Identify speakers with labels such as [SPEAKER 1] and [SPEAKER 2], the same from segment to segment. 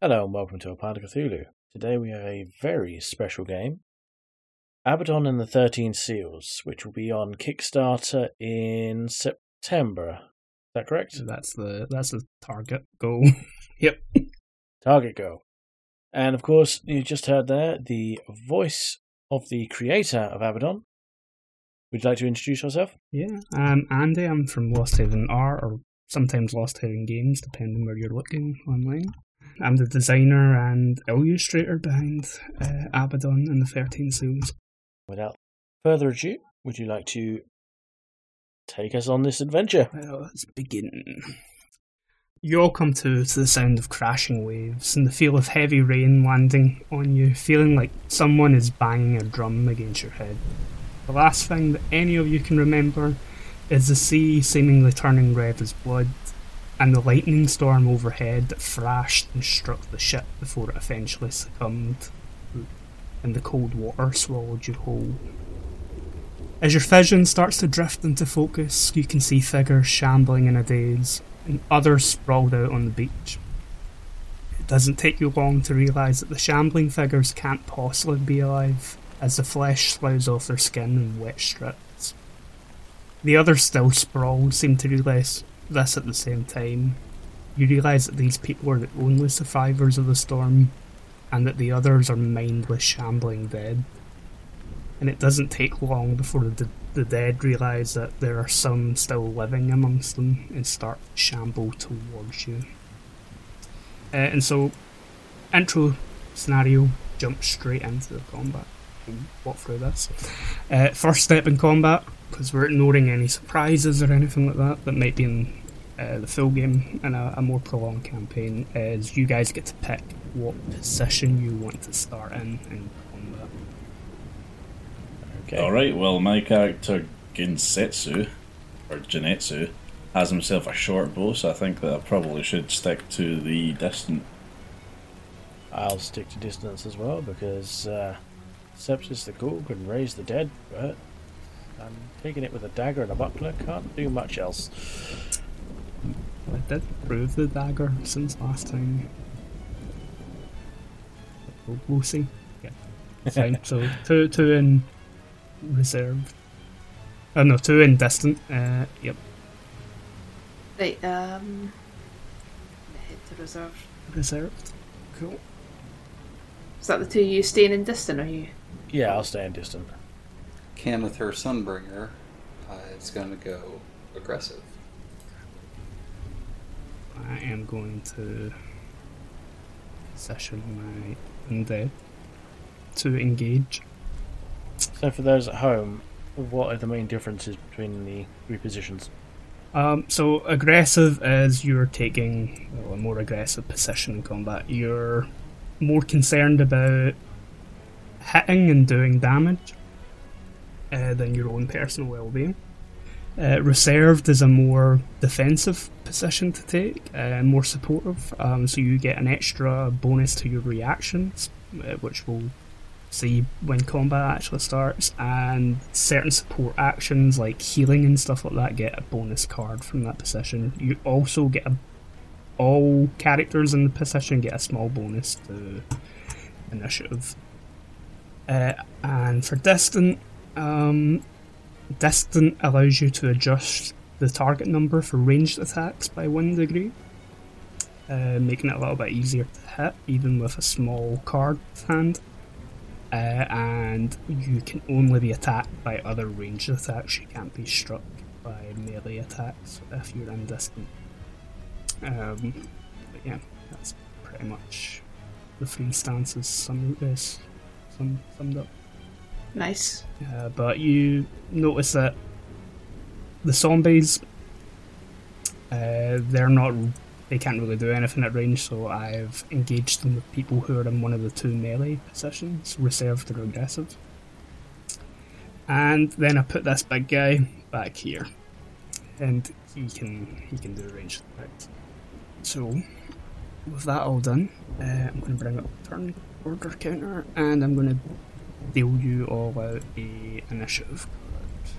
[SPEAKER 1] Hello and welcome to A Part of Cthulhu. Today we have a very special game Abaddon and the 13 Seals, which will be on Kickstarter in September. Is that correct?
[SPEAKER 2] So that's the that's the target goal. yep.
[SPEAKER 1] Target Go. And of course, you just heard there the voice of the creator of Abaddon. Would you like to introduce yourself?
[SPEAKER 2] Yeah. Um Andy, I'm from Lost Haven R or sometimes Lost Haven Games, depending where you're looking online. I'm the designer and illustrator behind uh, Abaddon and the Thirteen Seals.
[SPEAKER 1] Without further ado, would you like to take us on this adventure?
[SPEAKER 2] Well, let's begin. You all come to to the sound of crashing waves and the feel of heavy rain landing on you, feeling like someone is banging a drum against your head. The last thing that any of you can remember is the sea seemingly turning red as blood and the lightning storm overhead that thrashed and struck the ship before it eventually succumbed and the cold water swallowed you whole. As your vision starts to drift into focus, you can see figures shambling in a daze and others sprawled out on the beach. It doesn't take you long to realise that the shambling figures can't possibly be alive, as the flesh sloughs off their skin in wet strips. The others still sprawled seem to realise this at the same time. You realise that these people are the only survivors of the storm, and that the others are mindless, shambling dead and it doesn't take long before the, the dead realise that there are some still living amongst them and start to shamble towards you. Uh, and so, intro scenario, jump straight into the combat. We'll Walk through this. Uh, first step in combat, because we're ignoring any surprises or anything like that that might be in uh, the full game and a, a more prolonged campaign, is you guys get to pick what position you want to start in in combat.
[SPEAKER 1] Okay.
[SPEAKER 3] All right. Well, my character Ginsetsu or Jinetsu has himself a short bow, so I think that I probably should stick to the distant.
[SPEAKER 1] I'll stick to distance as well because uh, Sepsis the Ghoul can raise the dead, but I'm taking it with a dagger and a buckler, can't do much else.
[SPEAKER 2] I did prove the dagger since last time. We'll, we'll see. Yeah. It's Fine. so two two in reserve. Oh no, two in distant. Uh, yep.
[SPEAKER 4] Wait, um. Hit the reserve.
[SPEAKER 2] Reserved. Cool.
[SPEAKER 4] Is that the two of you staying in distant, or you?
[SPEAKER 1] Yeah, I'll stay in distant.
[SPEAKER 5] Kenneth, her Sunbringer, uh, is going to go aggressive.
[SPEAKER 2] I am going to session my undead to engage.
[SPEAKER 1] So, for those at home, what are the main differences between the three positions?
[SPEAKER 2] Um, so aggressive is you're taking well, a more aggressive position in combat. You're more concerned about hitting and doing damage uh, than your own personal well-being. Uh, reserved is a more defensive position to take, uh, more supportive. Um, so you get an extra bonus to your reactions, uh, which will see when combat actually starts, and certain support actions like healing and stuff like that get a bonus card from that position. You also get a all characters in the position get a small bonus to initiative. Uh, and for distant, um, distant allows you to adjust the target number for ranged attacks by one degree, uh, making it a little bit easier to hit, even with a small card hand uh, and you can only be attacked by other ranged attacks. You can't be struck by melee attacks if you're in distant. Um, but yeah, that's pretty much the three stances sum- uh, s- sum- summed up.
[SPEAKER 4] Nice.
[SPEAKER 2] Uh, but you notice that the zombies, uh, they're not, they can't really do anything at range, so I've engaged them with people who are in one of the two melee positions, reserved or aggressive. And then I put this big guy back here, and he can he can do ranged attacks. So, with that all done, uh, I'm going to bring up turn order counter, and I'm going to deal you all out a initiative card,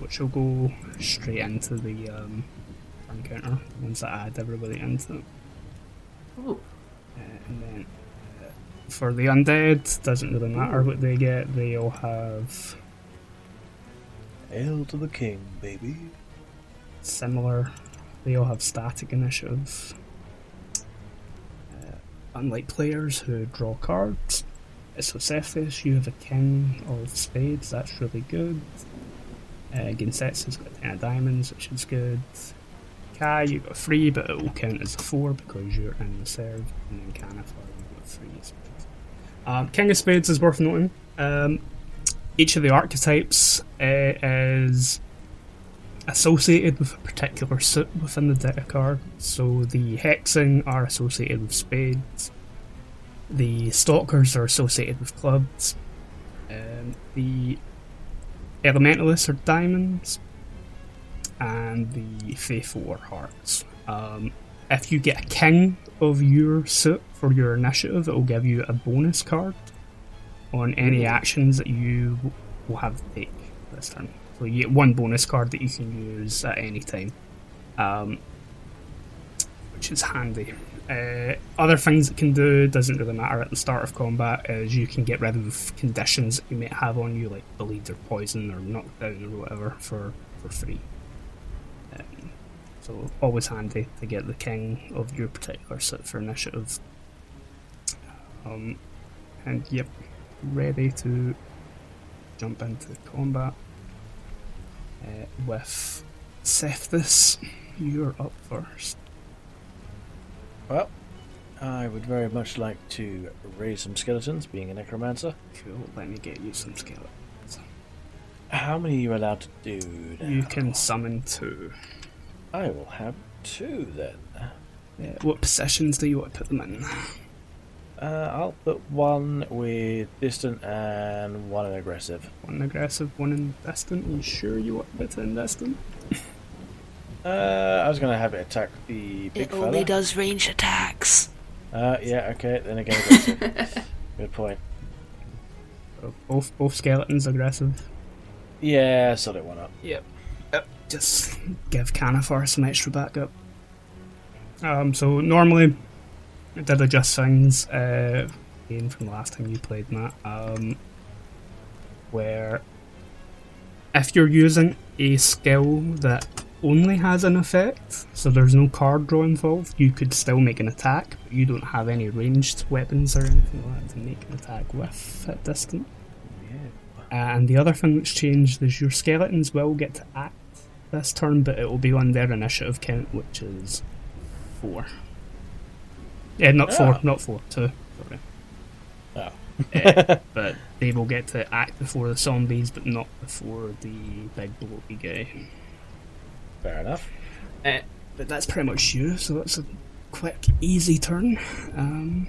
[SPEAKER 2] which will go straight into the um, turn counter once I add everybody into it.
[SPEAKER 4] Ooh,
[SPEAKER 2] Uh, and then for the undead, doesn't really matter what they get, they all have
[SPEAKER 1] Hail to the king, baby.
[SPEAKER 2] similar. They all have static initiative. Uh, unlike players who draw cards, it's Josephus, you have a king of spades, that's really good. Uh, Ginsetsu's got 10 of diamonds, which is good. Kai, you got 3, but it will count as a 4 because you're in reserve. And then Canifar, you got 3 as well. Um, king of spades is worth noting. Um, each of the archetypes uh, is associated with a particular suit within the deck of cards. So the hexing are associated with spades. The stalkers are associated with clubs. Um, the elementalists are diamonds, and the faithful are hearts. Um, if you get a king of your suit for your initiative, it will give you a bonus card on any actions that you will have to take this turn. So you get one bonus card that you can use at any time, um, which is handy. Uh, other things it can do doesn't really matter at the start of combat. Is you can get rid of conditions that you might have on you, like bleed or poison or knockdown or whatever, for for free. Um, so always handy to get the king of your particular set for initiative. Um, and yep, ready to jump into combat uh, with Sefthus. You're up first.
[SPEAKER 1] Well, I would very much like to raise some skeletons, being a necromancer.
[SPEAKER 2] Cool, let me get you some skillet.
[SPEAKER 1] How many are you allowed to do? now?
[SPEAKER 2] You can summon two.
[SPEAKER 1] I will have two then.
[SPEAKER 2] Uh, what positions do you want to put them in?
[SPEAKER 1] Uh, I'll put one with distant and one in aggressive.
[SPEAKER 2] One aggressive, one in distant. Are you sure you want to put it in distant?
[SPEAKER 1] Uh, I was going to have it attack the big
[SPEAKER 6] It
[SPEAKER 1] fella.
[SPEAKER 6] only does range attacks.
[SPEAKER 1] Uh, yeah, okay, then again aggressive. Good point.
[SPEAKER 2] Oh, Both both skeletons aggressive.
[SPEAKER 1] Yeah, sort it one up.
[SPEAKER 2] Yep. Just give Canifar some extra backup. Um, so normally, it did adjust things. Uh, again from the last time you played Matt, um, where if you're using a skill that only has an effect, so there's no card draw involved, you could still make an attack, but you don't have any ranged weapons or anything like that to make an attack with at distance. And the other thing that's changed is your skeletons will get to act this turn, but it will be on their initiative count, which is four. Yeah, not
[SPEAKER 1] Ah.
[SPEAKER 2] four, not four, two. Sorry.
[SPEAKER 1] Oh.
[SPEAKER 2] Eh, but they will get to act before the zombies, but not before the big bloaty guy.
[SPEAKER 1] Fair enough.
[SPEAKER 2] Eh, but that's pretty much you, so that's a quick, easy turn. Um,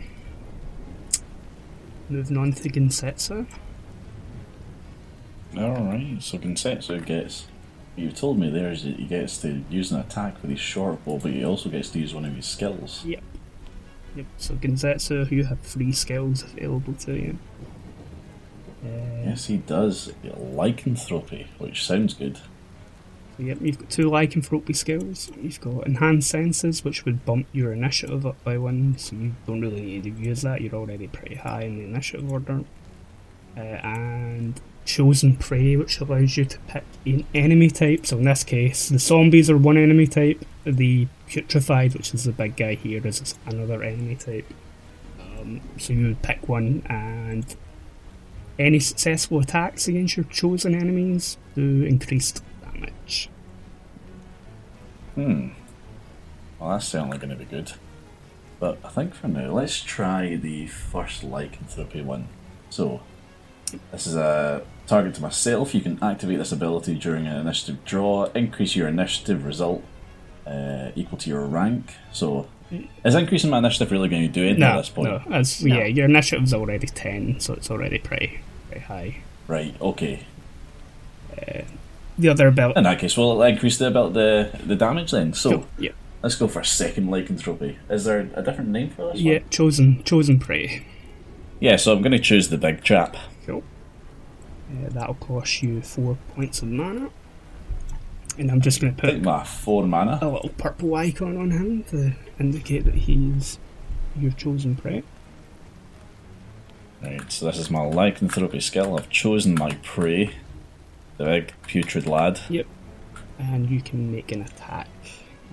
[SPEAKER 2] moving on to Ginsetsu.
[SPEAKER 3] Alright, so Gensetsu gets. You told me there is that he gets to use an attack with his short bow, but he also gets to use one of his skills.
[SPEAKER 2] Yep. Yep. So Ginzetsu, you have three skills available to you. Uh,
[SPEAKER 3] Yes, he does. Lycanthropy, which sounds good.
[SPEAKER 2] so Yep. You've got two lycanthropy skills. You've got enhanced senses, which would bump your initiative up by one, so you don't really need to use that. You're already pretty high in the initiative order. Uh, and chosen prey, which allows you to pick an enemy type. So in this case, the zombies are one enemy type. The putrefied, which is the big guy here, is another enemy type. Um, so you would pick one, and any successful attacks against your chosen enemies do increased damage.
[SPEAKER 3] Hmm. Well, that's certainly going to be good. But I think for now, let's try the first lycanthropy one. So, this is a target to myself. You can activate this ability during an initiative draw. Increase your initiative result uh, equal to your rank. So, is increasing my initiative really going to do anything at
[SPEAKER 2] No,
[SPEAKER 3] this point?
[SPEAKER 2] no, as yeah, your initiative's already ten, so it's already pretty, pretty high.
[SPEAKER 3] Right. Okay.
[SPEAKER 2] The other ability,
[SPEAKER 3] In that case, we'll increase the about the the damage then. So,
[SPEAKER 2] yeah,
[SPEAKER 3] let's go for second lycanthropy. Is there a different name for this?
[SPEAKER 2] yeah,
[SPEAKER 3] One?
[SPEAKER 2] chosen, chosen prey.
[SPEAKER 3] Yeah. So I'm going to choose the big chap.
[SPEAKER 2] Cool. Uh, that'll cost you four points of mana, and I'm just going to
[SPEAKER 3] Take
[SPEAKER 2] put
[SPEAKER 3] my four mana.
[SPEAKER 2] a little purple icon on him to indicate that he's your chosen prey.
[SPEAKER 3] Right, so this is my lycanthropy skill. I've chosen my prey, the big putrid lad.
[SPEAKER 2] and you can make an attack.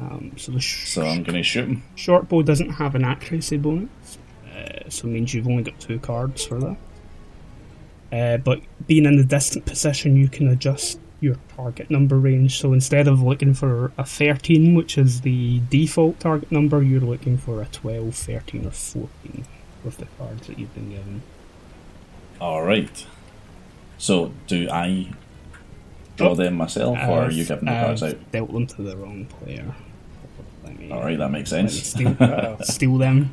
[SPEAKER 2] Um, so the sh-
[SPEAKER 3] So I'm going to shoot him.
[SPEAKER 2] short bow doesn't have an accuracy bonus, uh, so it means you've only got two cards for that. Uh, but being in the distant position, you can adjust your target number range. So instead of looking for a 13, which is the default target number, you're looking for a 12, 13, or 14 with the cards that you've been given.
[SPEAKER 3] Alright. So do I draw
[SPEAKER 2] Oh. uh,
[SPEAKER 3] them myself, or are
[SPEAKER 2] I've-
[SPEAKER 3] you giving the cards
[SPEAKER 2] I've
[SPEAKER 3] out?
[SPEAKER 2] Dealt them to the wrong player. Let me-
[SPEAKER 3] Alright, that makes
[SPEAKER 2] Let me
[SPEAKER 3] sense.
[SPEAKER 2] steal, I'll steal them,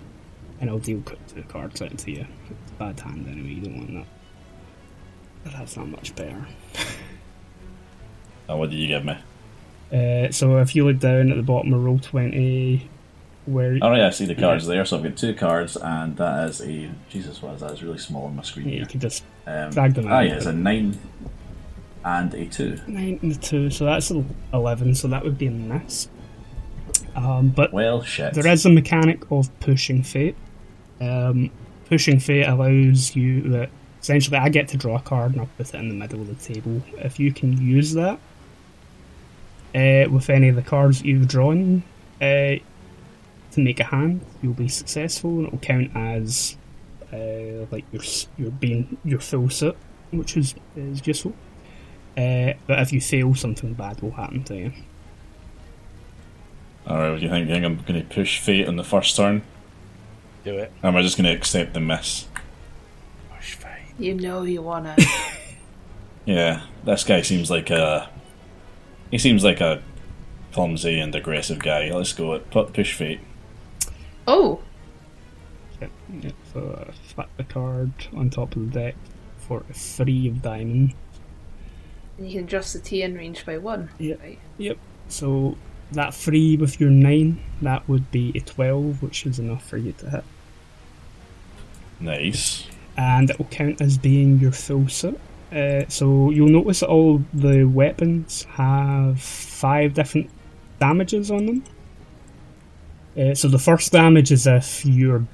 [SPEAKER 2] and I'll deal cut two cards out to you. It's a bad hand anyway, you don't want that. But that's not much better.
[SPEAKER 3] Oh, what did you give me?
[SPEAKER 2] Uh, so if you look down at the bottom of roll 20, where.
[SPEAKER 3] Alright, I see the cards there, so I've got two cards, and that is a. Jesus, what is that? It's really small on my screen
[SPEAKER 2] Yeah, you
[SPEAKER 3] here.
[SPEAKER 2] could just
[SPEAKER 3] Um,
[SPEAKER 2] drag them
[SPEAKER 3] aye,
[SPEAKER 2] out.
[SPEAKER 3] it's a 9 and a 2.
[SPEAKER 2] 9 and a 2, so that's a 11, so that would be a miss. Um, but
[SPEAKER 3] Well, shit.
[SPEAKER 2] There is a mechanic of pushing fate. Um, pushing fate allows you that essentially I get to draw a card and I put it in the middle of the table. If you can use that uh, with any of the cards that you've drawn uh, to make a hand, you'll be successful and it'll count as uh, like your s- your being your full set, which is is useful. Uh, but if you fail, something bad will happen to you.
[SPEAKER 3] Alright, what do you think? You think I'm going to push fate on the first turn?
[SPEAKER 1] Do it.
[SPEAKER 3] Or am I just going to accept the miss?
[SPEAKER 1] Push fate.
[SPEAKER 4] You know you wanna.
[SPEAKER 3] Yeah, this guy seems like a. He seems like a clumsy and aggressive guy. Let's go at pu- push fate.
[SPEAKER 4] oh,
[SPEAKER 2] Yep, yep. So I flip the card on top of the deck for a three of diamond.
[SPEAKER 4] and you can adjust the TN range by one.
[SPEAKER 2] Yeah.
[SPEAKER 4] Right.
[SPEAKER 2] Yep. So that three with your nine, that would be a twelve, which is enough for you to hit,
[SPEAKER 3] Nice.
[SPEAKER 2] and it will count as being your full set. Uh, so you'll notice that all the weapons have five different damages on them. Uh, so the first damage is if you're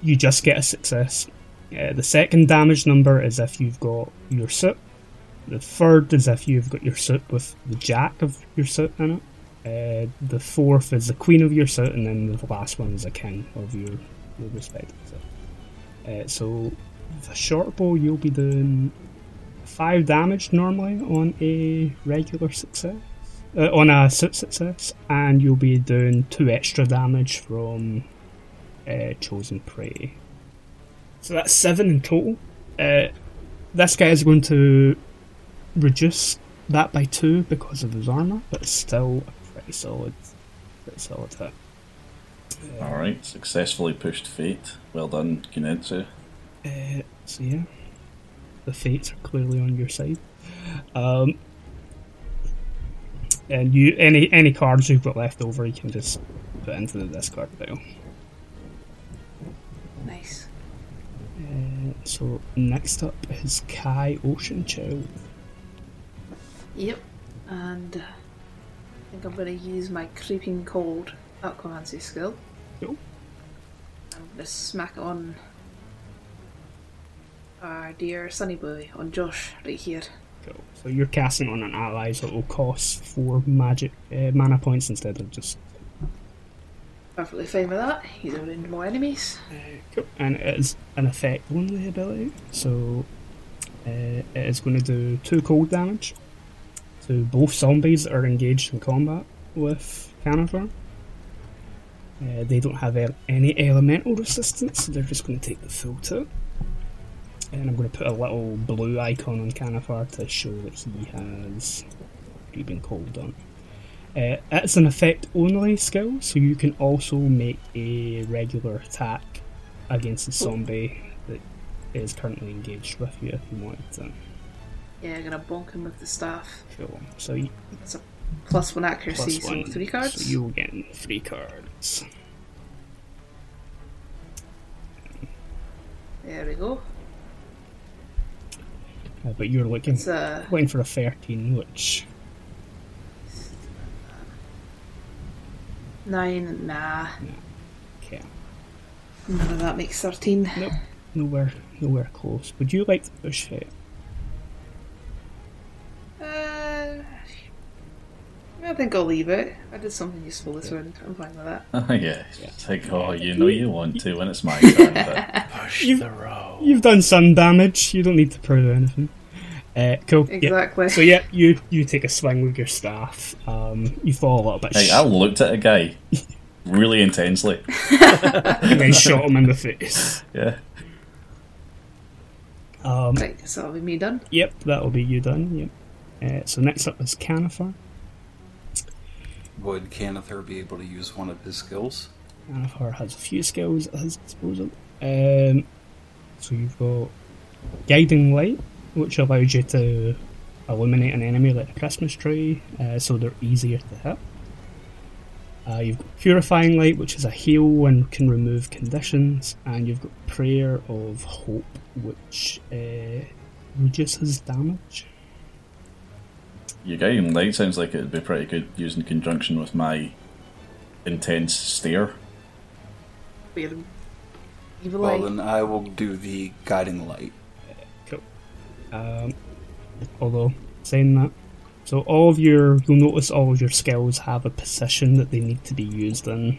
[SPEAKER 2] you just get a success. Uh, the second damage number is if you've got your suit. The third is if you've got your suit with the jack of your suit in it. Uh, the fourth is the queen of your suit, and then the last one is a king of your, your respective suit. Uh, so the short bow you'll be doing five damage normally on a regular success, uh, on a suit success, and you'll be doing two extra damage from uh, chosen prey. So that's seven in total. Uh, this guy is going to reduce that by two because of his armor, but it's still a pretty solid, pretty solid hit.
[SPEAKER 3] Alright, successfully pushed fate. Well done, Kunetsu.
[SPEAKER 2] Uh, so yeah, the fates are clearly on your side. Um, and you any any cards you've got left over, you can just put into the discard pile.
[SPEAKER 4] Nice.
[SPEAKER 2] Uh, so next up is Kai Ocean Child.
[SPEAKER 4] Yep. And uh, I think I'm gonna use my creeping cold aquamancy skill.
[SPEAKER 2] Cool.
[SPEAKER 4] I'm gonna smack it on our dear sunny boy on Josh right here.
[SPEAKER 2] Cool. So you're casting on an ally, so it will cost four magic uh, mana points instead of just
[SPEAKER 4] Perfectly fine with that. He's around more enemies.
[SPEAKER 2] Cool. Uh, And it is an effect only ability, so uh, it is going to do two cold damage to both zombies that are engaged in combat with Canifer. Uh, they don't have el- any elemental resistance, so they're just going to take the full two. And I'm going to put a little blue icon on Canifer to show that he has been cold on. Uh, it's an effect only skill, so you can also make a regular attack against the zombie that is currently engaged with you if you wanted to.
[SPEAKER 4] Yeah, I'm gonna bonk him with the staff.
[SPEAKER 2] Cool. So you
[SPEAKER 4] It's a plus one accuracy,
[SPEAKER 2] plus
[SPEAKER 4] so
[SPEAKER 2] one.
[SPEAKER 4] three cards.
[SPEAKER 2] So you'll get three cards.
[SPEAKER 4] There we go.
[SPEAKER 2] Uh, but you're looking
[SPEAKER 4] It's a
[SPEAKER 2] going for a thirteen, which
[SPEAKER 4] nine. Nah,
[SPEAKER 2] okay.
[SPEAKER 4] none of that makes thirteen.
[SPEAKER 2] Nope. Nowhere, nowhere close. Would you like to push it?
[SPEAKER 4] Uh, I think I'll leave it. I did something useful this round. I'm fine with that.
[SPEAKER 3] yeah, it's just like, oh, you know you want to when it's my turn. But
[SPEAKER 1] Push
[SPEAKER 2] You-
[SPEAKER 1] the roll.
[SPEAKER 2] You've done some damage. You don't need to prove anything. Uh, cool. yeah.
[SPEAKER 4] Exactly.
[SPEAKER 2] So yeah, you you take a swing with your staff. Um, you fall a little bit,
[SPEAKER 3] hey, I looked at a guy really intensely.
[SPEAKER 2] and then shot him in the face.
[SPEAKER 3] Yeah.
[SPEAKER 2] Um,
[SPEAKER 4] Right, so that'll be me done.
[SPEAKER 2] Yep, that'll be you done. Yep. Uh, so next up is Canifer.
[SPEAKER 5] Would Canather be able to use one of his skills?
[SPEAKER 2] Canifer has a few skills at his disposal. Um, so you've got Guiding Light, which allows you to illuminate an enemy like a Christmas tree, uh, so they're easier to hit. Uh, you've got Purifying Light, which is a heal and can remove conditions, and you've got Prayer of Hope, which uh, reduces damage.
[SPEAKER 3] Your guiding light sounds like it would be pretty good used in conjunction with my intense stare.
[SPEAKER 4] Weird. Evil
[SPEAKER 5] Well,
[SPEAKER 4] eye.
[SPEAKER 5] then I will do the guiding light.
[SPEAKER 2] Um, although saying that, so all of your you'll notice all of your skills have a position that they need to be used in.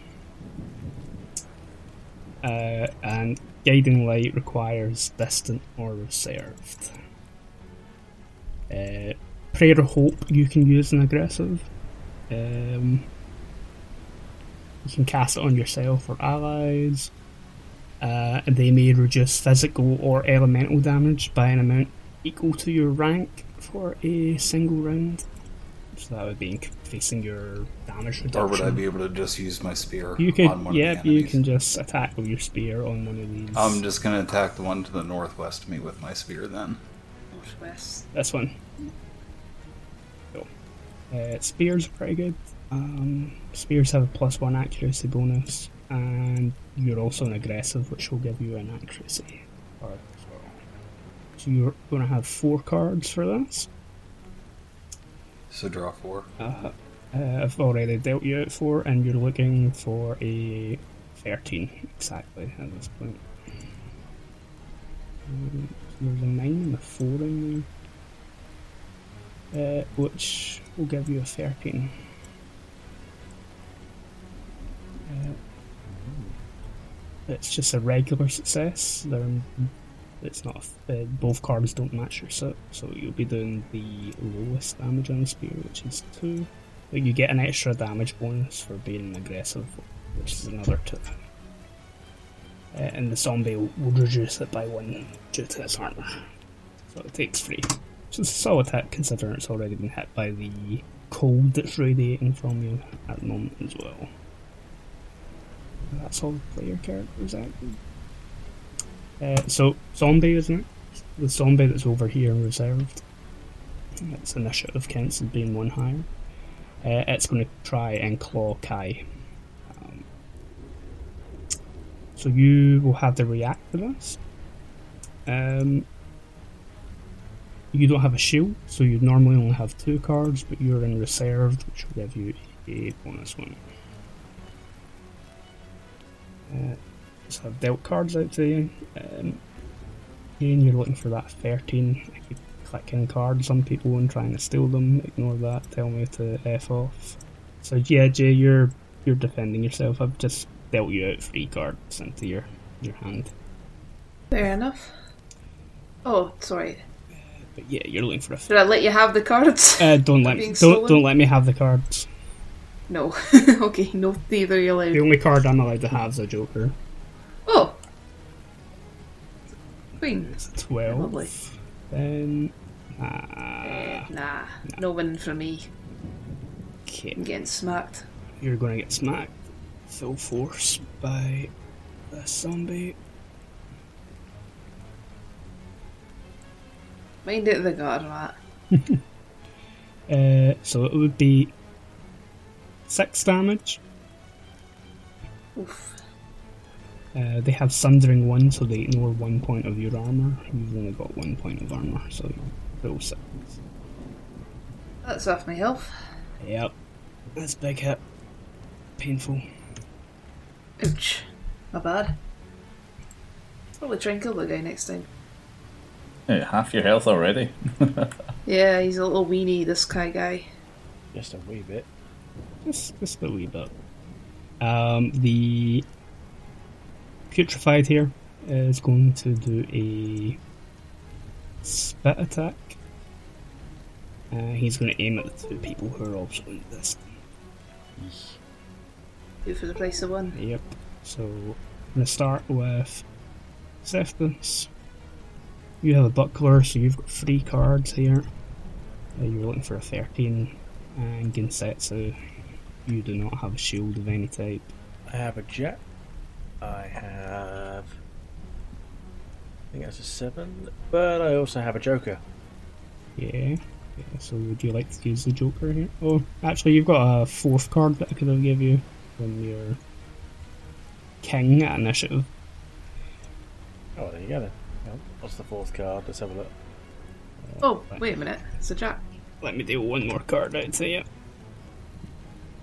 [SPEAKER 2] Uh, and guiding light requires distant or reserved. Uh, prayer of hope you can use in aggressive. Um, you can cast it on yourself or allies. Uh, and they may reduce physical or elemental damage by an amount equal to your rank for a single round. So that would be increasing your damage reduction.
[SPEAKER 5] Or would I be able to just use my spear
[SPEAKER 2] you could,
[SPEAKER 5] on one
[SPEAKER 2] yeah,
[SPEAKER 5] of the
[SPEAKER 2] you
[SPEAKER 5] enemies? Um,
[SPEAKER 2] can just attack with your spear on one of these.
[SPEAKER 5] I'm just going to attack the one to the northwest of me with my spear then.
[SPEAKER 4] Northwest.
[SPEAKER 2] This one. Cool. Uh, spears are pretty good. Um, spears have a plus one accuracy bonus, and you're also an aggressive, which will give you an accuracy card as well. So you're going to have four cards for this.
[SPEAKER 5] So draw four.
[SPEAKER 2] Uh, uh, I've already dealt you out four, and you're looking for a 13 exactly at this point. Um, so there's a 9 and a 4 in there, uh, which will give you a 13. Uh, it's just a regular success. They're, it's not. A, uh, both cards don't match your set, so you'll be doing the lowest damage on the spear, which is two. But you get an extra damage bonus for being aggressive, which is another two. Uh, and the zombie will, will reduce it by one due to its armor, so it takes three. So it's a solid hit considering it's already been hit by the cold that's radiating from you at the moment as well. That's all the player characters active. Uh, so zombie, isn't it? The zombie that's over here and reserved. Its initiative counts as being one higher. Uh, it's going to try and claw Kai. Um, so you will have to react to this. Um, you don't have a shield, so you'd normally only have two cards, but you're in reserved, which will give you a bonus one. Uh, so I've dealt cards out to you. Um, again, you're looking for that 13. I could click in cards on people and trying to steal them. Ignore that. Tell me to f off. So yeah, Jay, you're you're defending yourself. I've just dealt you out three cards into your your hand.
[SPEAKER 4] Fair enough. Oh, sorry.
[SPEAKER 2] But yeah, you're looking for a. F-
[SPEAKER 4] Did I let you have the cards?
[SPEAKER 2] uh, don't let me
[SPEAKER 4] being
[SPEAKER 2] don't
[SPEAKER 4] stolen?
[SPEAKER 2] don't let me have the cards.
[SPEAKER 4] no. okay, no, neither are you allowed.
[SPEAKER 2] The only card I'm allowed to have is a Joker.
[SPEAKER 4] Oh! Queen.
[SPEAKER 2] It's a twelve.
[SPEAKER 4] Lovely.
[SPEAKER 2] Then
[SPEAKER 4] Eh,
[SPEAKER 2] ah,
[SPEAKER 4] nah, no winning for me.
[SPEAKER 2] okay.
[SPEAKER 4] I'm getting smacked.
[SPEAKER 2] you're going to get smacked full force by the zombie.
[SPEAKER 4] Mind it the guard, Matt.
[SPEAKER 2] Uh, so it would be six damage.
[SPEAKER 4] Oof.
[SPEAKER 2] Uh, they have Sundering 1, so they ignore one point of your armor. You've only got one point of armor, so roll six.
[SPEAKER 4] That's off my health.
[SPEAKER 2] Yep. That's a big hit. Painful.
[SPEAKER 4] Ouch. My bad. Probably try and kill the guy next time.
[SPEAKER 3] Hey, half your health already.
[SPEAKER 4] Yeah, he's a little weenie, this Kai guy.
[SPEAKER 1] Just a wee bit.
[SPEAKER 2] Just, just a wee bit. Um, the putrefied here is going to do a spit attack. Uh, he's going to aim at the two people who are obstacle this.
[SPEAKER 4] Two for the price of one.
[SPEAKER 2] Yep. So I'm going to start with Acceptance. You have a buckler, so you've got three cards here. Uh, you're looking for a 13. And Ginsetsu, you do not have a shield of any type.
[SPEAKER 1] I have a jack. I have. I think that's a seven. But I also have a joker.
[SPEAKER 2] Yeah. yeah. So would you like to use the Joker here? Oh, actually, you've got a fourth card that I could have give you from your King at initiative.
[SPEAKER 1] Oh, there you go then. Yeah, What's the fourth card? Let's have a look.
[SPEAKER 4] Oh, wait a minute. It's a jack.
[SPEAKER 2] Let me deal one more card out to you.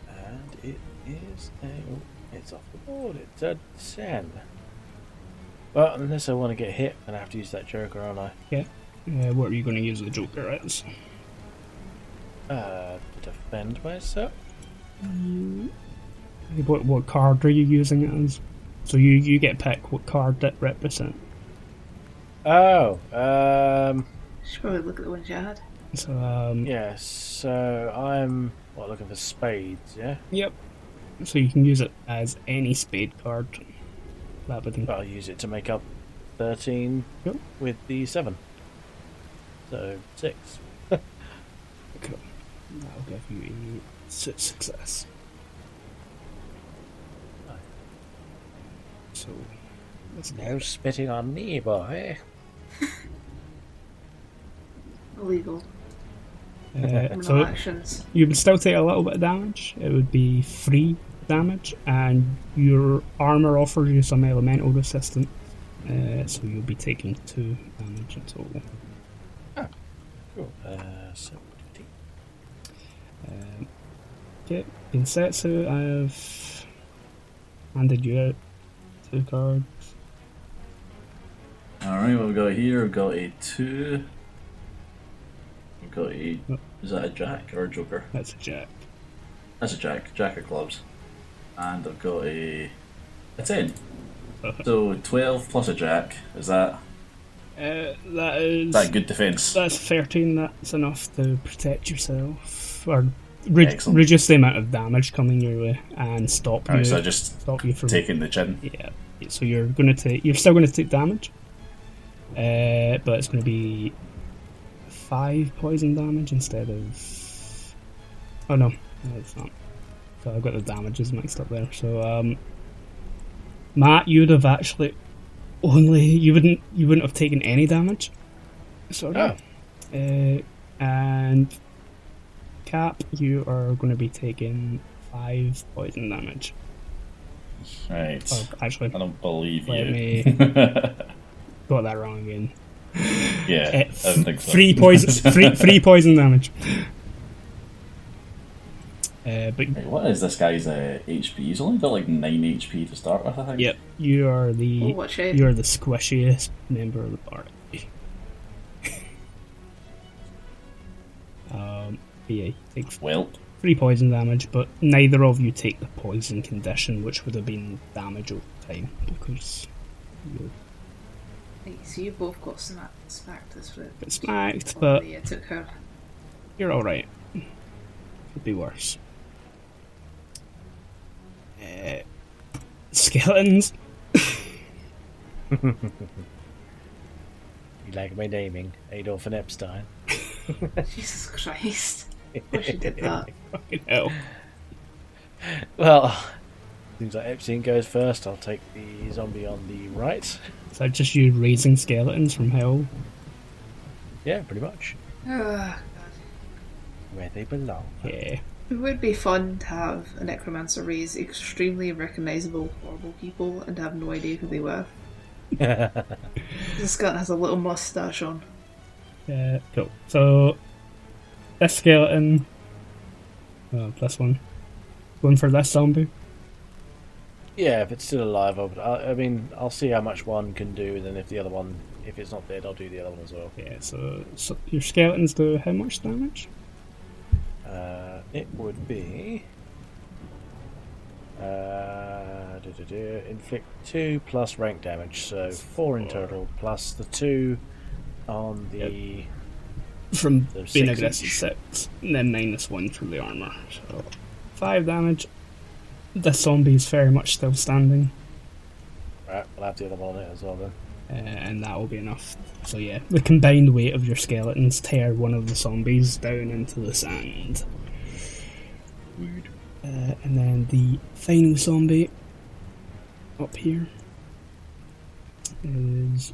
[SPEAKER 1] And it is a. oh, It's off the board. It's a 10. Well, unless I want to get hit, then I have to use that joker, aren't I?
[SPEAKER 2] Uh, what are you going to use the Joker as?
[SPEAKER 1] Uh, to defend myself?
[SPEAKER 2] What what card are you using it as? So you you get pick what card that represents.
[SPEAKER 1] Oh, um.
[SPEAKER 4] Should probably look at the ones you had.
[SPEAKER 2] So um,
[SPEAKER 1] Yeah, so I'm. What, looking for spades, yeah?
[SPEAKER 2] yep. So you can use it as any spade card. That would
[SPEAKER 1] Well, I'll use it to make up 13
[SPEAKER 2] Yep.
[SPEAKER 1] with the 7. So, 6.
[SPEAKER 2] Cool. That'll give you a su- success.
[SPEAKER 1] Aye.
[SPEAKER 2] So, that's
[SPEAKER 1] No spitting on me, boy.
[SPEAKER 4] Illegal.
[SPEAKER 2] Uh,
[SPEAKER 4] Criminal
[SPEAKER 2] so
[SPEAKER 4] actions.
[SPEAKER 2] you would still take a little bit of damage. It would be three damage, and your armor offers you some elemental resistance. Uh, so you'll be taking two damage in total.
[SPEAKER 1] Cool. Uh, so,
[SPEAKER 2] Um, okay, Insetsu, I have handed you out two cards.
[SPEAKER 3] Alright, what we've got here, we've got a 2. We've got a.
[SPEAKER 2] Yep.
[SPEAKER 3] Is that a jack or a joker?
[SPEAKER 2] That's a jack.
[SPEAKER 3] That's a jack, jack of clubs. And I've got a. a 10.
[SPEAKER 2] Okay.
[SPEAKER 3] So 12 plus a jack, is that.
[SPEAKER 2] Uh, that is.
[SPEAKER 3] Is that good defence?
[SPEAKER 2] That's 13, that's enough to protect yourself, or re-
[SPEAKER 3] Excellent.
[SPEAKER 2] reduce the amount of damage coming your way, and stop you,
[SPEAKER 3] Alright, so just
[SPEAKER 2] stop you from...
[SPEAKER 3] taking the chin.
[SPEAKER 2] Yeah, so you're going to take, you're still going to take damage, uh, but it's going to be 5 poison damage instead of... Oh no, no it's not. So I've got the damages mixed up there, so um... Matt, you'd have actually only, you wouldn't, you wouldn't have taken any damage. Sorry.
[SPEAKER 1] oh,
[SPEAKER 2] Uh, and Cap, you are going to be taking five poison damage.
[SPEAKER 3] Right.
[SPEAKER 2] Oh, actually,
[SPEAKER 3] I don't believe
[SPEAKER 2] Let
[SPEAKER 3] you.
[SPEAKER 2] me- got that wrong again.
[SPEAKER 3] yeah,
[SPEAKER 2] Uh,
[SPEAKER 3] I don't think so.
[SPEAKER 2] Three poison, three, three poison damage. Uh, but
[SPEAKER 3] Right, what is this guy's uh, HP? He's only got like 9 HP to start with, I think.
[SPEAKER 2] yep, you are
[SPEAKER 4] Oh,
[SPEAKER 2] the
[SPEAKER 4] watch out.
[SPEAKER 2] you are the squishiest member of the party. um, but yeah, you take
[SPEAKER 3] Well,
[SPEAKER 2] three poison damage, but neither of you take the poison condition, which would have been damage over time because you
[SPEAKER 4] Right, so you both got smack- smacked this round.
[SPEAKER 2] got smacked.
[SPEAKER 4] Oh,
[SPEAKER 2] But
[SPEAKER 4] yeah, took her.
[SPEAKER 2] you're all right. Could be worse. Uh, skeletons.
[SPEAKER 1] you like my naming, Adolf and Epstein.
[SPEAKER 4] Jesus Christ. Wish you did that.
[SPEAKER 2] Fucking hell.
[SPEAKER 1] Well, seems like Epstein goes first. I'll take the zombie on the right.
[SPEAKER 2] Is that just you raising skeletons from hell?
[SPEAKER 1] Yeah, pretty much.
[SPEAKER 4] Ah,
[SPEAKER 1] Where they belong.
[SPEAKER 2] Yeah.
[SPEAKER 4] it would be fun to have a necromancer raise extremely recognizable, horrible people and have no idea who they were. this guy has a little mustache on.
[SPEAKER 2] Uh, cool. So, this skeleton. uh, Oh, this one. Going for this zombie.
[SPEAKER 1] Yeah, if it's still alive, I, would, I, I mean, I'll see how much one can do. Then if the other one, if it's not dead, I'll do the other one as well.
[SPEAKER 2] Yeah, so, so your skeletons do how much damage?
[SPEAKER 1] Uh, it would be. Uh, duh, duh, duh, inflict two plus rank damage, so four in total, plus the two on the.
[SPEAKER 2] From
[SPEAKER 1] So
[SPEAKER 2] being
[SPEAKER 1] six
[SPEAKER 2] aggressive,
[SPEAKER 1] each.
[SPEAKER 2] six, and then minus one from the armor. So five damage. This zombie is very much still standing,
[SPEAKER 1] Right, we'll have the other one on it as well then.
[SPEAKER 2] uh, and that will be enough. So yeah, the combined weight of your skeletons tear one of the zombies down into the sand. Uh, and then the final zombie up here is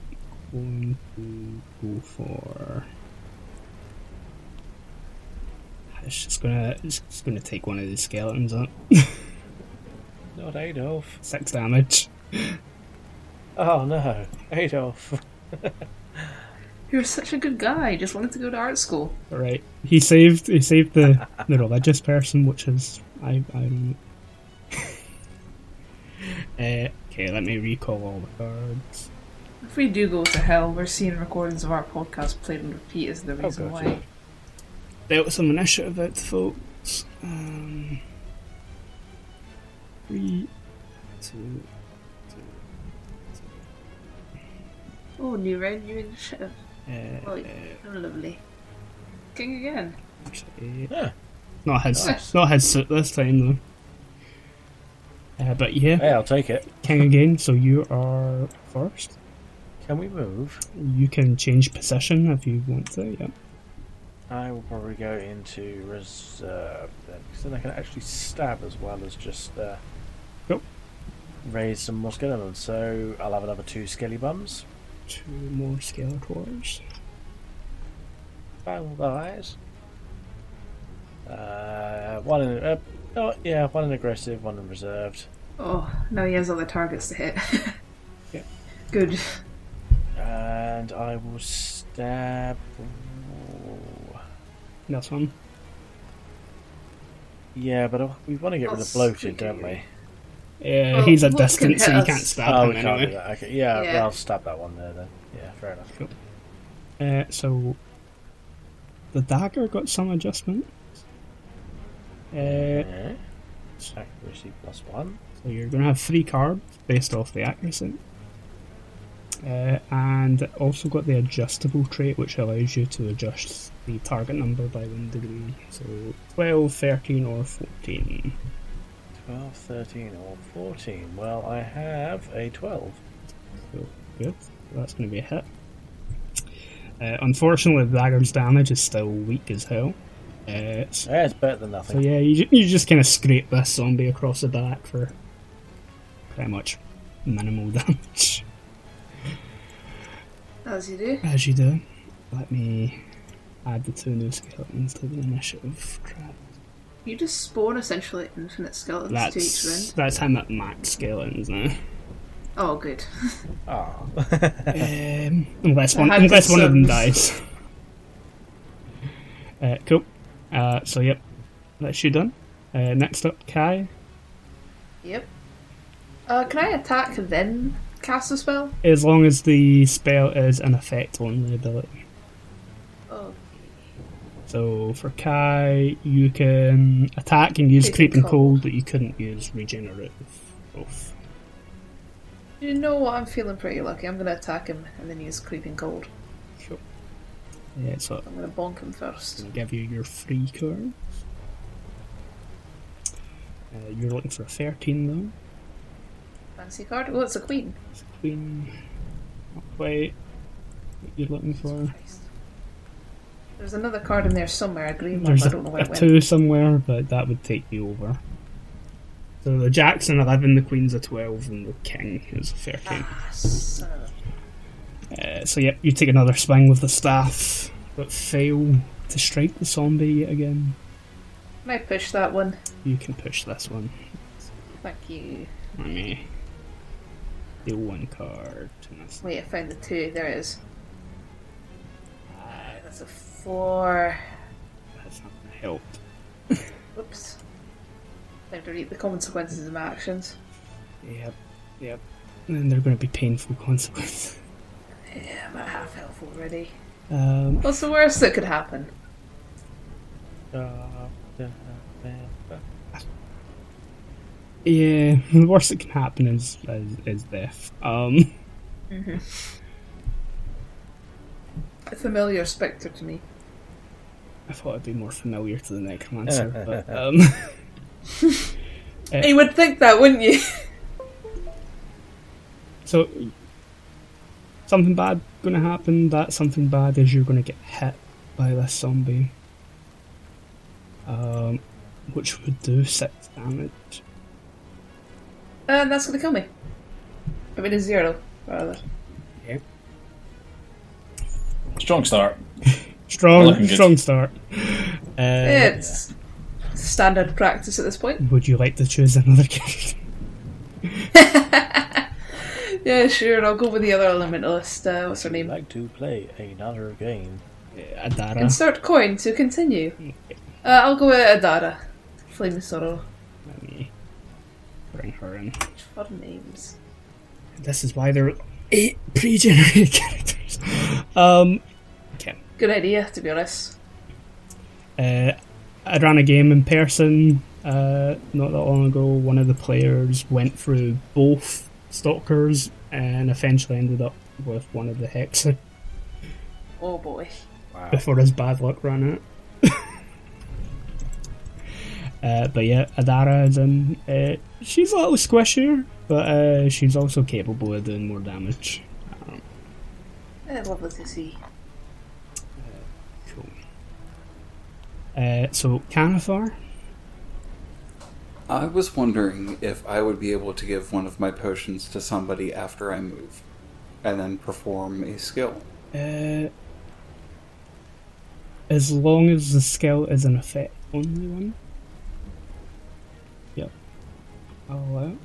[SPEAKER 2] going to go for. It's just gonna, it's just gonna take one of the skeletons up.
[SPEAKER 1] Not Adolf.
[SPEAKER 2] Six damage.
[SPEAKER 1] Oh no, Adolf.
[SPEAKER 4] You're such a good guy. Just wanted to go to art school.
[SPEAKER 2] All right, he saved, he saved the, the religious person, which is I, I don't. uh, okay, let me recall all the cards.
[SPEAKER 4] If we do go to hell, we're seeing recordings of our podcast played on repeat is the reason
[SPEAKER 1] God,
[SPEAKER 4] why.
[SPEAKER 2] dealt some initiative out to folks. Um, three, two,
[SPEAKER 4] Oh, new round, new initiative.
[SPEAKER 2] uh,
[SPEAKER 4] Oh, oh, lovely. King again.
[SPEAKER 2] actually,
[SPEAKER 1] Yeah.
[SPEAKER 2] not his,
[SPEAKER 4] Nice.
[SPEAKER 2] not his suit this time though. Uh, but yeah,
[SPEAKER 1] Hey, I'll take it.
[SPEAKER 2] king again. So you are first.
[SPEAKER 1] Can we move?
[SPEAKER 2] You can change position if you want to. Yeah.
[SPEAKER 1] I will probably go into reserve then, because then I can actually stab as well as just uh,
[SPEAKER 2] Cool.
[SPEAKER 1] raise some more skeletons. So I'll have another two skelly bums.
[SPEAKER 2] Two more skeletors.
[SPEAKER 1] Battle dies. Uh, one in uh, oh yeah, one in aggressive, one in reserved.
[SPEAKER 4] Oh, now he has other targets to hit.
[SPEAKER 1] Yeah.
[SPEAKER 4] Good.
[SPEAKER 1] And I will stab.
[SPEAKER 2] That's one.
[SPEAKER 1] Yeah, but I- we want to get rid of
[SPEAKER 4] That's
[SPEAKER 1] bloated,
[SPEAKER 4] pretty
[SPEAKER 1] don't we?
[SPEAKER 4] good.
[SPEAKER 2] Yeah,
[SPEAKER 4] Well,
[SPEAKER 2] Uh, he's at
[SPEAKER 4] what can
[SPEAKER 2] distance, so
[SPEAKER 4] hit
[SPEAKER 2] you
[SPEAKER 4] us?
[SPEAKER 2] can't stab
[SPEAKER 1] Oh,
[SPEAKER 2] him
[SPEAKER 1] we can't do
[SPEAKER 2] anyway.
[SPEAKER 1] that. Okay, yeah,
[SPEAKER 4] Yeah.
[SPEAKER 1] well, I'll stab that one there then. Yeah, fair enough.
[SPEAKER 2] Uh, so the dagger got some adjustment. Uh,
[SPEAKER 1] Yeah. Accuracy plus one.
[SPEAKER 2] so you're going to have three cards based off the accuracy. Uh, and also got the adjustable trait, which allows you to adjust the target number by one degree. So 12, 13, or 14.
[SPEAKER 1] 12, 13, or 14. Well, I have a 12.
[SPEAKER 2] So good. That's going to be a hit. Uh, unfortunately, the dagger's damage is still weak as hell. Uh, so
[SPEAKER 1] Yeah, it's better than
[SPEAKER 2] So
[SPEAKER 1] nothing.
[SPEAKER 2] yeah, you, ju- you just kind of scrape this zombie across the back for pretty much minimal damage
[SPEAKER 4] As you do.
[SPEAKER 2] as you do. Let me add the two new skeletons to the initiative trap.
[SPEAKER 4] You just spawn essentially infinite skeletons to each
[SPEAKER 2] That's
[SPEAKER 4] round.
[SPEAKER 2] that's him at max skeletons eh? now.
[SPEAKER 4] Oh, good.
[SPEAKER 1] Ah.
[SPEAKER 2] um, unless one
[SPEAKER 4] I had
[SPEAKER 2] unless one of them
[SPEAKER 4] concerns.
[SPEAKER 2] dies. Uh, cool. Uh, so yep, that's you done. Uh, next up, Kai.
[SPEAKER 4] Yep. Uh, can I attack then cast a spell?
[SPEAKER 2] As long as the spell is an effect only ability.
[SPEAKER 4] Oh,
[SPEAKER 2] So for Kai, you can attack and use creeping
[SPEAKER 4] Creeping
[SPEAKER 2] cold.
[SPEAKER 4] Cold.
[SPEAKER 2] but you couldn't use regenerative growth.
[SPEAKER 4] you know what? I'm feeling pretty lucky. I'm gonna attack him and then use creeping gold.
[SPEAKER 2] Sure. Yeah, so
[SPEAKER 4] I'm gonna bonk him first.
[SPEAKER 2] I'll give you your free cards. Uh, you're looking for a 13
[SPEAKER 4] Fancy card. Oh, it's a queen.
[SPEAKER 2] though. It's queen. Not quite what you're looking for.
[SPEAKER 4] Christ. There's another card in there somewhere. A green one.
[SPEAKER 2] There's
[SPEAKER 4] but I
[SPEAKER 2] a,
[SPEAKER 4] don't know where
[SPEAKER 2] a
[SPEAKER 4] it went.
[SPEAKER 2] 2 somewhere, but that would take you over. So the jack's an 11, the queen's a 12, and the king is a 13.
[SPEAKER 4] Ah, son of a-
[SPEAKER 2] Uh, so yep, you take another swing with the staff, but fail to strike the zombie yet again.
[SPEAKER 4] Can I push that one?
[SPEAKER 2] You can push this one.
[SPEAKER 4] Thank you.
[SPEAKER 2] Let me deal one card. And that's
[SPEAKER 4] Wait, I found the two. There it is. Ah, That's a four.
[SPEAKER 2] that's not gonna help.
[SPEAKER 4] Whoops. I have to read the consequences of my actions.
[SPEAKER 2] Yep, yep. And they're going to be painful consequences.
[SPEAKER 4] Yeah, I'm at half health already.
[SPEAKER 2] Um,
[SPEAKER 4] What's the worst that could happen?
[SPEAKER 2] yeah, the worst that can happen is is, is death. Um,
[SPEAKER 4] A familiar spectre to me.
[SPEAKER 2] I thought it'd be more familiar to the necromancer, but um,
[SPEAKER 4] You would think that, wouldn't you?
[SPEAKER 2] so something bad going to happen. That something bad is you're going to get hit by this zombie, um, which would do six damage.
[SPEAKER 4] And Uh, that's gonna kill me. I mean, a zero, rather.
[SPEAKER 3] Strong start.
[SPEAKER 2] Strong,
[SPEAKER 3] Looking good.
[SPEAKER 2] strong start. Uh,
[SPEAKER 4] It's standard practice at this point.
[SPEAKER 2] Would you like to choose another character?
[SPEAKER 4] Yeah, sure, I'll go with the other elementalist. Uh, what's her
[SPEAKER 1] Would you
[SPEAKER 4] name?
[SPEAKER 1] like to play another game?
[SPEAKER 2] Adara.
[SPEAKER 4] Insert coin to continue. Uh, I'll go with Adara. Flame Sorrow.
[SPEAKER 2] Let me bring her in.
[SPEAKER 4] Fun names.
[SPEAKER 2] This is why there are eight pre-generated characters. Um, okay.
[SPEAKER 4] Good idea, to be honest.
[SPEAKER 2] Uh, I ran a game in person uh, not that long ago. One of the players went through both stalkers and eventually ended up with one of the hexer
[SPEAKER 4] Oh boy.
[SPEAKER 2] before his bad luck ran out. uh, but yeah, Adara is in. Uh, she's a little squishier, but uh, she's also capable of doing more damage.
[SPEAKER 4] Eh, lovely to see.
[SPEAKER 2] Cool. Uh, so Canathar,
[SPEAKER 5] I was wondering if I would be able to give one of my potions to somebody after I move, and then perform a skill.
[SPEAKER 2] uh, as long as the skill is an effect only one. Yep. I'll allow. it.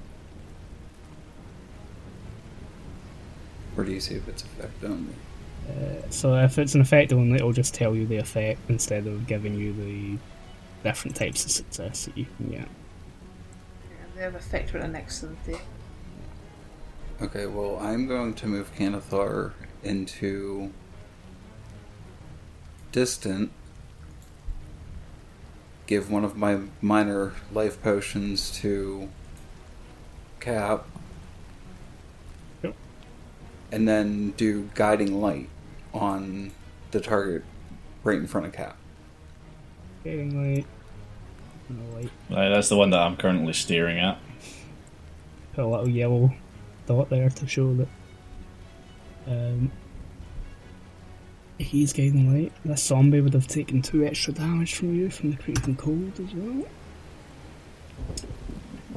[SPEAKER 5] Or do you see if it's effect only?
[SPEAKER 2] So if it's an effect only, it'll just tell you the effect instead of giving you the different types of success that you can get.
[SPEAKER 4] Yeah, they have effect with an excellent day.
[SPEAKER 5] Okay, well, I'm going to move Canathar into distant. Give one of my minor life potions to Cap.
[SPEAKER 2] Yep.
[SPEAKER 5] And then do guiding light on the target right in front of Cap.
[SPEAKER 2] Getting light. No light.
[SPEAKER 3] Right, that's the one that I'm currently staring at.
[SPEAKER 2] Put a little yellow dot there to show that um, he's getting light. This zombie would have taken two extra damage from you from the creeping cold as well.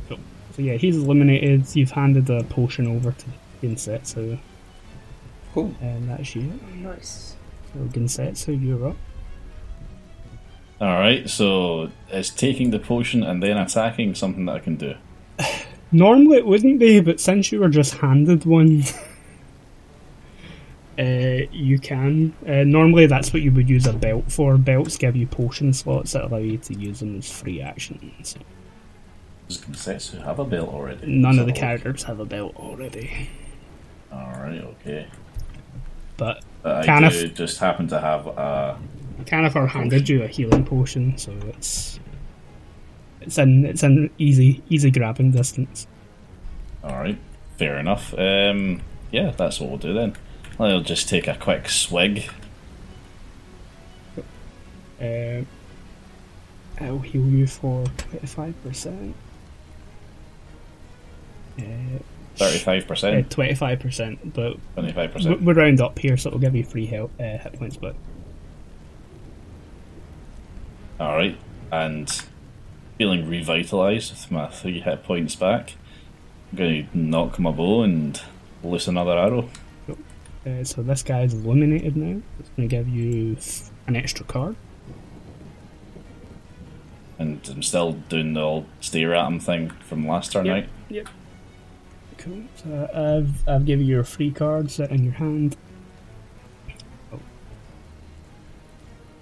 [SPEAKER 2] Cool. So yeah, he's eliminated. You've handed the potion over to Ginsetsu,
[SPEAKER 5] Cool.
[SPEAKER 2] and that's you.
[SPEAKER 4] Nice.
[SPEAKER 2] So Ginsetsu, you're up.
[SPEAKER 3] Alright, so it's taking the potion and then attacking something that I can do.
[SPEAKER 2] Normally it wouldn't be, but since you were just handed one, uh, you can. Uh, normally that's what you would use a belt for. Belts give you potion slots that allow you to use them as free actions.
[SPEAKER 3] Does Gonsetsu have a belt already?
[SPEAKER 2] None of the characters have a belt already.
[SPEAKER 3] Alright, okay.
[SPEAKER 2] But
[SPEAKER 3] But I
[SPEAKER 2] Can
[SPEAKER 3] do just happen to have uh, a.
[SPEAKER 2] Canaphar handed you a healing potion, so it's it's an it's an easy easy grabbing distance.
[SPEAKER 3] Alright, fair enough. Um, yeah, that's what we'll do then. I'll just take a quick swig.
[SPEAKER 2] Uh, I'll heal you for twenty five percent. Uh,
[SPEAKER 3] 35%,
[SPEAKER 2] Twenty five percent, but
[SPEAKER 3] 25%.
[SPEAKER 2] we we round up here, so it'll give you three hit, uh, hit points. But
[SPEAKER 3] All right, and feeling revitalized with my three hit points back, I'm going to knock my bow and loose another arrow.
[SPEAKER 2] uh, so this guy is eliminated now. It's going to give you f- an extra card.
[SPEAKER 3] And I'm still doing the old stare at him thing from last turn, right?
[SPEAKER 2] Yep. Cool. So I've I've given you your free cards that are in your hand.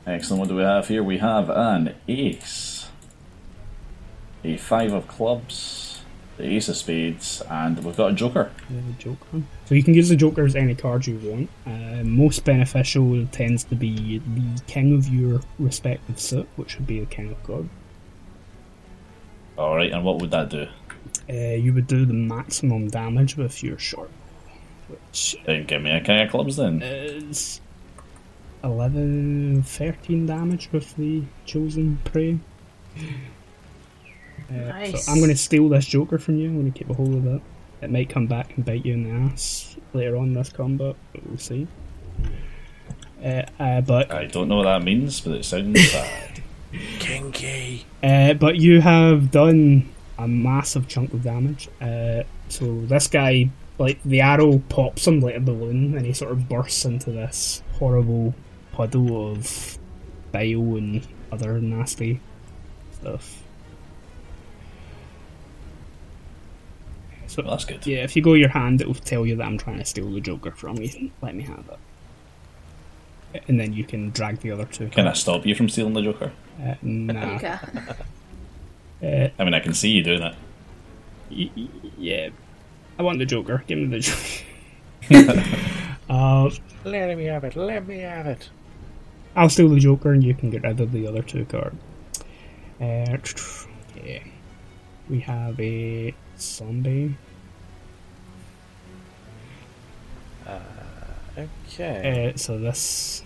[SPEAKER 3] Excellent. What do we have here? We have an ace, a five of clubs, the Ace of Spades, and we've got a Joker.
[SPEAKER 2] We have a Joker. So you can use the Joker as any card you want. Uh, most beneficial tends to be the king of your respective suit, which would be the king of god.
[SPEAKER 3] Alright, and what would that do?
[SPEAKER 2] Uh, you would do the maximum damage with your short, which
[SPEAKER 3] Then give me a King of Clubs then.
[SPEAKER 2] is 11, 13 damage with the chosen prey. Uh,
[SPEAKER 4] Nice.
[SPEAKER 2] So I'm going to steal this Joker from you. I'm going to keep a hold of it. It might come back and bite you in the ass later on this combat, but we'll see. Uh, uh, but
[SPEAKER 3] I don't know what that means, but it sounds bad.
[SPEAKER 1] Kinky.
[SPEAKER 2] Uh, but you have done a massive chunk of damage. Uh, so this guy, like the arrow pops him like a balloon, and he sort of bursts into this horrible puddle of bile and other nasty stuff. So
[SPEAKER 3] Well, that's good.
[SPEAKER 2] yeah, if you go your hand, it will tell you that I'm trying to steal the Joker from you. Let me have it, and then you can drag the other two.
[SPEAKER 3] Can I stop you from stealing the Joker?
[SPEAKER 2] Uh, nah.
[SPEAKER 4] Okay.
[SPEAKER 2] Uh,
[SPEAKER 3] I mean, I can see you doing it.
[SPEAKER 2] Y- y- yeah, I want the Joker. Give me the Joker. uh,
[SPEAKER 1] Let me have it. Let me have it.
[SPEAKER 2] I'll steal the Joker, and you can get rid of the other two cards. Uh, yeah, we have a zombie.
[SPEAKER 1] Okay.
[SPEAKER 2] Uh, so this.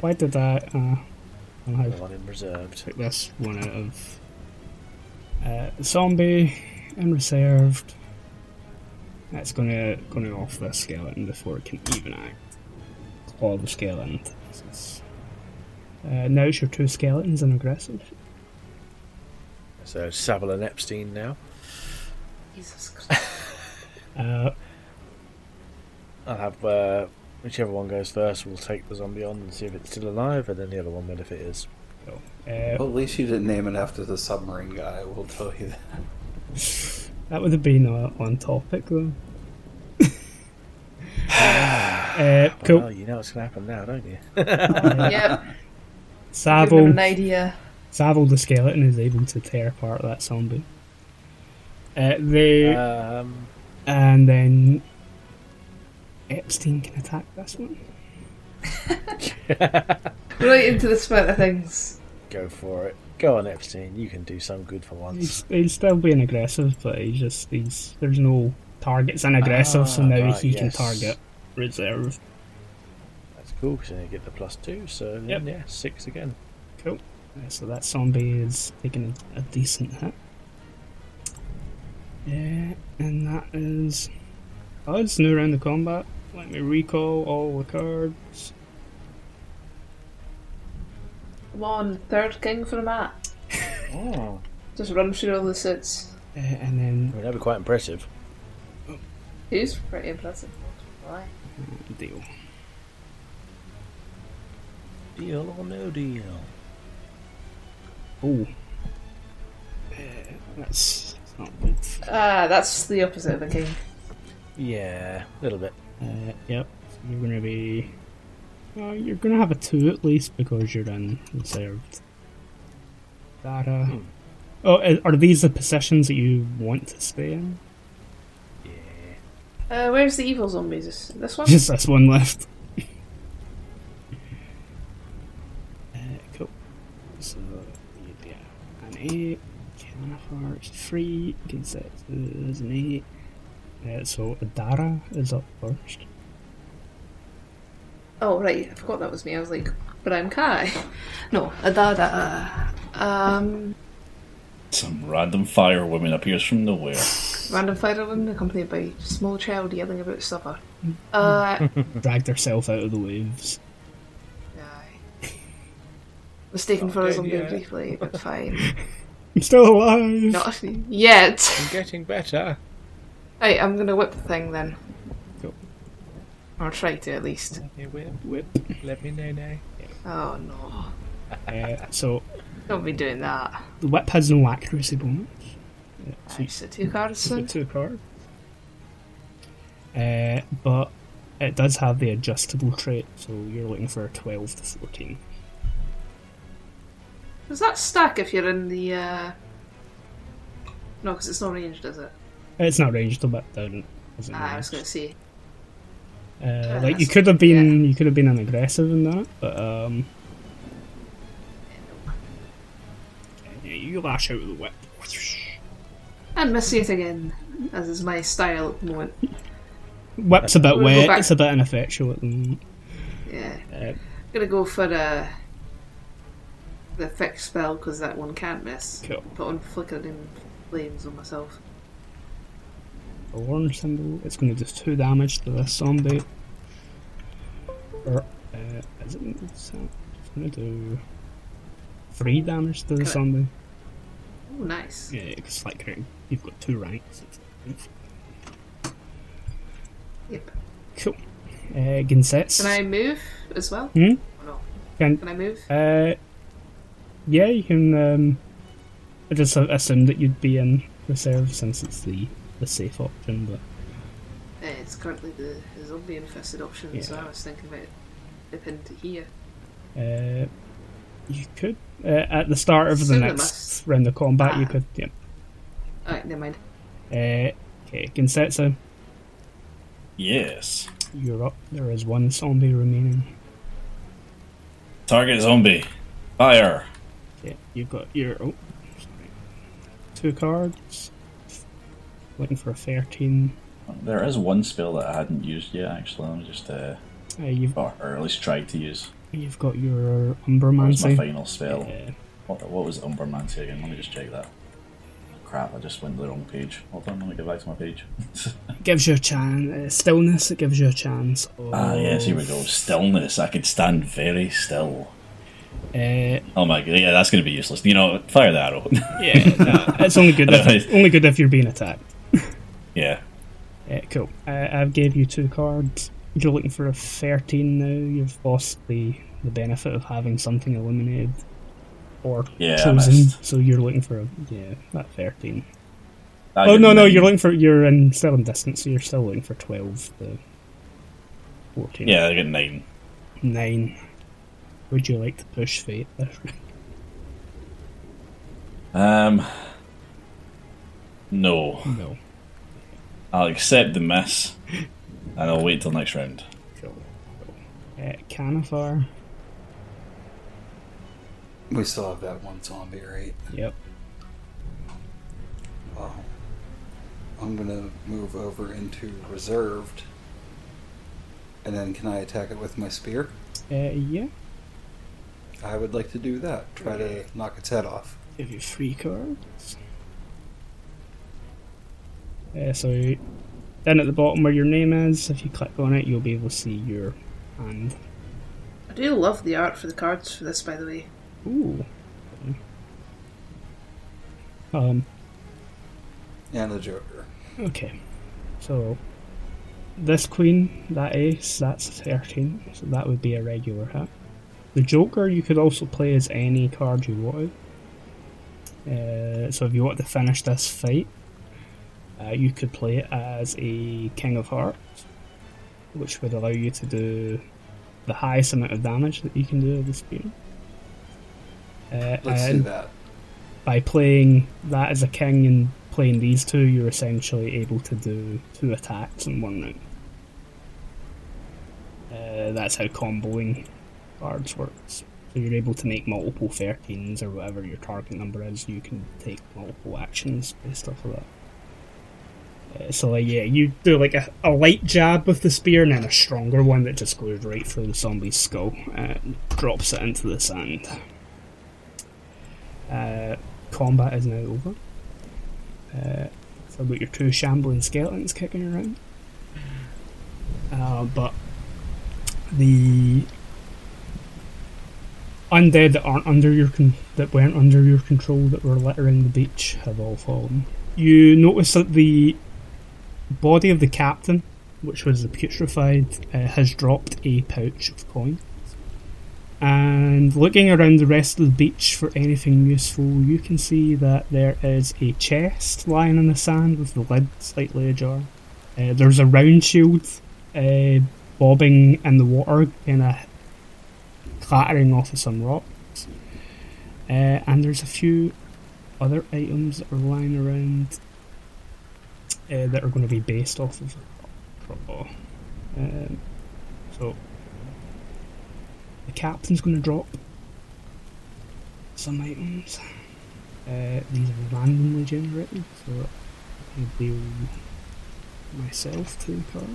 [SPEAKER 2] Why did I? Uh, I'll
[SPEAKER 1] I
[SPEAKER 2] have
[SPEAKER 1] want him reserved.
[SPEAKER 2] take this one out of uh, zombie and reserved. That's gonna gonna off the skeleton before it can even act. Claw the skeleton. This is- Uh, now it's your two skeletons and aggressive.
[SPEAKER 1] So Savile and Epstein now.
[SPEAKER 4] Jesus Christ.
[SPEAKER 2] Uh,
[SPEAKER 1] I'll have uh, whichever one goes first. We'll take the zombie on and see if it's still alive, and then the other one will if it is.
[SPEAKER 2] uh,
[SPEAKER 5] Well, at least you didn't name it after the submarine guy, I will tell you that.
[SPEAKER 2] That would have been uh, on topic though. uh, cool.
[SPEAKER 1] Well, you know what's going to happen now, don't you?
[SPEAKER 4] yeah. Give
[SPEAKER 2] Savo.
[SPEAKER 4] him an idea.
[SPEAKER 2] Savile the skeleton is able to tear apart that zombie. Uh, they
[SPEAKER 1] Um,
[SPEAKER 2] and then Epstein can attack this one.
[SPEAKER 4] Right into the spirit of things.
[SPEAKER 1] go for it. Go on, Epstein. You can do some good for once.
[SPEAKER 2] He's, he's still being aggressive, but he's just he's there's no targets in aggressive, so
[SPEAKER 1] Ah,
[SPEAKER 2] now
[SPEAKER 1] right,
[SPEAKER 2] he can
[SPEAKER 1] yes.
[SPEAKER 2] target reserve.
[SPEAKER 1] That's cool because then you get the plus two. So then,
[SPEAKER 2] Yep.
[SPEAKER 1] yeah, six again.
[SPEAKER 2] Cool. Uh, so that zombie is taking a, a decent hit. Yeah, and that is us new round of combat. Let me recall all the cards.
[SPEAKER 4] Come on, third king for a mat.
[SPEAKER 1] Oh,
[SPEAKER 4] Just run through all the suits.
[SPEAKER 2] Uh, and then
[SPEAKER 1] I mean, that'd be quite impressive.
[SPEAKER 4] He's pretty impressive. Why?
[SPEAKER 2] deal.
[SPEAKER 1] Deal or no deal.
[SPEAKER 2] Oh. Uh, that's that's not good.
[SPEAKER 4] Ah, that's the opposite of a king.
[SPEAKER 1] Yeah, a little bit.
[SPEAKER 2] Uh, yep. So you're gonna be. Uh, you're gonna have a two at least because you're in reserved. That, uh, Oh, uh, are these the positions that you want to stay in?
[SPEAKER 4] Uh, where's the evil zombies? Is This one?
[SPEAKER 2] Just this one left. uh, cool. So, you'd be at an 8, Canaphar is 3, Gazette is an 8. Uh, so, Adara is up first.
[SPEAKER 4] Oh, right, I forgot that was me. I was like, but I'm Kai. No, Adada. Um,
[SPEAKER 3] Some random fire woman appears from nowhere.
[SPEAKER 4] random fire woman accompanied by small child yelling about supper.
[SPEAKER 2] Hmm.
[SPEAKER 4] Uh,
[SPEAKER 2] Dragged herself out of the waves.
[SPEAKER 4] aye. Mistaken for a zombie briefly, but fine.
[SPEAKER 2] I'm still alive!
[SPEAKER 4] Not yet.
[SPEAKER 1] I'm getting better.
[SPEAKER 4] Right, I'm gonna whip the thing then.
[SPEAKER 2] Cool.
[SPEAKER 4] Or try to at least.
[SPEAKER 2] Whip.
[SPEAKER 1] Let me know now.
[SPEAKER 4] Oh no.
[SPEAKER 2] Uh, so,
[SPEAKER 4] Don't be doing that.
[SPEAKER 2] the whip has no accuracy bonus.
[SPEAKER 4] Aye, so two cards
[SPEAKER 2] It's a
[SPEAKER 4] then?
[SPEAKER 2] two card. Uh, but it does have the adjustable trait, so you're looking for a 12 to 14.
[SPEAKER 4] Does that stack if you're in the uh, No, because it's not ranged, is it?
[SPEAKER 2] It's not ranged, but doesn't. doesn't
[SPEAKER 4] Ah, I
[SPEAKER 2] matter.
[SPEAKER 4] was going to say.
[SPEAKER 2] Uh,
[SPEAKER 4] Uh,
[SPEAKER 2] like you
[SPEAKER 4] that's-
[SPEAKER 2] could have been, you could have been an aggressive in that, but um, yeah, you lash out with the whip.
[SPEAKER 4] And missing it again, as is my style at the moment.
[SPEAKER 2] Whip's a bit
[SPEAKER 4] We'll go
[SPEAKER 2] wet.
[SPEAKER 4] back.
[SPEAKER 2] It's a bit ineffectual at the moment.
[SPEAKER 4] Yeah.
[SPEAKER 2] Uh,
[SPEAKER 4] Gonna go for uh, the fixed spell because that one can't miss.
[SPEAKER 2] Cool.
[SPEAKER 4] Put on flickering flames on myself.
[SPEAKER 2] the orange symbol. It's going to do two damage to this zombie. Or uh, is it? It's going to do three damage to the
[SPEAKER 4] Correct.
[SPEAKER 2] zombie.
[SPEAKER 4] Oh, nice.
[SPEAKER 2] Yeah, it's like you're- you've got two ranks. It's-
[SPEAKER 4] Yep.
[SPEAKER 2] Cool. Uh, Ginsets.
[SPEAKER 4] Can I move as well?
[SPEAKER 2] Hmm?
[SPEAKER 4] Or no.
[SPEAKER 2] Can-
[SPEAKER 4] Can I move?
[SPEAKER 2] Uh, yeah, you can. Um, I just a- assumed that you'd be in reserve since it's the, the safe option, but
[SPEAKER 4] Uh, it's currently the, the zombie infested option, so
[SPEAKER 2] Yeah.
[SPEAKER 4] I was thinking about dipping to here.
[SPEAKER 2] uh, you could. Uh, at the start of the
[SPEAKER 4] Assume it
[SPEAKER 2] next
[SPEAKER 4] must-
[SPEAKER 2] round of combat, you
[SPEAKER 4] Ah.
[SPEAKER 2] could. Yeah.
[SPEAKER 4] Alright, never mind.
[SPEAKER 2] Uh, okay, Ginsetsu,
[SPEAKER 3] Yes.
[SPEAKER 2] you're up. There is one zombie remaining.
[SPEAKER 3] Target zombie. Fire.
[SPEAKER 2] Okay, you've got your oh, sorry. two cards. Looking for a thirteen.
[SPEAKER 3] There is one spell that I hadn't used yet, actually. I'm just, uh,
[SPEAKER 2] Uh, you've
[SPEAKER 3] or, or at least tried to use.
[SPEAKER 2] you've got your
[SPEAKER 3] That was my
[SPEAKER 2] Umbramancy.
[SPEAKER 3] final spell.
[SPEAKER 2] Uh,
[SPEAKER 3] What, what was Umbermancy again? Let me just check that. Crap, I just went to the wrong page. Hold on, let me get back to my page.
[SPEAKER 2] gives you a chance. Uh, stillness. It gives you a chance. uh, Of,
[SPEAKER 3] ah, yes, here we go. Stillness. I could stand very still.
[SPEAKER 2] Uh,
[SPEAKER 3] Oh my god, yeah, that's going to be useless. You know, fire the arrow.
[SPEAKER 2] yeah, no, it's only good if only good if you're being attacked.
[SPEAKER 3] yeah.
[SPEAKER 2] Uh, cool. Uh, I've gave you two cards. You're looking for a thirteen now. You've lost the the benefit of having something eliminated or
[SPEAKER 3] Yeah, I
[SPEAKER 2] chosen.
[SPEAKER 3] missed.
[SPEAKER 2] So you're looking for a yeah that thirteen.
[SPEAKER 3] I
[SPEAKER 2] oh
[SPEAKER 3] get
[SPEAKER 2] no no
[SPEAKER 3] nine.
[SPEAKER 2] you're looking for you're in still in distance. So you're still looking for twelve. The fourteen.
[SPEAKER 3] Yeah, I get nine.
[SPEAKER 2] Nine. Would you like to push fate? this round?
[SPEAKER 3] Um. No.
[SPEAKER 2] no.
[SPEAKER 3] I'll accept the miss, and I'll wait till next round.
[SPEAKER 2] Cool. cool. Uh, Canifar.
[SPEAKER 5] We still have that one zombie, right?
[SPEAKER 2] Yep.
[SPEAKER 5] Wow. Um, I'm gonna move over into reserved. And then can I attack it with my spear?
[SPEAKER 2] Uh, yeah.
[SPEAKER 5] I would like to do that. Try to knock its head off.
[SPEAKER 2] Give you three cards. Uh, so, down at the bottom where your name is, if you click on it, you'll be able to see your hand.
[SPEAKER 4] I do love the art for the cards for this, by the way.
[SPEAKER 2] Ooh. Um.
[SPEAKER 5] And the Joker.
[SPEAKER 2] Okay. So, this queen, that ace, that's thirteen. So that would be a regular hit. The Joker you could also play as any card you wanted. Uh, so if you want to finish this fight, uh, you could play it as a King of Hearts, which would allow you to do the highest amount of damage that you can do with the spear. Uh,
[SPEAKER 5] Let's
[SPEAKER 2] and-
[SPEAKER 5] do that.
[SPEAKER 2] by playing that as a king and playing these two, you're essentially able to do two attacks in one round. Uh, that's how comboing cards works. So you're able to make multiple 13s or whatever your target number is. You can take multiple actions based off of that. Uh, so like, yeah, you do like a, a light jab with the spear and then a stronger one that just goes right through the zombie's skull and drops it into the sand. Uh, combat is now over. Uh, so I've got your two shambling skeletons kicking around. Uh, but the undead that aren't under your con- that weren't under your control that were littering the beach have all fallen. You notice that the body of the captain, which was the putrefied, uh, has dropped a pouch of coins and looking around the rest of the beach for anything useful, you can see that there is a chest lying in the sand with the lid slightly ajar. Uh, there's a round shield uh, bobbing in the water, kind of clattering off of some rocks. Uh, and there's a few other items that are lying around uh, that are going to be based off of Crow. Um, so the captain's going to drop some items. Uh, these are randomly generated, so I can deal myself two cards.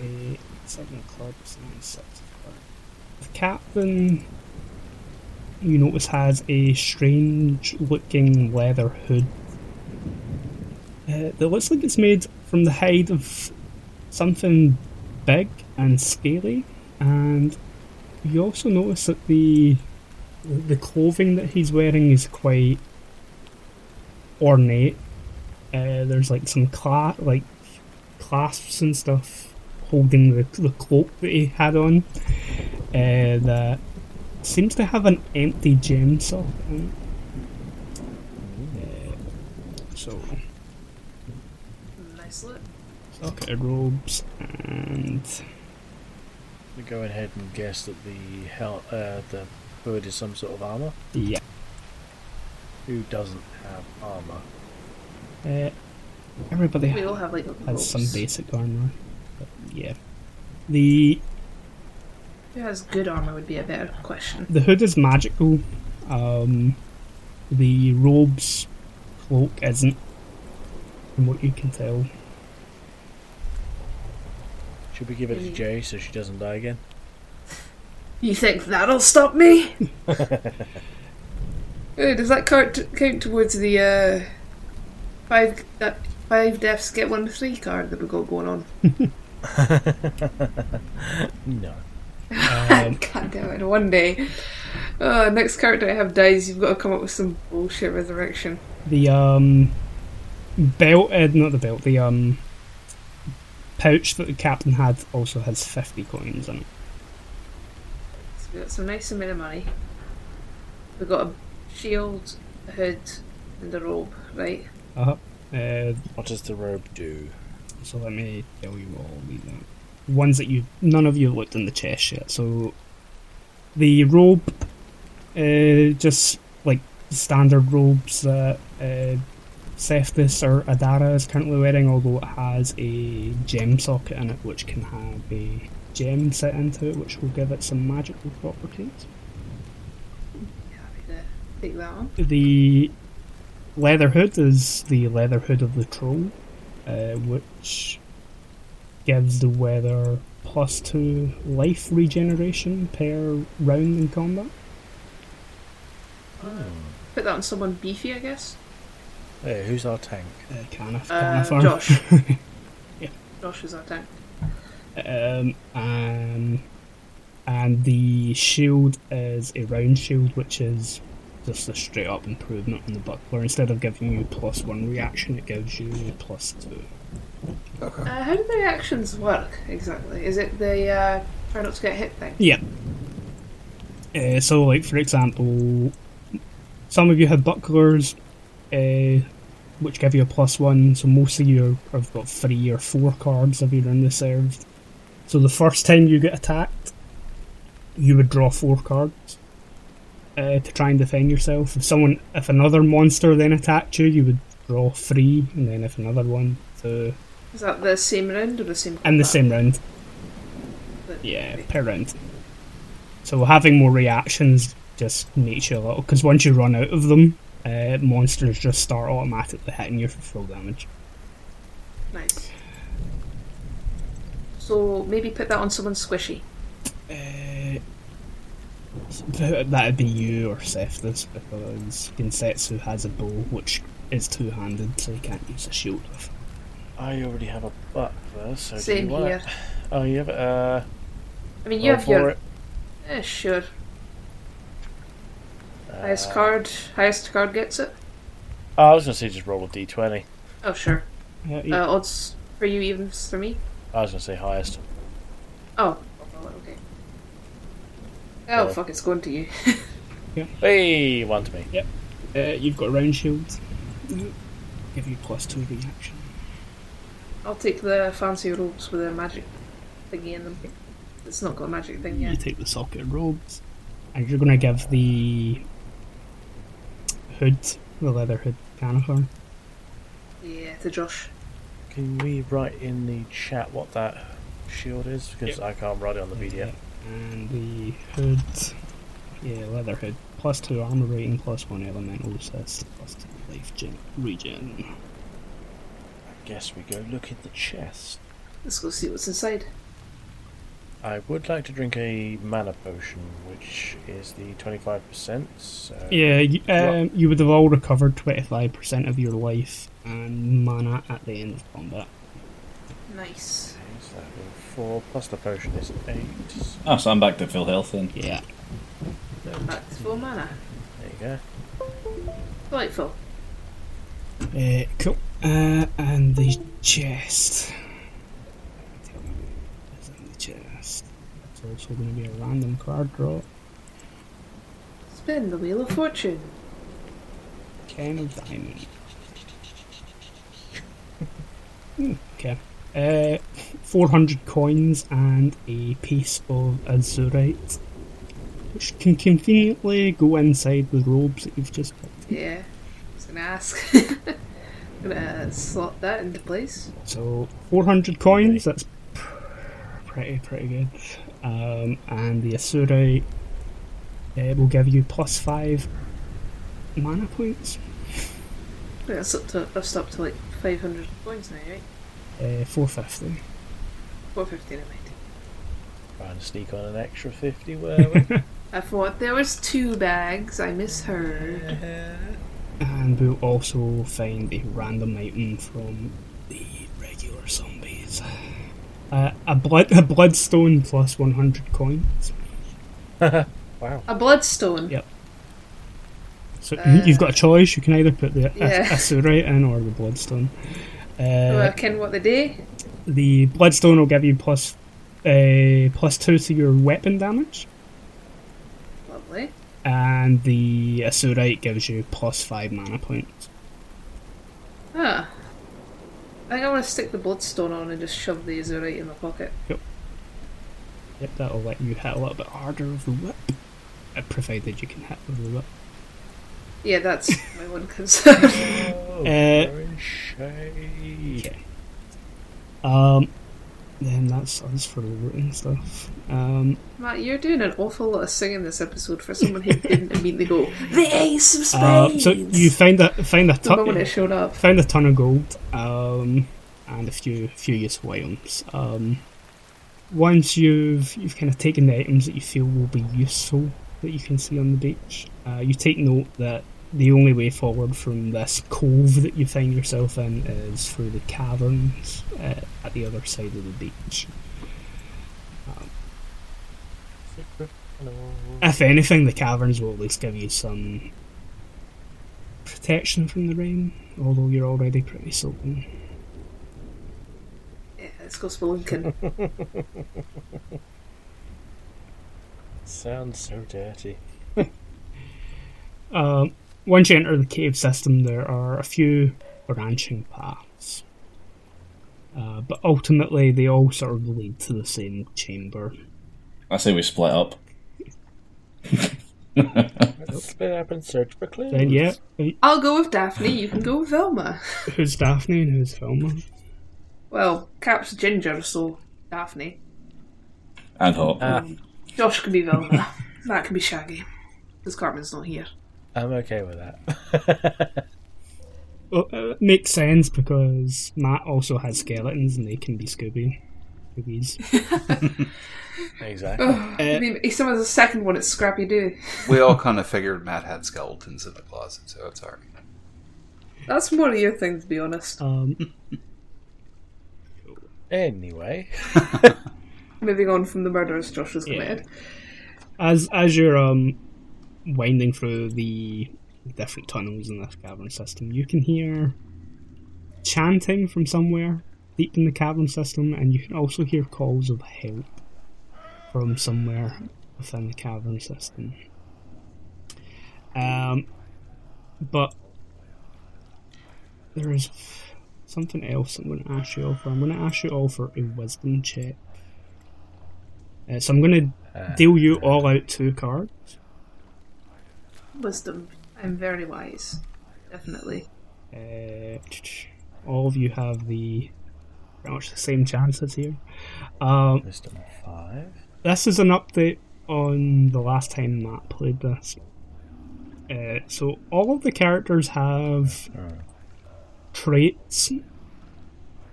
[SPEAKER 2] Eight, seven clubs, and six of clubs. The captain, you notice, has a strange looking leather hood uh, that looks like it's made from the hide of something big and scaly, and you also notice that the the clothing that he's wearing is quite ornate. Uh, there's like some cla- like clasps and stuff holding the, the cloak that he had on uh, that seems to have an empty gem socket in it. Uh, so
[SPEAKER 4] Nice look.
[SPEAKER 2] socketed robes and
[SPEAKER 1] We go ahead and guess that the hell, uh, the hood is some sort of armor.
[SPEAKER 2] yeah.
[SPEAKER 1] Who doesn't have armor?
[SPEAKER 2] Uh, everybody
[SPEAKER 4] We all have like
[SPEAKER 2] has some
[SPEAKER 4] ropes.
[SPEAKER 2] basic armor. But yeah. The
[SPEAKER 4] Who has good armor would be a better question.
[SPEAKER 2] the hood is magical. Um, the robes cloak isn't, from what you can tell.
[SPEAKER 1] Should we give it to
[SPEAKER 4] Maybe.
[SPEAKER 1] Jay so she doesn't die again?
[SPEAKER 4] You think that'll stop me? Hey, Does that count, count towards the uh, five that five deaths get one free card that we got going on?
[SPEAKER 1] No.
[SPEAKER 2] Um,
[SPEAKER 4] God damn it! One day, uh, next character I have dies, you've got to come up with some bullshit resurrection.
[SPEAKER 2] the um, belt, uh, not the belt, the um, pouch that the captain had also has 50 coins in it.
[SPEAKER 4] So we got some nice amount of money. We got a shield, a hood, and a robe, right?
[SPEAKER 2] Uh-huh. Uh,
[SPEAKER 1] What does the robe do?
[SPEAKER 2] so let me tell you all these out. Ones that you, none of you looked in the chest yet. So the robe, uh, just like standard robes that uh, Seftis or Adara is currently wearing, although it has a gem socket in it, which can have a gem set into it, which will give it some magical properties.
[SPEAKER 4] Happy to take that on.
[SPEAKER 2] The leather hood is the leather hood of the troll, uh, which gives the weather plus two life regeneration per round in combat.
[SPEAKER 4] Put that on someone beefy, I guess.
[SPEAKER 1] Hey, who's our tank?
[SPEAKER 2] Uh, Canif,
[SPEAKER 4] Uh,
[SPEAKER 2] Canifar.
[SPEAKER 4] Josh.
[SPEAKER 2] Yeah.
[SPEAKER 4] Josh is our tank.
[SPEAKER 2] Um, um, and the shield is a round shield, which is just a straight up improvement on the buckler. Instead of giving you plus one reaction, it gives you plus two.
[SPEAKER 5] Okay.
[SPEAKER 4] Uh, how do the actions work exactly? Is it the uh, try not to get hit thing?
[SPEAKER 2] Yeah. Uh, so, like for example, some of you have bucklers, uh, which give you a plus one. So most of you are- have got three or four cards if you're in the served. So the first time you get attacked, you would draw four cards uh, to try and defend yourself. If someone, if another monster then attacked you, you would draw three, and then if another one, two,
[SPEAKER 4] Is that the same round or the same?
[SPEAKER 2] and the
[SPEAKER 4] combat?
[SPEAKER 2] same round.
[SPEAKER 4] But-
[SPEAKER 2] Yeah, per round. So having more reactions just makes you a little. Because once you run out of them, uh, monsters just start automatically hitting you for full damage.
[SPEAKER 4] Nice. So maybe put that on someone squishy.
[SPEAKER 2] Uh, that'd be you or Sefthus because Gensetsu has a bow which is two handed, so you can't use a shield with.
[SPEAKER 1] I already have a buckler, so do
[SPEAKER 4] same
[SPEAKER 1] you want
[SPEAKER 4] here.
[SPEAKER 1] It? Oh, you have uh,
[SPEAKER 4] I mean, you
[SPEAKER 1] roll
[SPEAKER 4] have
[SPEAKER 1] for
[SPEAKER 4] your
[SPEAKER 1] it.
[SPEAKER 4] eh, sure highest
[SPEAKER 1] Uh,
[SPEAKER 4] card. Highest card gets it.
[SPEAKER 1] Oh, I was gonna say just roll a d20.
[SPEAKER 4] Oh sure.
[SPEAKER 2] Uh,
[SPEAKER 4] Uh, odds for you, evens for me.
[SPEAKER 1] I was gonna say highest.
[SPEAKER 4] Oh. Okay. Oh
[SPEAKER 1] Yeah.
[SPEAKER 4] fuck! It's going to you.
[SPEAKER 1] Hey, one to me.
[SPEAKER 2] uh, you've got a round shield. Mm-hmm. Give you plus two reaction.
[SPEAKER 4] I'll take the fancy robes with the magic thingy in them. It's not got a magic thing
[SPEAKER 2] You
[SPEAKER 4] yet.
[SPEAKER 2] take the socket robes, and you're going to give the hood the Leatherhead caniform.
[SPEAKER 4] Yeah, to Josh.
[SPEAKER 1] Can we write in the chat what that shield is? Because I can't write it on the PDF.
[SPEAKER 2] And the hood. Yeah, leather hood. Plus two armor rating, plus one elemental, so that's plus two life gen- regen.
[SPEAKER 1] I guess we go look in the chest.
[SPEAKER 4] Let's go see what's inside.
[SPEAKER 1] I would like to drink a mana potion, which is the 25%. So
[SPEAKER 2] Yeah, you, um, you would have all recovered 25% of your life and mana at the end of combat.
[SPEAKER 4] Nice.
[SPEAKER 1] so that'll be four plus the potion is eight.
[SPEAKER 3] Ah, so I'm back to full health then.
[SPEAKER 2] Yeah.
[SPEAKER 4] Back to full mana.
[SPEAKER 1] There you go.
[SPEAKER 4] Delightful.
[SPEAKER 2] Uh, cool. Uh, and the chest. I can tell you what's in the chest. It's also going to be a random card draw.
[SPEAKER 4] Spin the Wheel of Fortune.
[SPEAKER 2] Ken Diamond. Hmm, okay. Uh, 400 coins and a piece of azurite, which can conveniently go inside the robes that you've just picked.
[SPEAKER 4] Yeah. I was gonna ask. gonna slot that into place.
[SPEAKER 2] So 400 coins, that's pretty, pretty good. Um, and the azurite uh, will give you plus 5 mana points.
[SPEAKER 4] Yeah, That's up to, I've stopped to like 500 points now, right?
[SPEAKER 2] Uh, 450.
[SPEAKER 4] 450, never mind.
[SPEAKER 1] Try and sneak on an extra 50, were we?
[SPEAKER 4] I thought there was two bags. I misheard.
[SPEAKER 2] And we'll also find a random item from the regular zombies. Uh, a blood a bloodstone plus one hundred coins.
[SPEAKER 1] wow.
[SPEAKER 4] A bloodstone.
[SPEAKER 2] Yeah. So you- you've got a choice. You can either put the
[SPEAKER 4] Yeah.
[SPEAKER 2] yeah. Asurite in or the bloodstone.
[SPEAKER 4] Oh, I
[SPEAKER 2] Uh,
[SPEAKER 4] ken what they do.
[SPEAKER 2] the bloodstone will give you plus uh, plus two to your weapon damage,
[SPEAKER 4] Lovely.
[SPEAKER 2] and the Asurite gives you plus five mana points.
[SPEAKER 4] Ah. I think I want to stick the bloodstone on and just shove the azurite in my pocket.
[SPEAKER 2] Yep, that'll let you hit a little bit harder with the whip, uh, provided you can hit with the whip.
[SPEAKER 4] Yeah, that's my one concern.
[SPEAKER 1] Oh,
[SPEAKER 2] Uh,
[SPEAKER 1] we're in shade.
[SPEAKER 2] Okay. Um, then that's us for the written stuff. Um,
[SPEAKER 4] Matt, you're doing an awful lot of singing this episode for someone who didn't immediately go, The Ace of Spades!
[SPEAKER 2] uh, so you find a find a
[SPEAKER 4] the moment
[SPEAKER 2] ton
[SPEAKER 4] it showed up.
[SPEAKER 2] find a ton of gold, um, and a few few useful items. Um, once you've you've kind of taken the items that you feel will be useful that you can see on the beach, uh, you take note that the only way forward from this cove that you find yourself in is through the caverns uh, at the other side of the beach. If anything, the caverns will at least give you some protection from the rain, although you're already pretty soaking.
[SPEAKER 4] Yeah, let's go spelunking.
[SPEAKER 1] Sounds so dirty.
[SPEAKER 2] Um, once you enter the cave system, there are a few branching paths, uh, but ultimately they all sort of lead to the same chamber.
[SPEAKER 3] I say we split up.
[SPEAKER 1] Let's split up and search for clues.
[SPEAKER 2] Then, yeah,
[SPEAKER 4] I'll go with Daphne, you can go with Velma.
[SPEAKER 2] who's Daphne and who's Velma?
[SPEAKER 4] Well, Cap's Ginger, so Daphne.
[SPEAKER 3] And hot.
[SPEAKER 1] Ah,
[SPEAKER 4] Josh can be Velma. Matt can be Shaggy. Because Cartman's not here.
[SPEAKER 1] I'm okay with that.
[SPEAKER 2] Well, uh, it makes sense because Matt also has skeletons and they can be Scooby. Scoobies.
[SPEAKER 1] exactly.
[SPEAKER 4] I mean, he still has a second one at Scrappy Doo.
[SPEAKER 5] We all kind of figured Matt had skeletons in the closet, so it's alright.
[SPEAKER 4] That's more of your thing, to be honest.
[SPEAKER 2] Um,
[SPEAKER 1] Anyway,
[SPEAKER 4] Moving on from the murders Josh has
[SPEAKER 2] Yeah.
[SPEAKER 4] committed.
[SPEAKER 2] as as you're um winding through the different tunnels in this cavern system, you can hear chanting from somewhere deep in the cavern system, and you can also hear calls of help from somewhere within the cavern system. Um, but there is something else I'm going to ask you all for. I'm going to ask you all for a wisdom check. Uh, so I'm going to deal you all out two cards.
[SPEAKER 4] Wisdom. I'm very wise. definitely.
[SPEAKER 2] Uh, all of you have the pretty much the same chances here. Um,
[SPEAKER 1] Wisdom of five.
[SPEAKER 2] this is an update on the last time Matt played this. Uh, so all of the characters have traits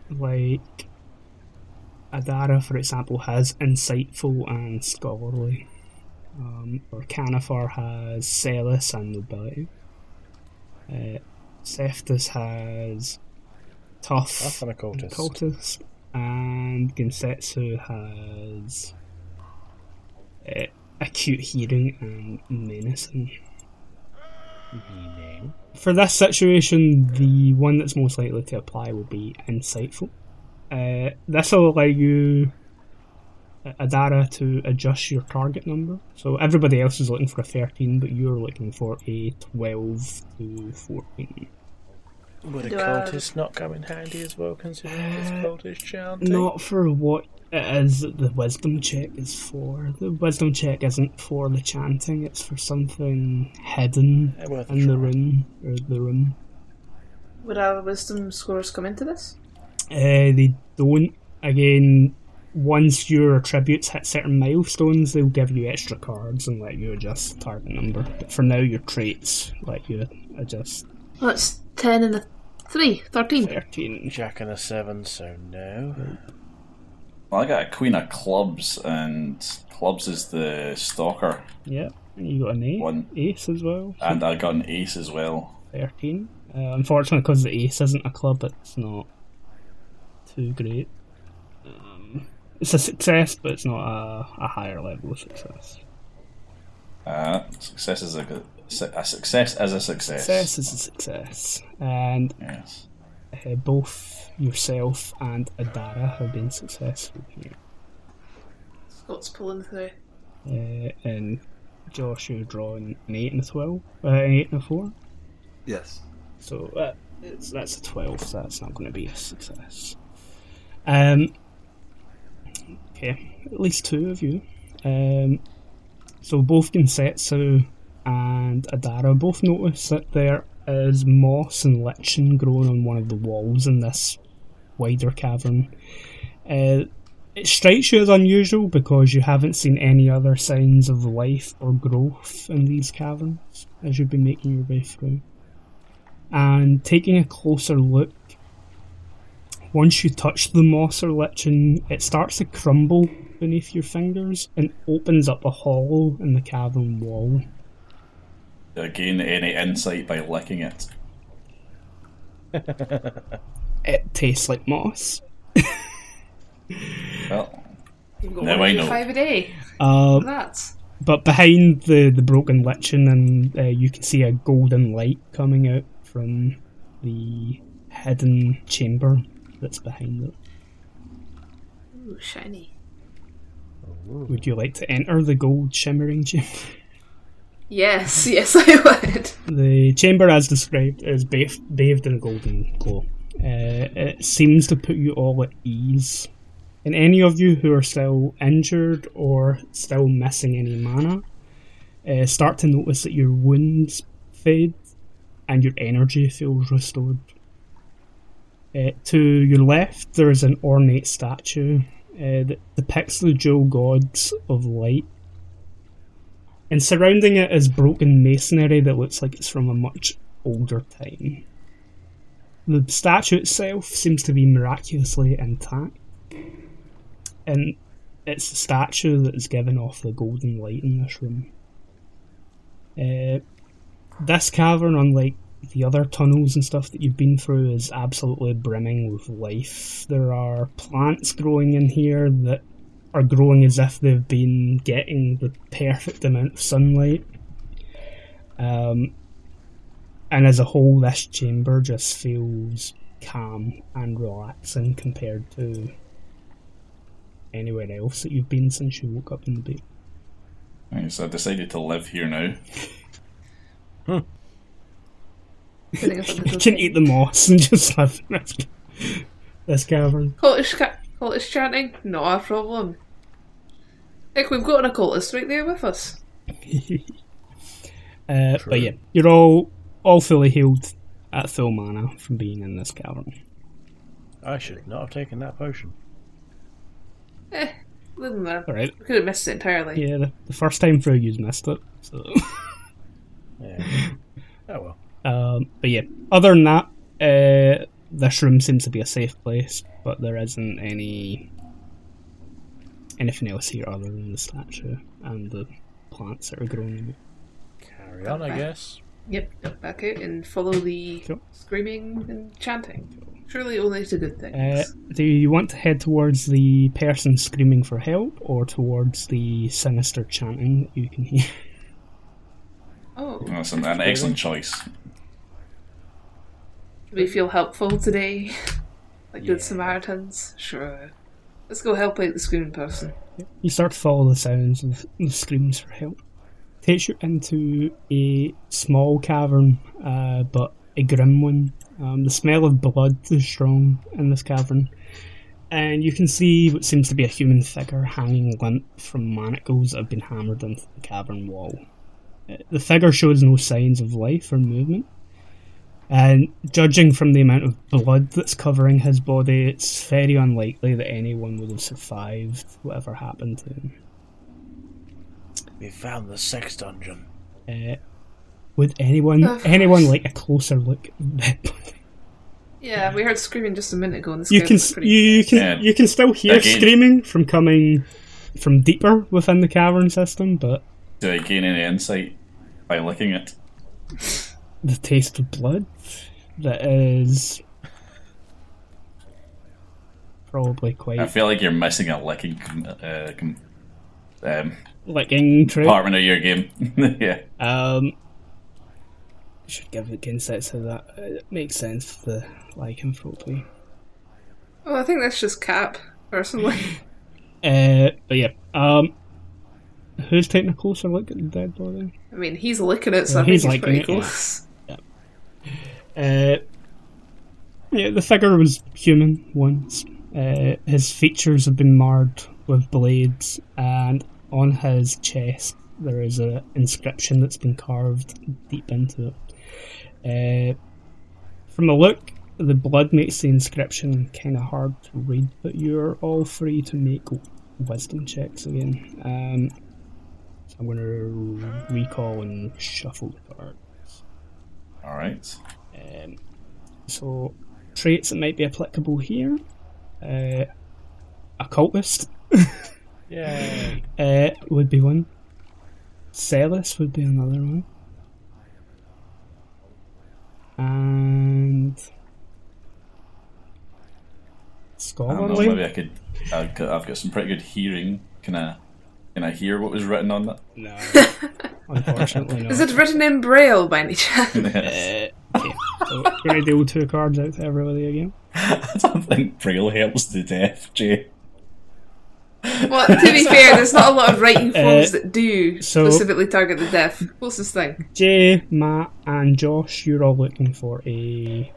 [SPEAKER 2] like Adara, for example, has insightful and scholarly, um, or Canifar has zealous and nobility. Uh, Seftus has tough
[SPEAKER 1] That's an occultist.
[SPEAKER 2] cultist, and Ginsetsu has uh, acute hearing and menacing.
[SPEAKER 1] Meaning.
[SPEAKER 2] For this situation, the one that's most likely to apply will be insightful. Uh, this will allow you, uh, Adara, to adjust your target number. So everybody else is looking for a 13, but you're looking for a 12 to 14.
[SPEAKER 1] Would
[SPEAKER 4] Do
[SPEAKER 1] a
[SPEAKER 4] I- Uh,
[SPEAKER 1] cultist not come in handy as well, considering it's cultist chanting?
[SPEAKER 2] Not for what it is that the wisdom check is for. The wisdom check isn't for the chanting, it's for something hidden
[SPEAKER 1] Eh, worth a
[SPEAKER 2] in the
[SPEAKER 1] try.
[SPEAKER 2] room. Or the room.
[SPEAKER 4] Would our wisdom scores come into this?
[SPEAKER 2] Uh, they don't. Again, once your attributes hit certain milestones, they'll give you extra cards and let you adjust the target number. But for now, your traits let you adjust
[SPEAKER 4] Well, it's 10 and a 3, 13.
[SPEAKER 2] 13.
[SPEAKER 1] Jack and a seven, so no.
[SPEAKER 3] Well, I got a queen of clubs, and clubs is the stalker,
[SPEAKER 2] Yeah, you got an eight.
[SPEAKER 3] One.
[SPEAKER 2] Ace as well.
[SPEAKER 3] and I got an ace as well.
[SPEAKER 2] 13. Uh, unfortunately, because the ace isn't a club, it's not too great. Um, it's a success, but it's not a, a higher level of success.
[SPEAKER 3] Uh, success is a, good- a success is a success.
[SPEAKER 2] Success is a success. And
[SPEAKER 3] Yes.
[SPEAKER 2] uh, both yourself and Adara have been successful here.
[SPEAKER 4] Scott's pulling through.
[SPEAKER 2] Uh, and Josh, you're drawing an 8 and a 12, uh, an 8 and a 4.
[SPEAKER 5] Yes.
[SPEAKER 2] So uh, it's, that's a 12, so that's not going to be a success. Um, okay, at least two of you. Um, so both Ginsetsu and Adara both notice that there is moss and lichen growing on one of the walls in this wider cavern. Uh, it strikes you as unusual because you haven't seen any other signs of life or growth in these caverns as you've been making your way through and taking a closer look, once you touch the moss or lichen, it starts to crumble beneath your fingers and opens up a hollow in the cavern wall.
[SPEAKER 3] Gain any insight by licking it.
[SPEAKER 2] It tastes like moss.
[SPEAKER 3] Well,
[SPEAKER 4] You've got
[SPEAKER 3] Now I
[SPEAKER 4] one of your
[SPEAKER 3] know.
[SPEAKER 4] five a day.
[SPEAKER 2] Uh,
[SPEAKER 4] That's.
[SPEAKER 2] but behind the, the broken lichen, and uh, you can see a golden light coming out from the hidden chamber that's behind it.
[SPEAKER 4] Ooh, shiny.
[SPEAKER 2] Would you like to enter the gold shimmering chamber?
[SPEAKER 4] Yes, yes, I would.
[SPEAKER 2] The chamber, as described, is bathed, bathed in a golden glow. Uh, it seems to put you all at ease. And any of you who are still injured or still missing any mana uh, start to notice that your wounds fade and your energy feels restored. Uh, to your left, there is an ornate statue uh, that depicts the dual gods of light and surrounding it is broken masonry that looks like it's from a much older time. The statue itself seems to be miraculously intact, and it's the statue that is giving off the golden light in this room. Uh, this cavern, unlike the other tunnels and stuff that you've been through, is absolutely brimming with life. There are plants growing in here that are growing as if they've been getting the perfect amount of sunlight. Um, and as a whole, this chamber just feels calm and relaxing compared to anywhere else that you've been since you woke up in the bed.
[SPEAKER 3] right, so I decided to live here now.
[SPEAKER 4] Putting up a
[SPEAKER 2] You
[SPEAKER 4] little
[SPEAKER 2] can eat the moss and just live in this, this cavern.
[SPEAKER 4] Cultish, ca- cultish chanting? Not a problem. Look, we've got an occultist right there with us.
[SPEAKER 2] Uh, but yeah, you're all all fully healed at full mana from being in this cavern.
[SPEAKER 1] I should not have taken that potion.
[SPEAKER 4] Eh, wouldn't matter.
[SPEAKER 2] Alright.
[SPEAKER 4] We could have missed it entirely.
[SPEAKER 2] Yeah, the, the first time through you missed it. So,
[SPEAKER 1] Yeah. oh well.
[SPEAKER 2] um, but yeah, other than that, uh, this room seems to be a safe place, but there isn't any anything else here other than the statue and the plants that are growing. in it.
[SPEAKER 1] Carry on, I guess.
[SPEAKER 4] Yep, jump back out and follow the
[SPEAKER 2] Cool.
[SPEAKER 4] screaming and chanting. Surely only to good
[SPEAKER 2] Uh,
[SPEAKER 4] things.
[SPEAKER 2] do you want to head towards the person screaming for help or towards the sinister chanting that you can hear?
[SPEAKER 4] oh,
[SPEAKER 3] That's an, an excellent choice.
[SPEAKER 4] do we feel helpful today? like
[SPEAKER 1] Yeah.
[SPEAKER 4] good Samaritans? Sure. Let's go help out the screaming person.
[SPEAKER 2] You start to follow the sounds of the screams for help. Takes you into a small cavern, uh, but a grim one. Um, the smell of blood is strong in this cavern, and you can see what seems to be a human figure hanging limp from manacles that have been hammered into the cavern wall. Uh, The figure shows no signs of life or movement, and judging from the amount of blood that's covering his body, it's very unlikely that anyone would have survived whatever happened to him.
[SPEAKER 1] We found the sex dungeon.
[SPEAKER 2] Uh, would anyone
[SPEAKER 4] Of course.
[SPEAKER 2] anyone like a closer look? at that body?
[SPEAKER 4] Yeah, we heard screaming just a minute ago and this
[SPEAKER 2] you
[SPEAKER 4] guy
[SPEAKER 2] can
[SPEAKER 4] looks
[SPEAKER 2] s-
[SPEAKER 4] pretty
[SPEAKER 2] you, you can
[SPEAKER 3] Yeah.
[SPEAKER 2] you can still hear
[SPEAKER 3] Again.
[SPEAKER 2] screaming from coming from deeper within the cavern system, but
[SPEAKER 3] Do I gain any insight by looking at?
[SPEAKER 2] the taste of blood that is probably
[SPEAKER 3] I
[SPEAKER 2] quite
[SPEAKER 3] feel like you're missing a licking com- uh, com- um,
[SPEAKER 2] licking trip.
[SPEAKER 3] department of your game. yeah.
[SPEAKER 2] Um, should give the insight so that it makes sense for the lycanthropy.
[SPEAKER 4] Oh, I think that's just Cap, personally.
[SPEAKER 2] Uh, but yeah, um, who's taking a closer look at the dead body?
[SPEAKER 4] I mean, he's licking it, so
[SPEAKER 2] Yeah,
[SPEAKER 4] I think
[SPEAKER 2] he's
[SPEAKER 4] he's,
[SPEAKER 2] liking
[SPEAKER 4] pretty
[SPEAKER 2] it, yeah.
[SPEAKER 4] close.
[SPEAKER 2] Uh, yeah, the figure was human once. Uh, his features have been marred with blades, and on his chest there is a inscription that's been carved deep into it. Uh, from the look, the blood makes the inscription kind of hard to read, but you're all free to make wisdom checks again. Um, so I'm going to recall and shuffle the card.
[SPEAKER 3] All right.
[SPEAKER 2] Um, so, traits that might be applicable here: uh, occultist
[SPEAKER 1] Yay.
[SPEAKER 2] uh, would be one. Zealous would be another one. And
[SPEAKER 3] I don't know. Um, Maybe
[SPEAKER 2] scholarly.
[SPEAKER 3] I could. I've got, I've got some pretty good hearing. Can I? Can I hear what was written on that?
[SPEAKER 2] No, unfortunately not.
[SPEAKER 4] Is it written in Braille by any chance?
[SPEAKER 2] Uh, okay. so we're gonna deal two cards out to everybody again.
[SPEAKER 3] I don't think Braille helps to deaf, Jay.
[SPEAKER 4] well, to be fair, there's not a lot of writing forms
[SPEAKER 2] Uh,
[SPEAKER 4] that do
[SPEAKER 2] so-
[SPEAKER 4] specifically target the deaf. Closest thing.
[SPEAKER 2] Jay, Matt, and Josh, you're all looking for a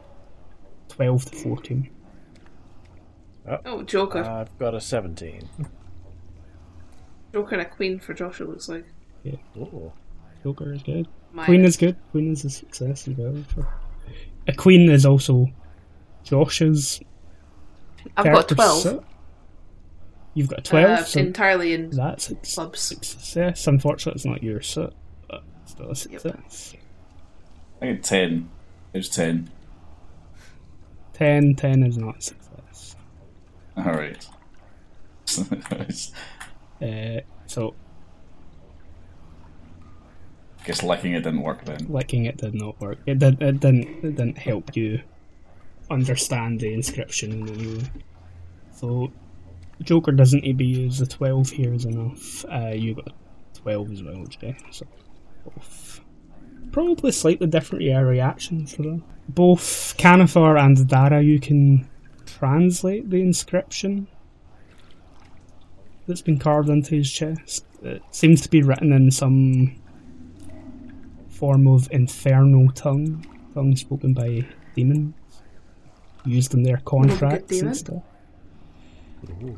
[SPEAKER 2] 12 to 14.
[SPEAKER 4] Oh, Joker.
[SPEAKER 2] Uh,
[SPEAKER 1] I've got a 17.
[SPEAKER 4] Joker and a queen for Josh, it looks like.
[SPEAKER 1] Ooh.
[SPEAKER 2] Joker is good.
[SPEAKER 4] Mine.
[SPEAKER 2] Queen is good. Queen is a success as well. so- A queen is also Josh's.
[SPEAKER 4] I've got
[SPEAKER 2] character
[SPEAKER 4] 12.
[SPEAKER 2] set. You've got a 12,
[SPEAKER 4] uh,
[SPEAKER 2] so
[SPEAKER 4] entirely in
[SPEAKER 2] that's a su-
[SPEAKER 4] clubs.
[SPEAKER 2] success. Unfortunately, it's not your set, but still a success.
[SPEAKER 3] I think ten. It was ten.
[SPEAKER 2] 10, 10 is not a success.
[SPEAKER 3] All right. Guess
[SPEAKER 2] Uh, so,
[SPEAKER 3] licking it didn't work then.
[SPEAKER 2] licking it did not work. It did. It didn't. It didn't help you understand the inscription in any way. So, Joker doesn't need to be used. The twelve here is enough. Uh, you got a twelve as well, Jay. So, both. probably slightly different yeah, reactions for that. Both Canifor and Dara, you can translate the inscription that's been carved into his chest. It seems to be written in some form of infernal tongue, tongue spoken by demons, used in their contracts
[SPEAKER 4] demon.
[SPEAKER 2] and stuff.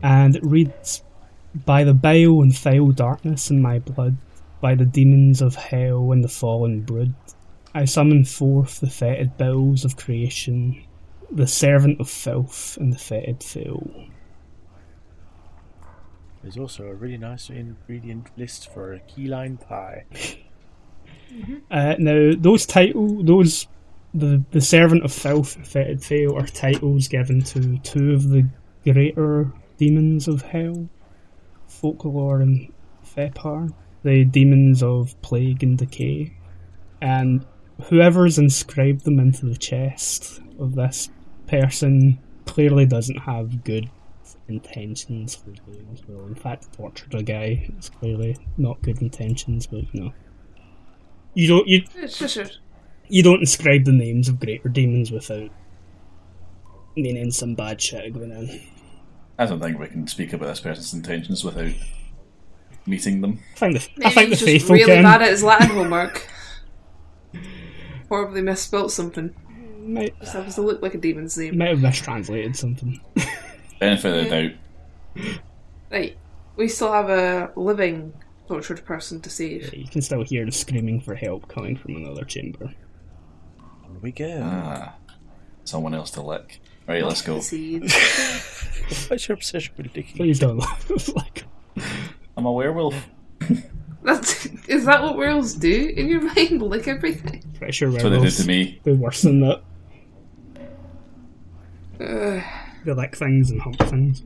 [SPEAKER 2] And it reads, "By the bile and foul darkness in my blood, by the demons of hell and the fallen brood, I summon forth the fetid bills of creation, the servant of filth, and the fetid fool.
[SPEAKER 1] There's also a really nice ingredient list for a key lime pie.
[SPEAKER 2] Uh, now, those title, those the the servant of filth and fetid fail are titles given to two of the greater demons of hell, Folklore and Fepar, the demons of plague and decay, and whoever's inscribed them into the chest of this person clearly doesn't have good intentions for doing as well. In fact, tortured a guy is clearly not good intentions, but you know. You don't you
[SPEAKER 4] Sure, sure.
[SPEAKER 2] you don't inscribe the names of greater demons without meaning some bad shit going on.
[SPEAKER 3] I don't think we can speak about this person's intentions without meeting them.
[SPEAKER 2] I think the, I
[SPEAKER 4] Maybe
[SPEAKER 2] think the
[SPEAKER 4] he's just
[SPEAKER 2] faithful
[SPEAKER 4] really
[SPEAKER 2] can.
[SPEAKER 4] bad at his Latin homework. Horribly misspelt something.
[SPEAKER 2] might,
[SPEAKER 4] Just happens to look like a demon's name.
[SPEAKER 2] might have mistranslated something.
[SPEAKER 3] Benefit of the doubt.
[SPEAKER 4] Right. We still have a living tortured person to save.
[SPEAKER 2] You can still hear the screaming for help coming from another chamber.
[SPEAKER 1] On we go.
[SPEAKER 3] Ah, someone else to lick. Right, let's go.
[SPEAKER 4] Proceed.
[SPEAKER 1] What's your obsession with licking?
[SPEAKER 2] Please don't look like
[SPEAKER 3] I'm a werewolf.
[SPEAKER 4] That's, is that what werewolves do in your mind? Lick everything?
[SPEAKER 2] pretty sure
[SPEAKER 3] That's what they did
[SPEAKER 2] werewolves
[SPEAKER 3] to me.
[SPEAKER 2] do worse than that.
[SPEAKER 4] Ugh.
[SPEAKER 2] They lick things and hump things.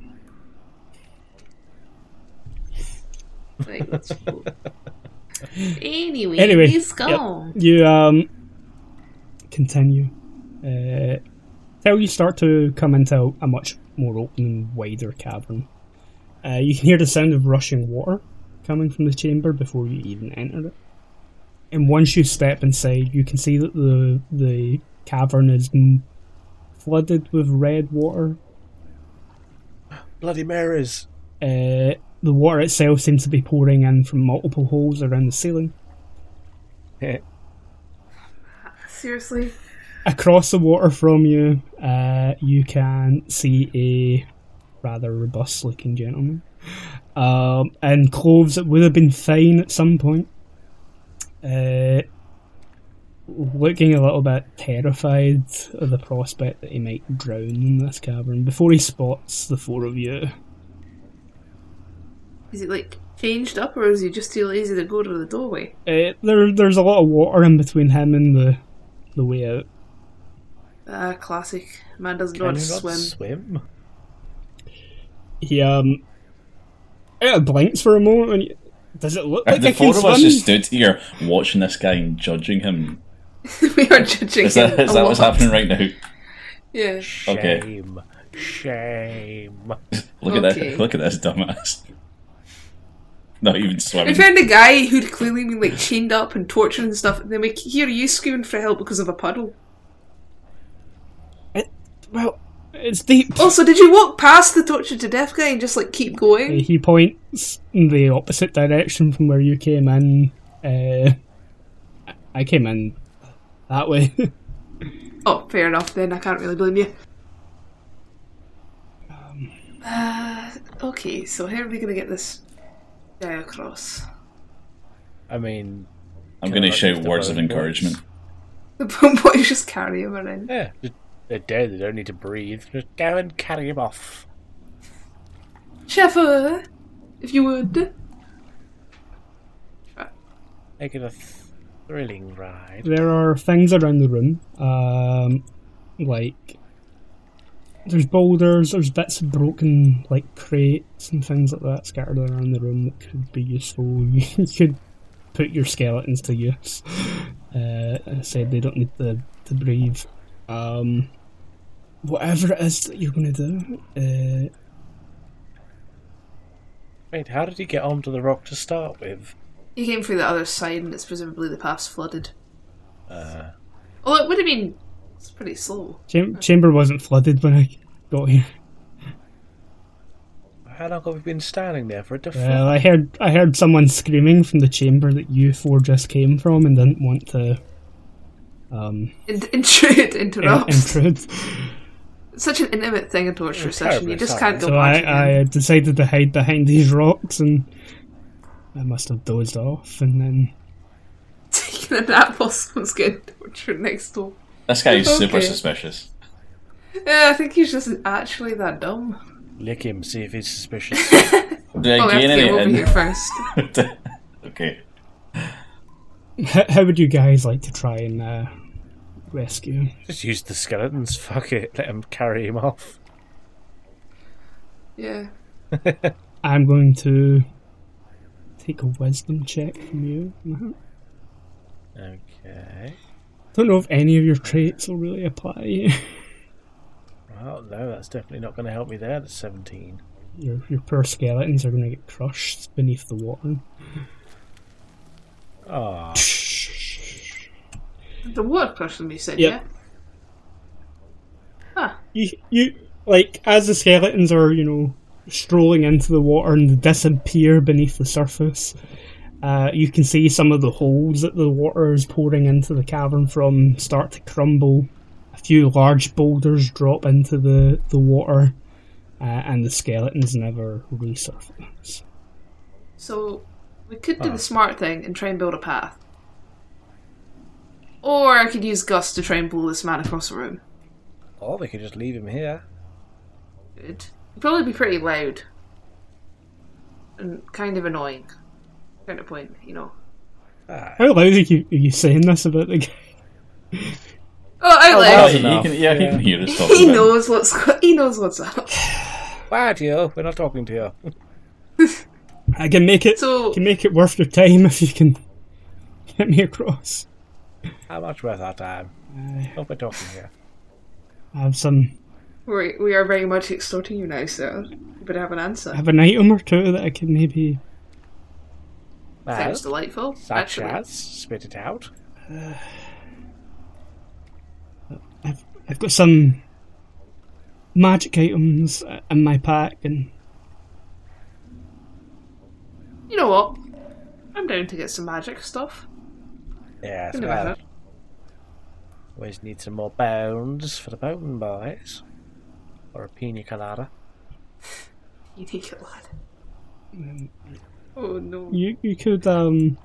[SPEAKER 4] Right, let's go. Anyway,
[SPEAKER 2] Anyway,
[SPEAKER 4] he's gone.
[SPEAKER 2] You um continue. Uh, till you start to come into a much more open and wider cavern. Uh, you can hear the sound of rushing water coming from the chamber before you even enter it. And once you step inside, you can see that the the cavern is m- flooded with red water.
[SPEAKER 1] Bloody Marys!
[SPEAKER 2] Uh, the water itself seems to be pouring in from multiple holes around the ceiling.
[SPEAKER 4] Seriously?
[SPEAKER 2] across the water from you, uh, you can see a rather robust looking gentleman um, in clothes that would have been fine at some point. Uh, looking a little bit terrified of the prospect that he might drown in this cavern before he spots the four of you.
[SPEAKER 4] Is it like changed up or is he just too lazy to go to the doorway?
[SPEAKER 2] Uh, there, there's a lot of water in between him and the the way out.
[SPEAKER 4] Ah, classic. Man doesn't know
[SPEAKER 1] Can
[SPEAKER 4] how to
[SPEAKER 1] you not
[SPEAKER 4] swim.
[SPEAKER 1] swim?
[SPEAKER 2] He um, it blinks for a moment. And he- does it look like
[SPEAKER 3] Uh, the
[SPEAKER 2] I can
[SPEAKER 3] four of us
[SPEAKER 2] swim?
[SPEAKER 3] just stood here watching this guy and judging him.
[SPEAKER 4] we are judging
[SPEAKER 3] Is that,
[SPEAKER 4] him
[SPEAKER 3] is
[SPEAKER 4] a
[SPEAKER 3] that what's
[SPEAKER 4] lot.
[SPEAKER 3] happening right now?
[SPEAKER 4] Yeah.
[SPEAKER 3] Okay.
[SPEAKER 1] Shame. Shame.
[SPEAKER 3] Look at
[SPEAKER 4] Okay.
[SPEAKER 3] that! Look at this dumbass. Not even
[SPEAKER 4] We
[SPEAKER 3] swimming.
[SPEAKER 4] found a guy who'd clearly been like chained up and tortured and stuff, and then we hear you screaming for help because of a puddle.
[SPEAKER 2] Well, it's deep.
[SPEAKER 4] Also, did you walk past the tortured to death guy and just like keep going?
[SPEAKER 2] He points in the opposite direction from where you came in. Uh, I- I came in that way.
[SPEAKER 4] Oh, fair enough then, I can't really blame you. Uh, okay, so how are we gonna get this guy across?
[SPEAKER 1] I mean,
[SPEAKER 3] I'm
[SPEAKER 1] Kinda
[SPEAKER 3] going to
[SPEAKER 1] like
[SPEAKER 3] shout
[SPEAKER 1] if the
[SPEAKER 3] words of
[SPEAKER 1] bone
[SPEAKER 3] encouragement.
[SPEAKER 4] The point boy just carry him around.
[SPEAKER 1] yeah, just- they're dead. They don't need to breathe. Just go and carry him off.
[SPEAKER 4] Sheffer, if you would.
[SPEAKER 1] Make it a thrilling ride.
[SPEAKER 2] there are things around the room, um, like there's boulders, there's bits of broken like crates and things like that scattered around the room that could be useful. you could put your skeletons to use. Uh, I said they don't need to to breathe. Um, whatever it is that you're gonna do, uh,
[SPEAKER 1] Wait, how did he get onto the rock to start with?
[SPEAKER 4] He came through the other side, and it's presumably the path's flooded. Uh. Although it would have been. It's pretty slow.
[SPEAKER 2] cham- chamber wasn't flooded when I got here.
[SPEAKER 1] How long have we been standing there for it to
[SPEAKER 2] Well,
[SPEAKER 1] flood?
[SPEAKER 2] Uh, I heard I heard someone screaming from the chamber that you four just came from and didn't want to um,
[SPEAKER 4] In- intrude,
[SPEAKER 2] in-
[SPEAKER 4] interrupt.
[SPEAKER 2] intrude.
[SPEAKER 4] Such an intimate thing in torture
[SPEAKER 1] It's
[SPEAKER 4] session.
[SPEAKER 1] terribly
[SPEAKER 4] You just
[SPEAKER 1] exciting.
[SPEAKER 4] can't go
[SPEAKER 2] So
[SPEAKER 4] back.
[SPEAKER 2] I, I decided to hide behind these rocks and I must have dozed off and then
[SPEAKER 4] Taking Then that possum's getting tortured next door.
[SPEAKER 3] This guy is super
[SPEAKER 4] Okay.
[SPEAKER 3] suspicious.
[SPEAKER 4] Yeah, I think he's just actually that dumb.
[SPEAKER 1] Lick him, see if he's suspicious.
[SPEAKER 3] Do I
[SPEAKER 4] Oh, we have
[SPEAKER 3] gain
[SPEAKER 4] to get him over
[SPEAKER 3] any?
[SPEAKER 4] here first.
[SPEAKER 3] in- okay.
[SPEAKER 2] How, how would you guys like to try and uh, rescue him?
[SPEAKER 1] Just use the skeletons. Fuck it. Let him carry him off.
[SPEAKER 4] Yeah.
[SPEAKER 2] I'm going to take a wisdom check from you. Matt.
[SPEAKER 1] Okay.
[SPEAKER 2] Don't know if any of your traits will really apply.
[SPEAKER 1] Well, no, that's definitely not going to help me there. That's 17.
[SPEAKER 2] your your poor skeletons are going to get crushed beneath the water.
[SPEAKER 1] Ah,
[SPEAKER 4] The water person you said,
[SPEAKER 2] Yep.
[SPEAKER 4] yeah?
[SPEAKER 2] You you like as the skeletons are you know strolling into the water and disappear beneath the surface. Uh, you can see some of the holes that the water is pouring into the cavern from start to crumble. A few large boulders drop into the, the water, uh, and the skeletons never resurface.
[SPEAKER 4] So we could do the smart thing and try and build a path. Or I could use Gus to try and blow this man across the room.
[SPEAKER 1] or they could just leave him here.
[SPEAKER 4] It'd probably be pretty loud. And kind of annoying. Kind of point, you know.
[SPEAKER 2] How loud are you, are you saying this about the guy?
[SPEAKER 4] Oh, out
[SPEAKER 3] Oh,
[SPEAKER 4] loud!
[SPEAKER 3] he
[SPEAKER 1] enough,
[SPEAKER 3] can, yeah, he
[SPEAKER 1] yeah.
[SPEAKER 3] can hear us
[SPEAKER 4] He
[SPEAKER 3] talking. about it.
[SPEAKER 4] knows what's go- he knows what's up.
[SPEAKER 1] Why do you? We're not talking to you.
[SPEAKER 2] I Uh, can make it.
[SPEAKER 4] So-
[SPEAKER 2] can make it worth your time if you can get me across.
[SPEAKER 1] How much worth our time? Hope we're talking here.
[SPEAKER 2] I have some.
[SPEAKER 4] We we are very much extorting you now, sir. You better have an
[SPEAKER 2] I
[SPEAKER 4] answer.
[SPEAKER 2] have an item or two that I can maybe.
[SPEAKER 4] Sounds
[SPEAKER 1] Well,
[SPEAKER 4] delightful.
[SPEAKER 1] such
[SPEAKER 4] Actually,
[SPEAKER 1] as, spit it out.
[SPEAKER 2] I've I've got some magic items in my pack, and
[SPEAKER 4] you know what? I'm down to get some magic stuff.
[SPEAKER 1] Yes,
[SPEAKER 4] Think about
[SPEAKER 1] well,
[SPEAKER 4] it.
[SPEAKER 1] always need some more bones for the bone boys. Or a pina colada.
[SPEAKER 4] You take it, lad. Oh no.
[SPEAKER 2] Mm. you you could um,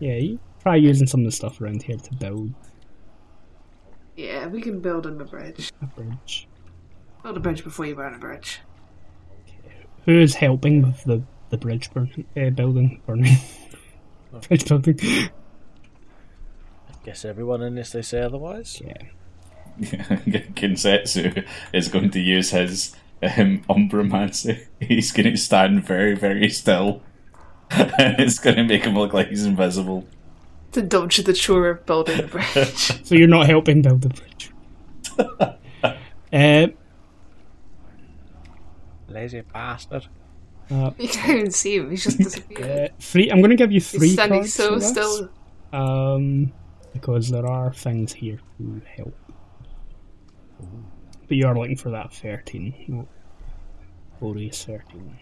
[SPEAKER 2] yeah, you try using some of the stuff around here to build
[SPEAKER 4] Yeah, we can build on the bridge.
[SPEAKER 2] a bridge.
[SPEAKER 4] Build a bridge before you burn a bridge.
[SPEAKER 2] Who is helping with the the bridge burn, uh, building burning? bridge building.
[SPEAKER 1] Guess everyone, unless they say otherwise.
[SPEAKER 2] yeah.
[SPEAKER 3] Kinsetsu is going to use his um, umbromancy. He's going to stand very, very still. and it's going to make him look like he's invisible.
[SPEAKER 4] To dodge the chore of building a bridge.
[SPEAKER 2] So you're not helping build the bridge. uh,
[SPEAKER 1] Lazy bastard.
[SPEAKER 4] you can't even see him, he's just disappeared.
[SPEAKER 2] Uh, three. I'm going to give you three
[SPEAKER 4] he's standing
[SPEAKER 2] cards
[SPEAKER 4] so
[SPEAKER 2] for this,
[SPEAKER 4] still.
[SPEAKER 2] um, because there are things here to help. But you are looking for that thirteen, not Boreas thirteen.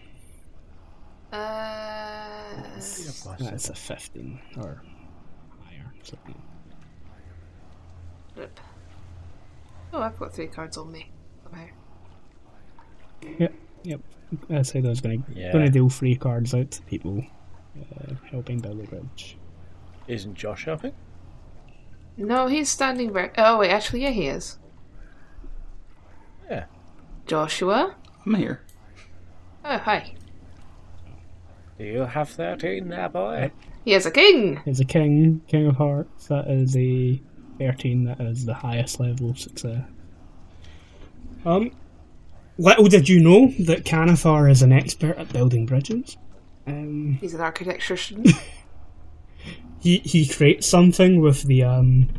[SPEAKER 4] Uh,
[SPEAKER 2] That's a fifteen or higher. So
[SPEAKER 4] rip. oh, I've got three cards on me. Somehow.
[SPEAKER 2] yep, yep. I said I was going to
[SPEAKER 1] Yeah.
[SPEAKER 2] going to deal three cards out to people uh, helping build the bridge.
[SPEAKER 1] Isn't Josh helping?
[SPEAKER 4] No, he's standing very. Oh, wait, actually, yeah, he is.
[SPEAKER 1] Yeah.
[SPEAKER 4] Joshua?
[SPEAKER 5] I'm here.
[SPEAKER 4] Oh, hi.
[SPEAKER 1] Do you have 13 now, boy?
[SPEAKER 4] He is a king!
[SPEAKER 2] It's a king, king of hearts. That is a thirteen. That is the highest level of success. Um, little did you know that Canathar is an expert at building bridges. Um,
[SPEAKER 4] He's an architecture student.
[SPEAKER 2] he he creates something with the um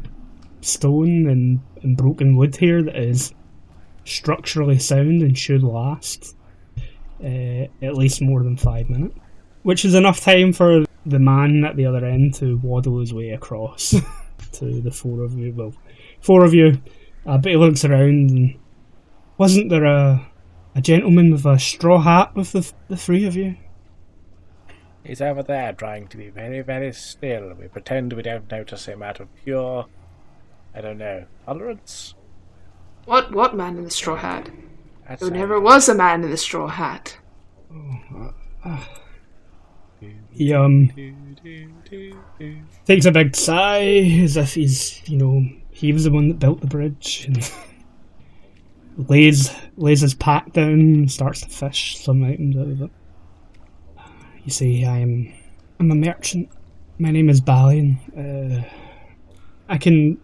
[SPEAKER 2] stone and, and broken wood here that is structurally sound and should last uh, at least more than five minutes, which is enough time for the man at the other end to waddle his way across to the four of you. Well, four of you. Uh, but he looks around and wasn't there a a gentleman with a straw hat with the the three of you?
[SPEAKER 1] He's over there trying to be very, very still. We pretend we don't notice him out of pure, I don't know, tolerance?
[SPEAKER 4] what what man in the straw hat?
[SPEAKER 1] That's
[SPEAKER 4] There
[SPEAKER 1] how
[SPEAKER 4] never was a man in the straw hat.
[SPEAKER 2] He um
[SPEAKER 1] we do
[SPEAKER 2] Takes a big sigh as if he's, you know, he was the one that built the bridge and lays lays his pack down and starts to fish some items out of it. You see, I'm I'm a merchant. My name is Balian. Uh, I can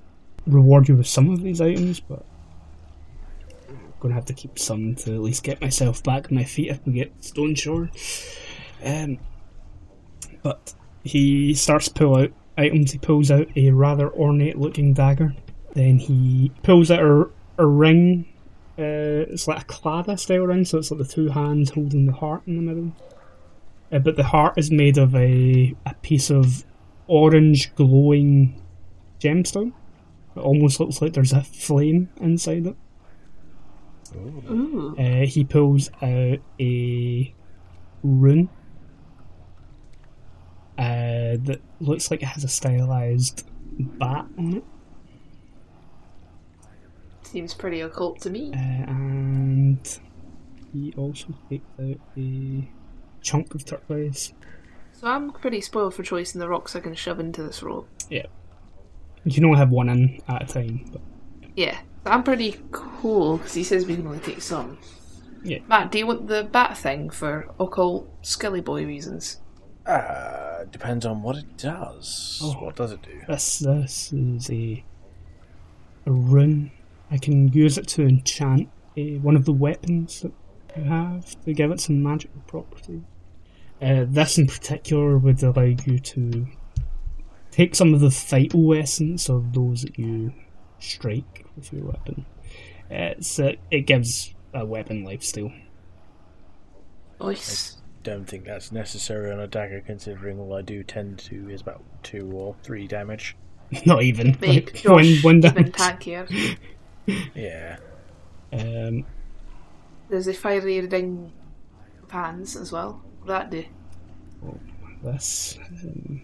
[SPEAKER 2] reward you with some of these items, but I'm gonna have to keep some to at least get myself back on my feet if we get to Stone Shore. Um, but he starts to pull out items. He pulls out a rather ornate looking dagger. Then he pulls out a, a ring. Uh, it's like a clada style ring, so it's like the two hands holding the heart in the middle. Uh, but the heart is made of a, a piece of orange glowing gemstone. It almost looks like there's a flame inside it.
[SPEAKER 4] Ooh.
[SPEAKER 2] Uh, he pulls out a rune uh, that looks like it has a stylized bat uh, on it,
[SPEAKER 4] Seems pretty occult to me.
[SPEAKER 2] uh, and he also takes out a chunk of turquoise.
[SPEAKER 4] So I'm pretty spoiled for choice in the rocks I can shove into this roll.
[SPEAKER 2] Yeah, you can only have one in at a time, but
[SPEAKER 4] Yeah. So I'm pretty cool because he says we can only take some.
[SPEAKER 2] Yeah.
[SPEAKER 4] Matt, do you want the bat thing for occult skelly boy reasons?
[SPEAKER 1] Uh, depends on what it does.
[SPEAKER 2] Oh.
[SPEAKER 1] What does it do?
[SPEAKER 2] This this is a a rune. I can use it to enchant a, one of the weapons that you have to give it some magical property. Uh, this in particular would allow you to take some of the vital essence of those that you strike with your weapon. Uh, It's uh, it gives a weapon lifesteal.
[SPEAKER 4] Nice.
[SPEAKER 1] Don't think that's necessary on a dagger, considering all I do tend to is about two or three damage.
[SPEAKER 2] Not even
[SPEAKER 4] Mate,
[SPEAKER 2] like,
[SPEAKER 4] Josh,
[SPEAKER 2] one one
[SPEAKER 4] you've been
[SPEAKER 2] damage.
[SPEAKER 4] tankier.
[SPEAKER 1] Yeah.
[SPEAKER 2] Um,
[SPEAKER 4] There's a fiery ring of hands as well. That do.
[SPEAKER 2] this. Um,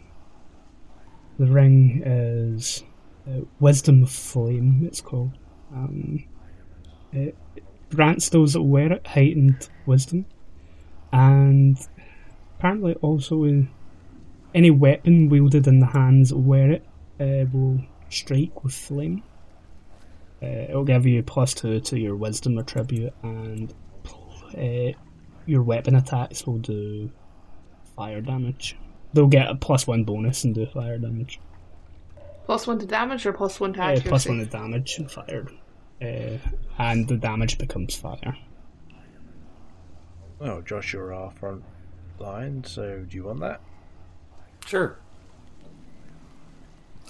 [SPEAKER 2] the ring is uh, Wisdom of Flame, it's called. Um, it grants those that wear it heightened wisdom, and apparently also uh, any weapon wielded in the hands that wear it uh, will strike with flame. Uh, it'll give you plus two to your wisdom attribute, and uh, your weapon attacks will do fire damage. They'll get a plus one bonus and do fire damage.
[SPEAKER 4] Plus one to damage or plus one to
[SPEAKER 2] Uh,
[SPEAKER 4] accuracy?
[SPEAKER 2] plus one to damage and fired. Uh, and the damage becomes fire.
[SPEAKER 1] Well, Josh, you're our front line, so do you want that?
[SPEAKER 5] Sure.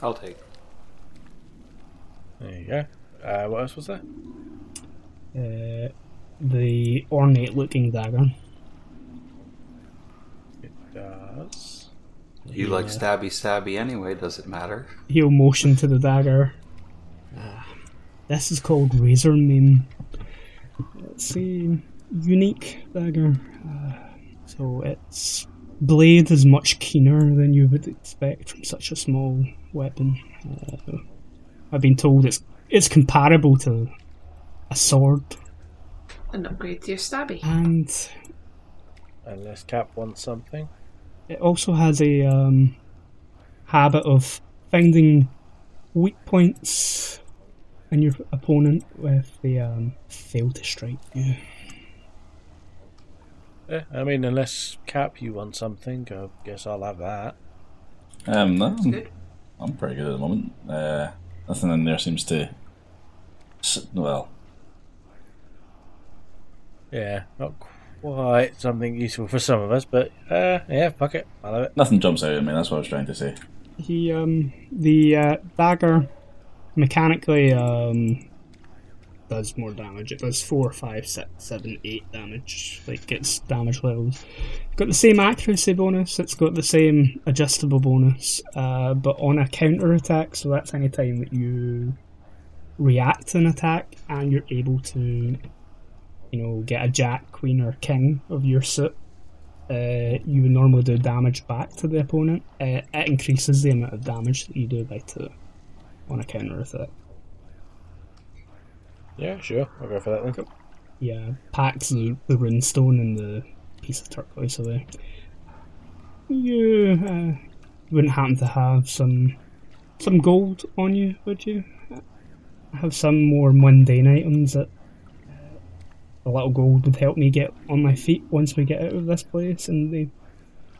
[SPEAKER 5] I'll take.
[SPEAKER 1] There you go. Uh, what else was that?
[SPEAKER 2] Uh, the ornate looking dagger.
[SPEAKER 1] It does.
[SPEAKER 5] You like stabby stabby anyway, does it matter?
[SPEAKER 2] He'll motion to the dagger. Uh, this is called Razor Meme. It's a unique dagger. Uh, so its blade is much keener than you would expect from such a small weapon. Uh, I've been told it's it's comparable to a sword,
[SPEAKER 4] An upgrade to your stabby.
[SPEAKER 2] and
[SPEAKER 1] Unless Cap wants something.
[SPEAKER 2] it also has a um, habit of finding weak points in your opponent with the um, fail to strike you.
[SPEAKER 1] Yeah, I mean, unless Cap, you want something, I guess I'll have that.
[SPEAKER 3] Um, no, I'm,
[SPEAKER 4] good.
[SPEAKER 3] I'm pretty good at the moment. Uh, nothing in there seems to. s- Well,
[SPEAKER 1] Yeah, not quite something useful for some of us, but uh, yeah, fuck it. I love it.
[SPEAKER 3] nothing jumps out at me. That's what I was trying to say.
[SPEAKER 2] He um, the uh, dagger mechanically um, does more damage. It does four, five, six, seven, eight damage. Like gets damage levels. Got the same accuracy bonus. It's got the same adjustable bonus, uh, but on a counter attack. So that's any time that you react to an attack and you're able to, you know, get a jack, queen, or king of your suit. Uh, you would normally do damage back to the opponent. Uh, it increases the amount of damage that you do by two on a counter attack.
[SPEAKER 1] Yeah, sure. I'll go for that then.
[SPEAKER 2] yeah, packs the, the rune stone and the piece of turquoise away. You uh, wouldn't happen to have some some gold on you, would you? Have some more mundane items that uh, a little gold would help me get on my feet once we get out of this place, and they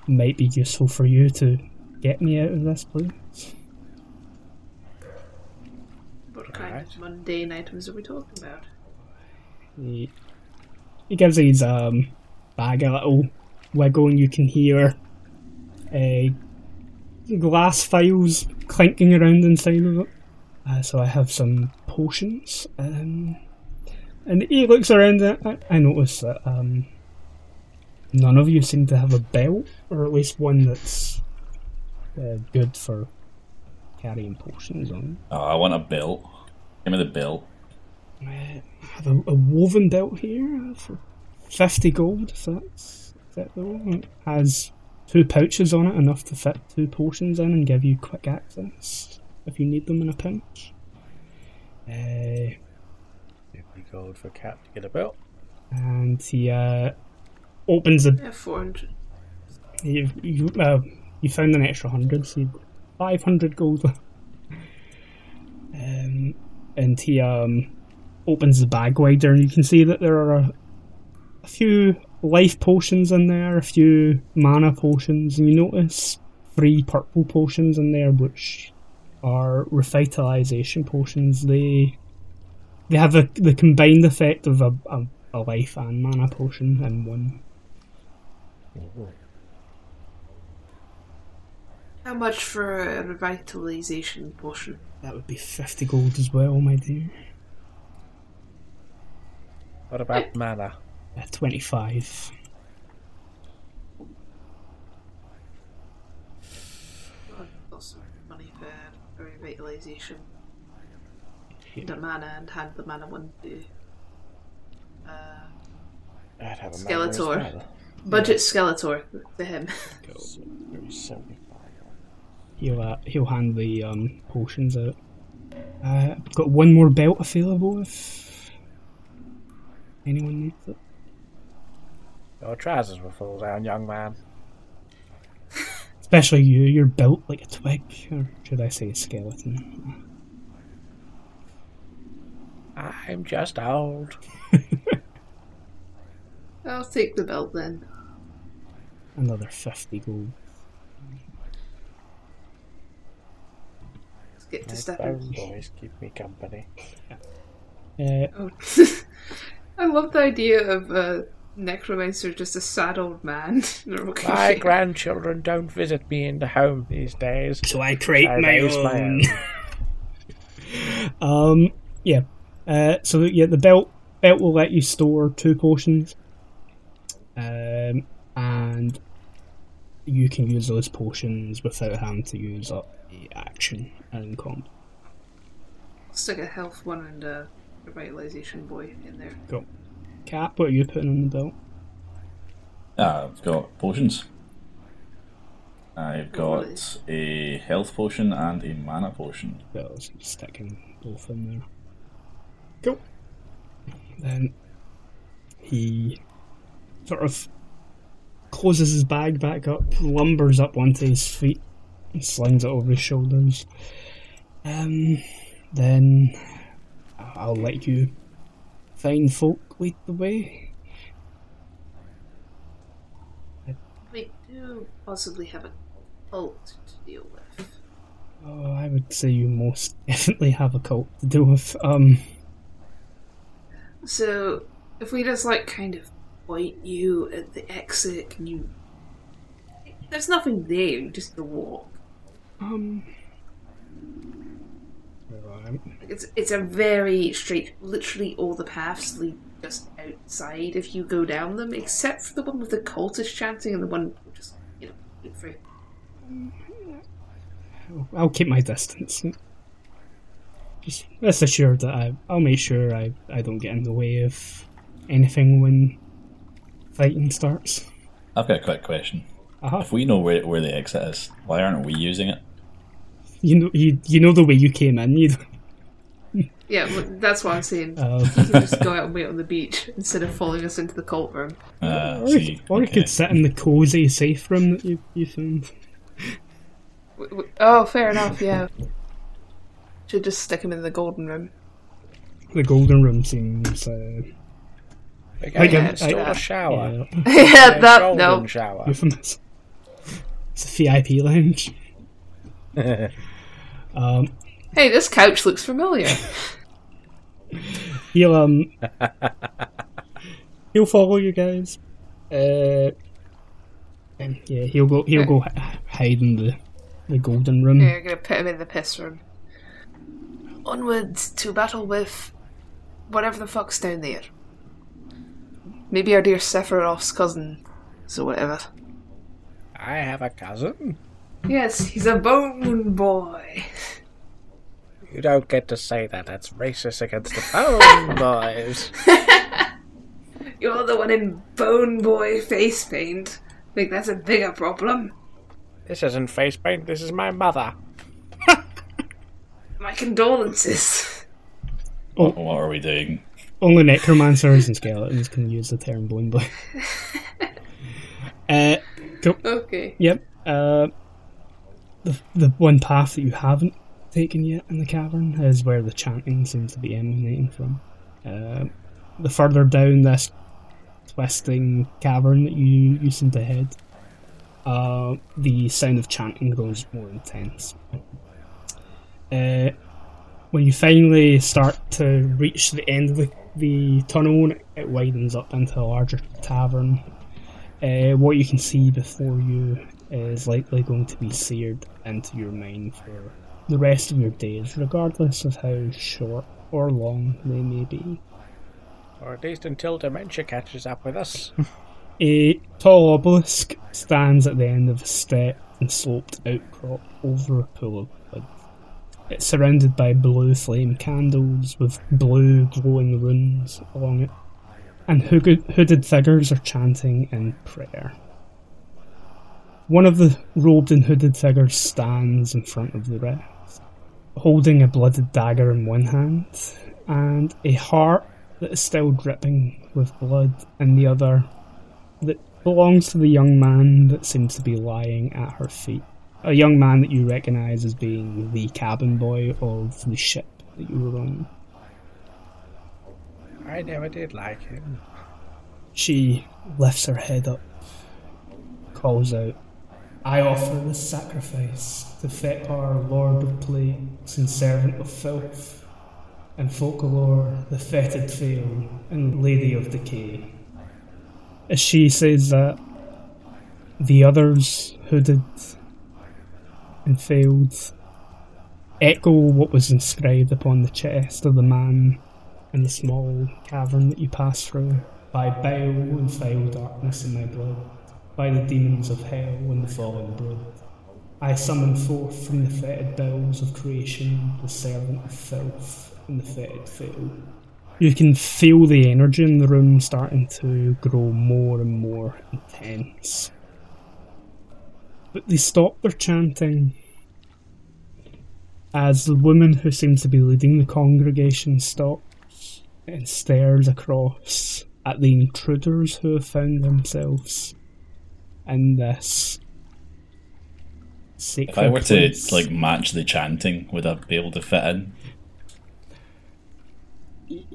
[SPEAKER 2] might be useful for you to get me out of this place.
[SPEAKER 4] What kind
[SPEAKER 1] Alright.
[SPEAKER 4] of mundane items are we talking about?
[SPEAKER 2] He, he gives his um, bag a little wiggle, and you can hear uh, glass files clinking around inside of it. Uh, so I have some potions, um, and he looks around. At, I, I notice that um, none of you seem to have a belt, or at least one that's uh, good for carrying potions on.
[SPEAKER 3] Oh, I want a belt. Give me the belt.
[SPEAKER 2] I have a, a woven belt here for 50 gold, if that's if that the one. It has two pouches on it, enough to fit two potions in and give you quick access if you need them in a pinch. Uh,
[SPEAKER 1] 50 gold for Cap to get a belt.
[SPEAKER 2] and he uh, opens the.
[SPEAKER 4] Yeah, 400.
[SPEAKER 2] You, you, uh, you found an extra 100, so you've got 500 gold. left. um, and he um, opens the bag wider, and you can see that there are a, a few life potions in there, a few mana potions, and you notice three purple potions in there, which are revitalization potions. They they have a, the combined effect of a, a, a life and mana potion in one.
[SPEAKER 4] How much for a revitalization potion?
[SPEAKER 2] That would be 50 gold as well, my dear.
[SPEAKER 1] What about mana?
[SPEAKER 2] Uh, 25.
[SPEAKER 4] Well, Also, money for revitalization. The mana and hand the mana one to uh,
[SPEAKER 1] I'd have a mana as
[SPEAKER 4] Skeletor.
[SPEAKER 1] well.
[SPEAKER 4] budget Skeletor to him.
[SPEAKER 1] So, 75.
[SPEAKER 2] He'll, uh, he'll hand the um, potions out. Uh, I've got one more belt available if anyone needs it.
[SPEAKER 1] Your trousers will fall down, young man.
[SPEAKER 2] Especially you, you're built like a twig, or should I say a skeleton.
[SPEAKER 1] I'm just old.
[SPEAKER 4] I'll take the belt then.
[SPEAKER 2] Another 50 gold.
[SPEAKER 4] Let's get to
[SPEAKER 1] My
[SPEAKER 4] stepping.
[SPEAKER 1] bone boys keep me company.
[SPEAKER 2] Uh,
[SPEAKER 4] Oh. I love the idea of a necromancer just a sad old man.
[SPEAKER 1] My
[SPEAKER 4] Right,
[SPEAKER 1] grandchildren don't visit me in the home these days.
[SPEAKER 2] so I create
[SPEAKER 1] I raise my own.
[SPEAKER 2] Um, yeah. Uh, so yeah, the belt belt will let you store two potions, um, and you can use those potions without having to use up the action and comp.
[SPEAKER 4] Stick a health one and a revitalization boy in there.
[SPEAKER 2] Cool. Cap, what are you putting on the belt?
[SPEAKER 3] Ah, I've got potions. I've
[SPEAKER 4] Oh,
[SPEAKER 3] got a health potion and a mana potion.
[SPEAKER 2] Bells sticking both in there. Cool. Then he sort of closes his bag back up, lumbers up onto his feet, and slings it over his shoulders. Um, then I'll let you find folk lead the way.
[SPEAKER 4] We do possibly have a cult to deal with.
[SPEAKER 2] Oh, I would say you most definitely have a cult to deal with. Um,
[SPEAKER 4] So, if we just like kind of point you at the exit, can you? There's nothing there. You just go walk.
[SPEAKER 2] um. well, I'm-
[SPEAKER 4] It's it's a very straight. Literally, all the paths lead just outside. If you go down them, except for the one with the cultist chanting and the one just you know wait for it.
[SPEAKER 2] I'll keep my distance. Just rest assured that I, I'll make sure I, I don't get in the way of anything when fighting starts.
[SPEAKER 3] I've got a quick question.
[SPEAKER 2] Uh-huh.
[SPEAKER 3] If we know where, where the exit is, why aren't we using it?
[SPEAKER 2] You know you, you know the way you came in. You don't-
[SPEAKER 4] Yeah, well, that's what I'm saying.
[SPEAKER 2] uh,
[SPEAKER 4] You just go out and wait on the beach instead of following us into the cult room.
[SPEAKER 3] Uh,
[SPEAKER 2] or, you,
[SPEAKER 3] see,
[SPEAKER 2] or you
[SPEAKER 3] okay.
[SPEAKER 2] could sit in the cozy safe room that you, you found.
[SPEAKER 4] Oh, fair enough, yeah. Should just stick him in the golden room.
[SPEAKER 2] The golden room seems. Uh,
[SPEAKER 1] Again,
[SPEAKER 2] Like, um,
[SPEAKER 1] it's still
[SPEAKER 4] I-
[SPEAKER 1] a shower.
[SPEAKER 2] yeah,
[SPEAKER 4] yeah,
[SPEAKER 1] A
[SPEAKER 4] that,
[SPEAKER 1] golden
[SPEAKER 4] no.
[SPEAKER 1] shower.
[SPEAKER 2] infamous. It's a VIP lounge. Um,
[SPEAKER 4] Hey, this couch looks familiar.
[SPEAKER 2] He'll um he'll follow you guys. Uh, and yeah, he'll go. He'll go h- hide in the the golden room.
[SPEAKER 4] yeah, I'm gonna put him in the piss room. Onwards to battle with whatever the fuck's down there. Maybe our dear Sephiroth's cousin. So whatever.
[SPEAKER 1] I have a cousin.
[SPEAKER 4] Yes, he's a bone boy.
[SPEAKER 1] You don't get to say that. That's racist against the phone boys.
[SPEAKER 4] You're the one in bone boy face paint. I think that's a bigger problem.
[SPEAKER 1] This isn't face paint. This is my mother.
[SPEAKER 4] My condolences.
[SPEAKER 3] What are we doing?
[SPEAKER 2] Only necromancers and skeletons can use the term bone boy. uh, cool.
[SPEAKER 4] Okay.
[SPEAKER 2] Yep. Uh, the the one path that you haven't taken yet in the cavern is where the chanting seems to be emanating from. Uh, the further down this twisting cavern that you you seem to head, uh, the sound of chanting grows more intense. Uh, when you finally start to reach the end of the, the tunnel, it widens up into a larger tavern uh, what you can see before you uh, is likely going to be seared into your mind for the rest of your days, regardless of how short or long they may be.
[SPEAKER 1] Or at least until dementia catches up with us.
[SPEAKER 2] A tall obelisk stands at the end of a step and sloped outcrop over a pool of blood. It's surrounded by blue flame candles with blue glowing runes along it, and hooded, hooded figures are chanting in prayer. One of the robed and hooded figures stands in front of the rest, holding a blooded dagger in one hand and a heart that is still dripping with blood in the other that belongs to the young man that seems to be lying at her feet. A young man that you recognise as being the cabin boy of the ship that you were on.
[SPEAKER 1] I never did like him.
[SPEAKER 2] She lifts her head up, calls out, I offer this sacrifice to Fekar, lord of plagues and servant of filth, and Folklore, the fetid fail and lady of decay. As she says that, the others, hooded and failed, echo what was inscribed upon the chest of the man in the small cavern that you pass through, by bale and foul darkness in my blood, by the demons of hell and the fallen brood. I summon forth from the fetid bowels of creation the servant of filth and the fetid foul. You can feel the energy in the room starting to grow more and more intense. But they stop their chanting as the woman who seems to be leading the congregation stops and stares across at the intruders who have found themselves in this sacred
[SPEAKER 3] If I were to
[SPEAKER 2] place.
[SPEAKER 3] like match the chanting, would I be able to fit in?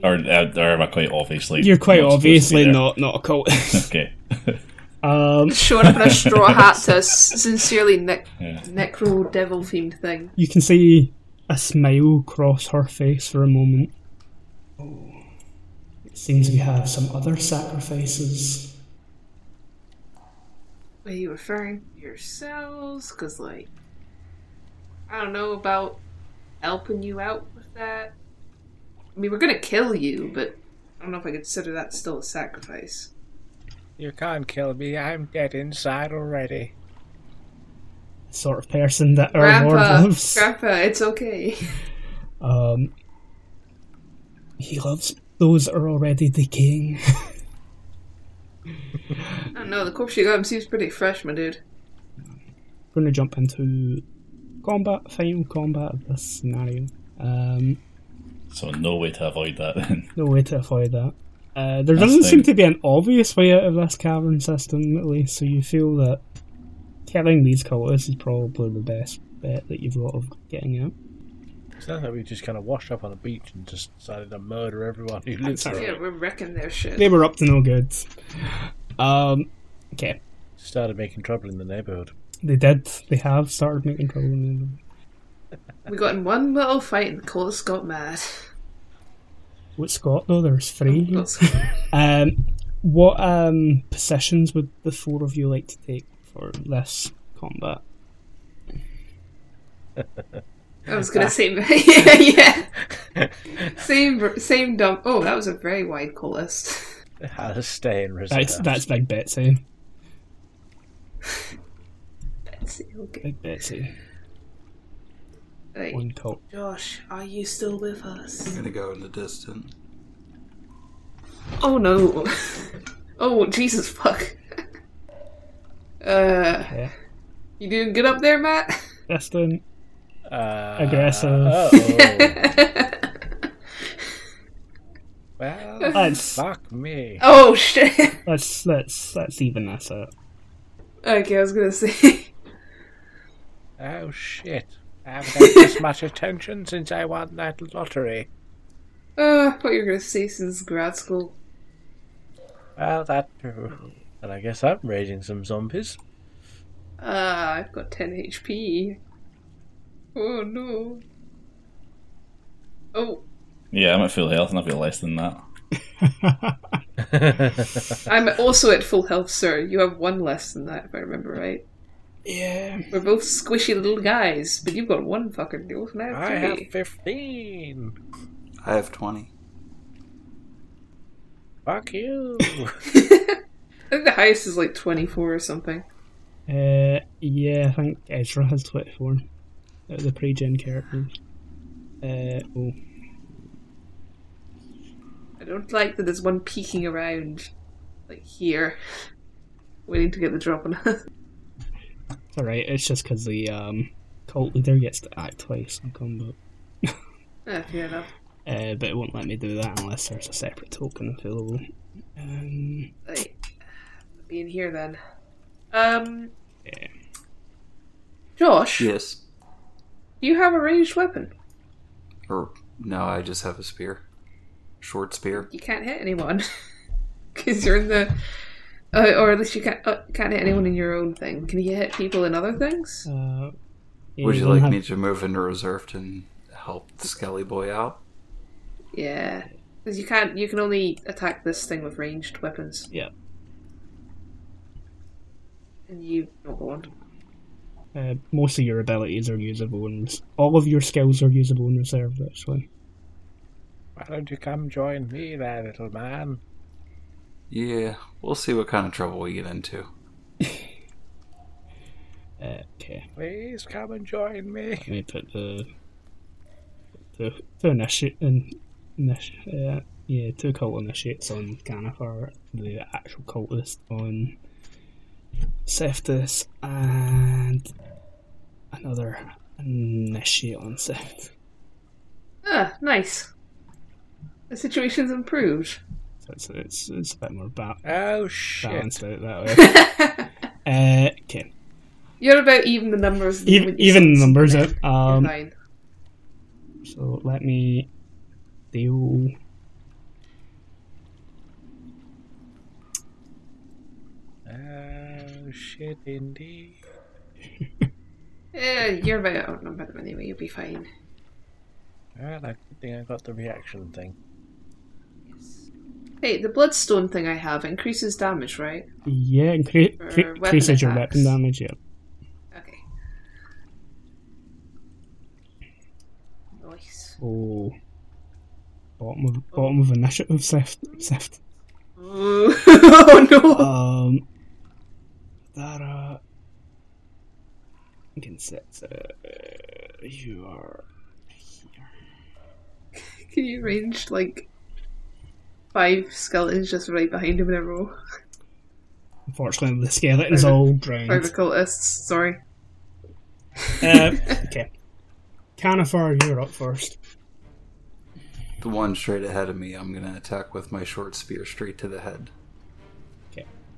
[SPEAKER 3] Or, uh, or am I quite obviously?
[SPEAKER 2] You're quite
[SPEAKER 3] not supposed to
[SPEAKER 2] obviously
[SPEAKER 3] be there?
[SPEAKER 2] not not a cult.
[SPEAKER 3] Okay.
[SPEAKER 2] um,
[SPEAKER 4] Showing up in a straw hat to a s- sincerely ne- necro devil themed thing.
[SPEAKER 2] you can see a smile cross her face for a moment. Oh, it seems we have some other sacrifices.
[SPEAKER 4] Are you referring to yourselves? Because, like, I don't know about helping you out with that. I mean, we're gonna kill you, but I don't know if I consider that still a sacrifice.
[SPEAKER 1] You can't kill me. I'm dead inside already.
[SPEAKER 2] The sort of person that our Lord
[SPEAKER 4] Grandpa,
[SPEAKER 2] loves.
[SPEAKER 4] Grandpa, it's okay.
[SPEAKER 2] Um, he loves those that are already decaying.
[SPEAKER 4] I don't know, the corpse you got him seems pretty fresh, my dude.
[SPEAKER 2] We're going to jump into combat, final combat of this scenario. Um,
[SPEAKER 3] So no way to avoid that. Then.
[SPEAKER 2] no way to avoid that. Uh, there
[SPEAKER 3] That's
[SPEAKER 2] doesn't seem
[SPEAKER 3] the-
[SPEAKER 2] to be an obvious way out of this cavern system, at least, so you feel that killing these cultists is probably the best bet that you've got of getting out.
[SPEAKER 1] Sounds like we just kind of washed up on the beach and just decided to murder everyone who lives
[SPEAKER 2] That's
[SPEAKER 1] there.
[SPEAKER 4] Yeah, we're wrecking their shit.
[SPEAKER 2] They were up to no good. Um, okay,
[SPEAKER 1] Started making trouble in the neighborhood.
[SPEAKER 2] they did. They have started making trouble. in
[SPEAKER 4] We got in one little fight and the Colts got mad.
[SPEAKER 2] the- What Scott though? There's three. here.
[SPEAKER 4] Colts-
[SPEAKER 2] Um, what um positions would the four of you like to take for this combat?
[SPEAKER 4] I was gonna say, yeah, yeah. same, same dump. Oh, that was a very wide call list.
[SPEAKER 1] How to stay in
[SPEAKER 2] That's
[SPEAKER 1] reserve.
[SPEAKER 2] that's Big Betsy.
[SPEAKER 4] Let's see, okay.
[SPEAKER 2] Big Betsy.
[SPEAKER 4] Right.
[SPEAKER 2] One cult.
[SPEAKER 4] Josh, are you still with us?
[SPEAKER 5] I'm gonna go in the distance.
[SPEAKER 4] Oh no. Oh Jesus fuck. Uh,
[SPEAKER 2] Yeah.
[SPEAKER 4] you doing good up there, Matt?
[SPEAKER 2] Distant.
[SPEAKER 1] uh,
[SPEAKER 2] aggressive.
[SPEAKER 1] oh. well,
[SPEAKER 2] That's-
[SPEAKER 1] fuck me.
[SPEAKER 4] oh shit.
[SPEAKER 2] Let's let's let's even this out.
[SPEAKER 4] Okay, I was gonna say.
[SPEAKER 1] Oh shit. I haven't had this much attention since I won that lottery.
[SPEAKER 4] Uh, what you're gonna say since grad school?
[SPEAKER 1] Well, that too. And I guess I'm raising some zombies.
[SPEAKER 4] Uh, I've got 10 HP. Oh no. Oh,
[SPEAKER 3] Yeah, I'm at full health and I've got less than that.
[SPEAKER 4] I'm also at full health, sir. You have one less than that, if I remember right.
[SPEAKER 2] Yeah.
[SPEAKER 4] We're both squishy little guys, but you've got one fucking deal, and I have
[SPEAKER 1] I
[SPEAKER 4] three.
[SPEAKER 1] have 15.
[SPEAKER 5] I have 20.
[SPEAKER 1] Fuck you.
[SPEAKER 4] I think the highest is like 24 or something.
[SPEAKER 2] Uh, yeah, I think Ezra has 24. That was a pre gen Uh, character. Uh, oh.
[SPEAKER 4] I don't like that there's one peeking around, like here, waiting to get the drop on us.
[SPEAKER 2] It's alright, it's just because the um, cult leader gets to act twice in combat.
[SPEAKER 4] Ah, fair enough.
[SPEAKER 2] Uh, but it won't let me do that unless there's a separate token available. Um,
[SPEAKER 4] Right. Be in here then. Um.
[SPEAKER 2] Yeah.
[SPEAKER 4] Josh,
[SPEAKER 5] Yes.
[SPEAKER 4] do you have a ranged weapon?
[SPEAKER 5] Or, no, I just have a spear. Short spear.
[SPEAKER 4] you can't hit anyone because you're in the uh, or at least you can't uh, can't hit anyone in your own thing. Can you hit people in other things?
[SPEAKER 2] uh, yeah,
[SPEAKER 5] Would you
[SPEAKER 2] don't
[SPEAKER 5] like
[SPEAKER 2] have-
[SPEAKER 5] me to move into reserve and help the Skelly boy out?
[SPEAKER 4] Yeah, because you can't. You can only attack this thing with ranged weapons,
[SPEAKER 2] Yeah.
[SPEAKER 4] and you don't want.
[SPEAKER 2] Uh, most of your abilities are usable in res- all of your skills are usable in reserve actually.
[SPEAKER 1] Why don't you come join me there, little man?
[SPEAKER 5] Yeah, we'll see what kind of trouble we get into.
[SPEAKER 2] Uh, okay,
[SPEAKER 1] Please come and join me.
[SPEAKER 2] let me put the the, the initiate in, initi- uh, yeah two cult initiates on Ganifar, the actual cultist on Seftis, and another initiate on Seft.
[SPEAKER 4] Ah, nice. The situation's improved.
[SPEAKER 2] So it's it's, it's a bit more ba-
[SPEAKER 1] Oh shit.
[SPEAKER 2] balanced out that way. uh, okay,
[SPEAKER 4] You're about even the numbers.
[SPEAKER 2] even
[SPEAKER 4] with your
[SPEAKER 2] even
[SPEAKER 4] sons.
[SPEAKER 2] numbers out. Um,
[SPEAKER 4] Fine.
[SPEAKER 2] So let me deal.
[SPEAKER 1] Oh shit indeed.
[SPEAKER 4] Eh, you're about outnumbered them anyway. You'll be fine.
[SPEAKER 1] Well, I think I got the reaction thing.
[SPEAKER 4] Hey, the bloodstone thing I have increases damage, right?
[SPEAKER 2] Yeah, incre-
[SPEAKER 4] For
[SPEAKER 2] cre-
[SPEAKER 4] weapon
[SPEAKER 2] increases your
[SPEAKER 4] attacks.
[SPEAKER 2] weapon damage. Yeah.
[SPEAKER 4] Okay. Nice.
[SPEAKER 2] Oh, bottom of bottom of initiative sift sift.
[SPEAKER 4] oh no!
[SPEAKER 2] Um, that uh, you can set. Uh, you are.
[SPEAKER 4] Can you range like five skeletons just right behind him in a row?
[SPEAKER 2] Unfortunately, the skeleton is all drowned.
[SPEAKER 4] Five occultists, sorry.
[SPEAKER 2] Um, okay, Canifar, you're up first.
[SPEAKER 5] The one straight ahead of me, I'm gonna attack with my short spear straight to the head.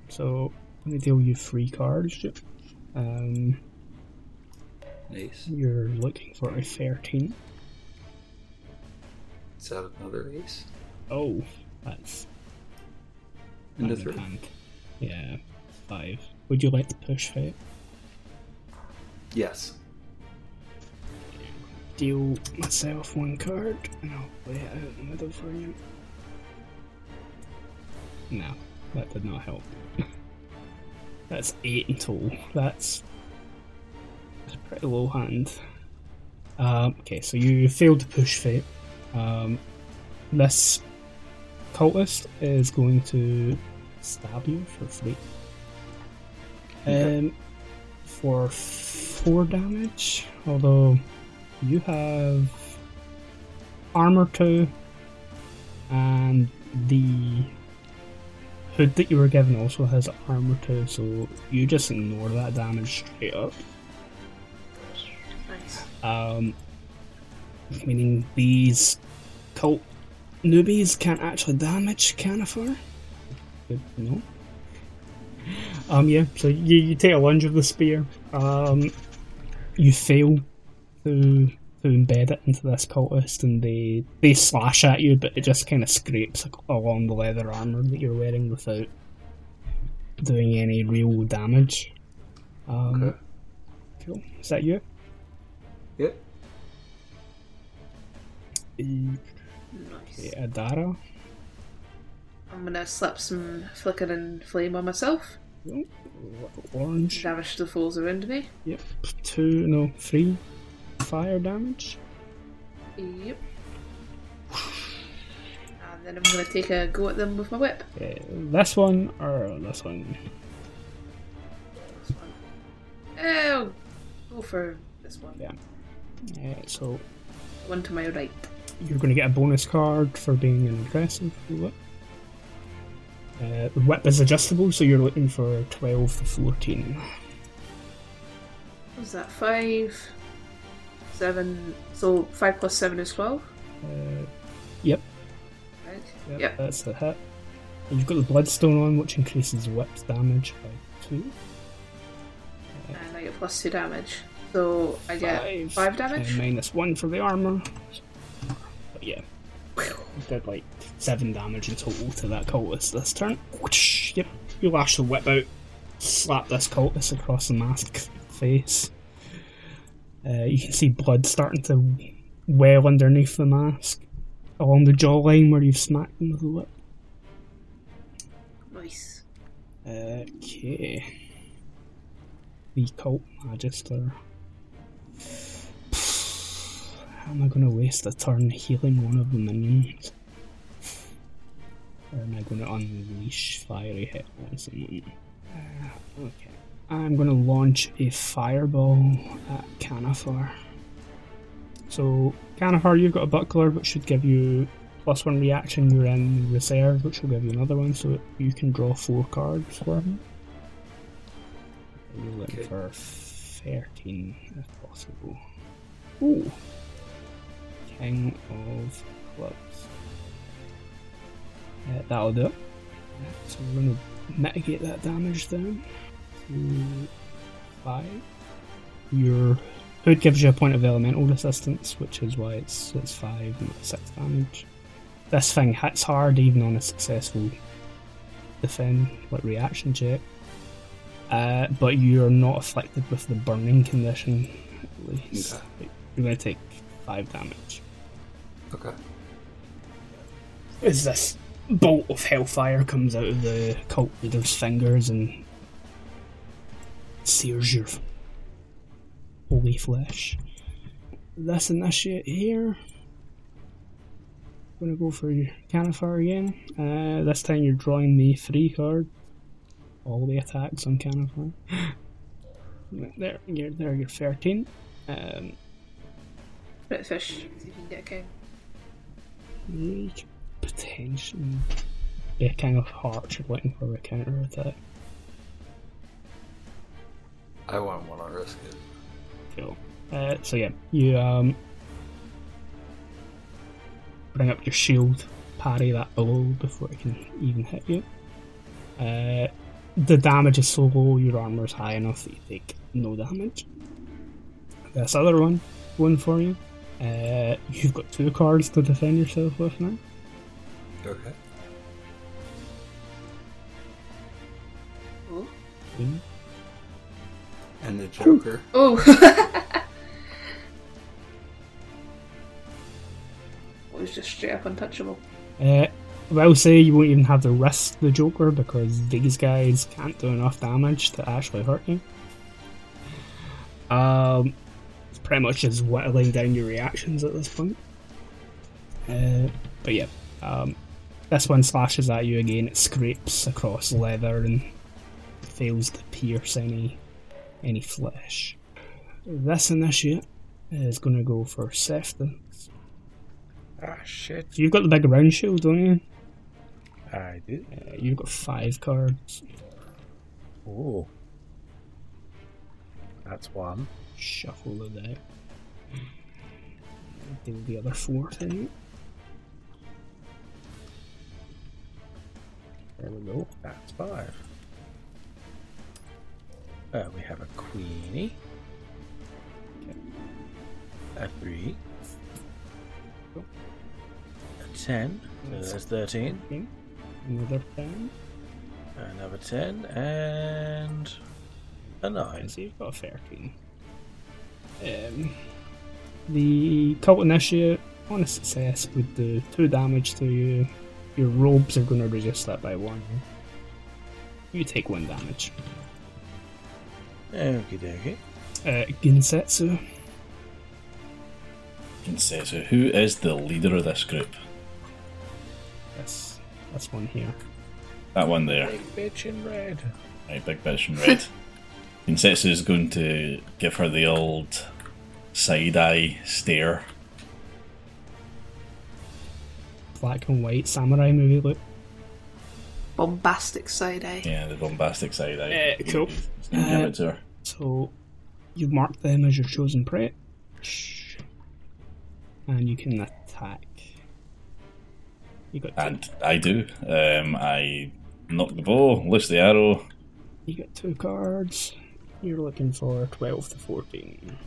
[SPEAKER 2] So let me deal you three cards. Um,
[SPEAKER 5] Ace.
[SPEAKER 2] you're looking for a 13.
[SPEAKER 5] Is that another ace?
[SPEAKER 2] Oh, that's
[SPEAKER 5] Into
[SPEAKER 2] not in
[SPEAKER 5] three.
[SPEAKER 2] hand. Yeah, five. Would you like to push out?
[SPEAKER 5] Yes.
[SPEAKER 2] Deal myself one card, and I'll play it out in the middle for you. No, that did not help. That's eight in total. That's that's a pretty low hand. Um, okay, so you failed to push fate. Um, this cultist is going to stab you for three. Um, for four damage, although you have armor two and the hood that you were given also has armor two, so you just ignore that damage straight up.
[SPEAKER 4] Nice.
[SPEAKER 2] Um, meaning these cult newbies can't actually damage Canifar. Good to know. Um, yeah, so you, you take a lunge of the spear. Um, you fail to to embed it into this cultist, and they they slash at you, but it just kind of scrapes ac- along the leather armor that you're wearing without doing any real damage. Um,
[SPEAKER 5] Okay.
[SPEAKER 2] Cool. Is that you?
[SPEAKER 5] Yep.
[SPEAKER 4] Nice.
[SPEAKER 2] Okay, Adara.
[SPEAKER 4] I'm gonna slap some flickering flame on myself.
[SPEAKER 2] Oh, Orange.
[SPEAKER 4] Damage the fools around me.
[SPEAKER 2] Yep. Two, no, three fire damage.
[SPEAKER 4] Yep. And then I'm gonna take a go at them with my whip.
[SPEAKER 2] Uh, this one or this one?
[SPEAKER 4] This one. Oh, go for this one.
[SPEAKER 2] Yeah. Uh, so
[SPEAKER 4] One to my right.
[SPEAKER 2] you're going to get a bonus card for being an aggressive. Whip. Uh, the whip is adjustable, so you're looking for 12 to 14.
[SPEAKER 4] Was that five? Seven. So five plus seven is twelve.
[SPEAKER 2] Uh, yep,
[SPEAKER 4] Right.
[SPEAKER 2] yep,
[SPEAKER 4] Yep.
[SPEAKER 2] that's the hit. And you've got the bloodstone on, which increases whip's damage by 2.
[SPEAKER 4] And I get plus two damage. So I get five,
[SPEAKER 2] and
[SPEAKER 4] damage.
[SPEAKER 2] minus one for the armor. But yeah, you did like seven damage in total to that cultist this turn. Whoosh, Yep, you lash the whip out, slap this cultist across the masked face. Uh, you can see blood starting to well underneath the mask, along the jawline where you've smacked him with the whip.
[SPEAKER 4] Nice.
[SPEAKER 2] Okay. The cult magister. How am I going to waste a turn healing one of the minions? Or am I going to unleash fiery hit on someone? Uh, okay. I'm going to launch a fireball at Canifar. So, Canifar, you've got a buckler, which should give you plus one reaction. You're in reserve, which will give you another one, so you can draw four cards for him. And You're looking
[SPEAKER 5] Okay.
[SPEAKER 2] for 13, if possible. Ooh! King of Clubs. Yeah, that'll do it. Yeah, So we're going to mitigate that damage down to 5. Your hood gives you a point of elemental resistance, which is why it's it's five and not six damage. This thing hits hard even on a successful defend like reaction check. Uh, but you're not afflicted with the burning condition at least.
[SPEAKER 5] Okay.
[SPEAKER 2] Like, You're gonna take five damage.
[SPEAKER 5] Okay.
[SPEAKER 2] As this bolt of hellfire comes out of the cult leader's fingers and sears your holy flesh. This initiate here. gonna go for your Canifar again. Uh, this time you're drawing the three card. All the attacks on Canifar. there, you're, there you're 13. Um,
[SPEAKER 4] Bit of fish. See if you can get a king.
[SPEAKER 2] You could potentially be a king of hearts you're waiting for a counter attack.
[SPEAKER 5] I wouldn't want to risk it.
[SPEAKER 2] Cool. Uh, so yeah, you um bring up your shield, parry that blow before it can even hit you. Uh, the damage is so low, your armor is high enough that you take no damage. This other one, one for you. Uh, you've got two cards to defend yourself with now.
[SPEAKER 5] Okay.
[SPEAKER 4] Cool.
[SPEAKER 2] Mm.
[SPEAKER 5] And the Joker.
[SPEAKER 4] Oh. Always just straight up untouchable.
[SPEAKER 2] Uh, well, say you won't even have to risk the Joker because these guys can't do enough damage to actually hurt you. Um, it's pretty much just whittling down your reactions at this point. Uh, but yeah, um, this one slashes at you again. It scrapes across leather and fails to pierce any any flesh. This initiate is going to go for Sefton.
[SPEAKER 1] Ah, shit.
[SPEAKER 2] So you've got the big round shield, don't you?
[SPEAKER 1] I do.
[SPEAKER 2] Uh, you've got five cards.
[SPEAKER 1] Ooh. That's one.
[SPEAKER 2] Shuffle it out. Do the other four to you.
[SPEAKER 1] There we go. That's five. Uh, we have a queenie. A three.
[SPEAKER 2] Cool.
[SPEAKER 1] A ten. So
[SPEAKER 2] Nice.
[SPEAKER 1] there's thirteen.
[SPEAKER 2] Okay. Another ten.
[SPEAKER 1] Another ten. And a nine.
[SPEAKER 2] Alright, so you've got a 13. Um, the cult initiate on a success would do two damage to you. Your robes are going to reduce that by one. You take one damage.
[SPEAKER 1] Okie dokie.
[SPEAKER 2] Uh, Ginsetsu,
[SPEAKER 3] Kinsetsu, who is the leader of this group?
[SPEAKER 2] that's that's one here.
[SPEAKER 3] That one there.
[SPEAKER 1] Big bitch in red.
[SPEAKER 3] Right, big bitch in red. Kinsetsu is going to give her the old side eye stare.
[SPEAKER 2] Black and white samurai movie look.
[SPEAKER 4] Bombastic side eye.
[SPEAKER 3] Yeah, the bombastic side eye.
[SPEAKER 2] Eh, cool.
[SPEAKER 3] He's gonna give it to her.
[SPEAKER 2] So you mark them as your chosen prey, and you can attack. You got two,
[SPEAKER 3] And I do. Um, I knock the bow, loose the arrow.
[SPEAKER 2] You got two cards. You're looking for 12 to 14.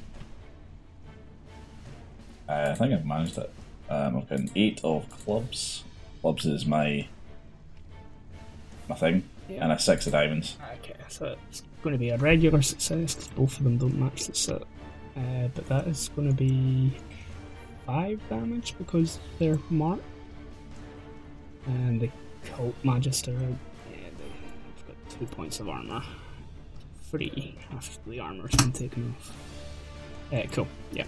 [SPEAKER 3] I think I've managed it. Um, I've got an eight of clubs. Clubs is my my thing,
[SPEAKER 2] Yeah.
[SPEAKER 3] and a six of diamonds.
[SPEAKER 2] Ah, Okay, so it's going to be a regular success 'cause both of them don't match the set. Uh, but that is going to be 5 damage because they're marked. And the Cult Magister, yeah, they've got 2 points of armour. 3 after the armour's been taken off. Uh, cool, yeah.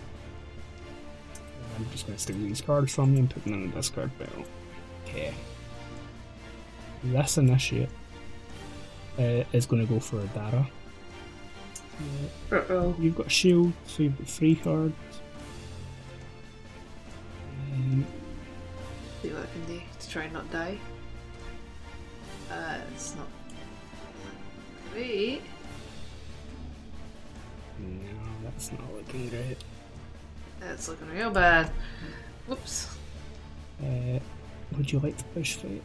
[SPEAKER 2] I'm just going to steal these cards from you and put them in the discard barrel. Okay. This initiate uh, is going to go for a Dara.
[SPEAKER 4] Uh oh.
[SPEAKER 2] You've got a shield, so you've got three cards. Um,
[SPEAKER 4] See what I can do to try and not die. Uh, it's not great.
[SPEAKER 2] no, that's not looking great.
[SPEAKER 4] That's looking real bad. Whoops.
[SPEAKER 2] Uh, would you like to push fate?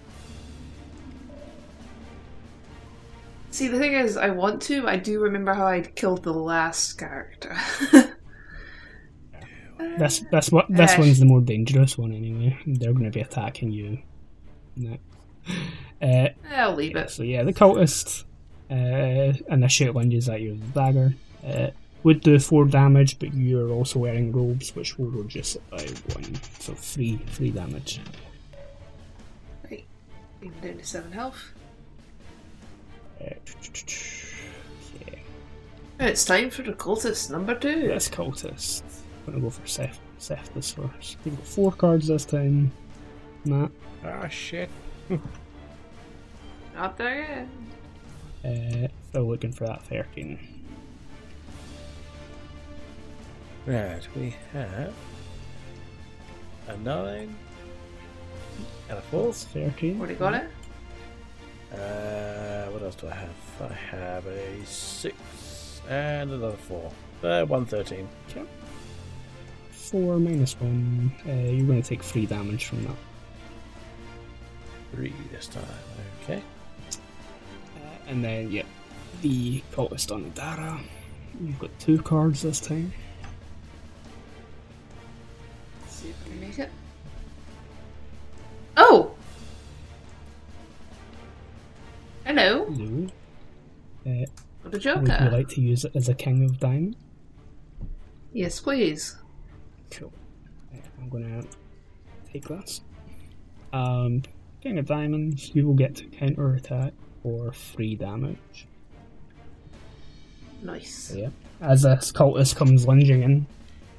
[SPEAKER 4] See, the thing is, I want to, but I do remember how I'd killed the last character.
[SPEAKER 2] That's that's what this
[SPEAKER 4] Uh,
[SPEAKER 2] one's the more dangerous one anyway. They're going to be attacking you next. Uh,
[SPEAKER 4] I'll leave
[SPEAKER 2] yeah,
[SPEAKER 4] it.
[SPEAKER 2] so yeah, the cultist uh, initiate lunges at you with the dagger. Uh, would do four damage, but you're also wearing robes, which will reduce it by one, so three, three damage.
[SPEAKER 4] Right. Even down to 7 health.
[SPEAKER 2] Uh, Okay.
[SPEAKER 4] And it's time for the cultist number 2.
[SPEAKER 2] This cultist. I'm gonna go for Seth. Seth this first. You've got four cards this time, Matt.
[SPEAKER 1] Ah, shit.
[SPEAKER 4] Not there yet.
[SPEAKER 2] Uh, still looking for that 13.
[SPEAKER 1] Right, we have a nine and a four.
[SPEAKER 2] That's 13.
[SPEAKER 4] Already got it?
[SPEAKER 1] Uh, what else do I have? I have a six and another four. Uh, one thirteen.
[SPEAKER 2] Okay. Four minus one. Uh, you're gonna take three damage from that.
[SPEAKER 1] Three this time. Okay.
[SPEAKER 2] Uh, and then, yep, the cultist on the Dara You've got two cards this time.
[SPEAKER 4] Let's see if I can make it. Oh! Hello,
[SPEAKER 2] No. Uh,
[SPEAKER 4] what a
[SPEAKER 2] would you
[SPEAKER 4] joker.
[SPEAKER 2] like to use it as a king of diamond?
[SPEAKER 4] Yes, please.
[SPEAKER 2] Cool. Yeah, I'm gonna take this. Um, King of Diamonds, you will get to counter attack for three damage.
[SPEAKER 4] Nice.
[SPEAKER 2] Yeah. As this cultist comes lunging in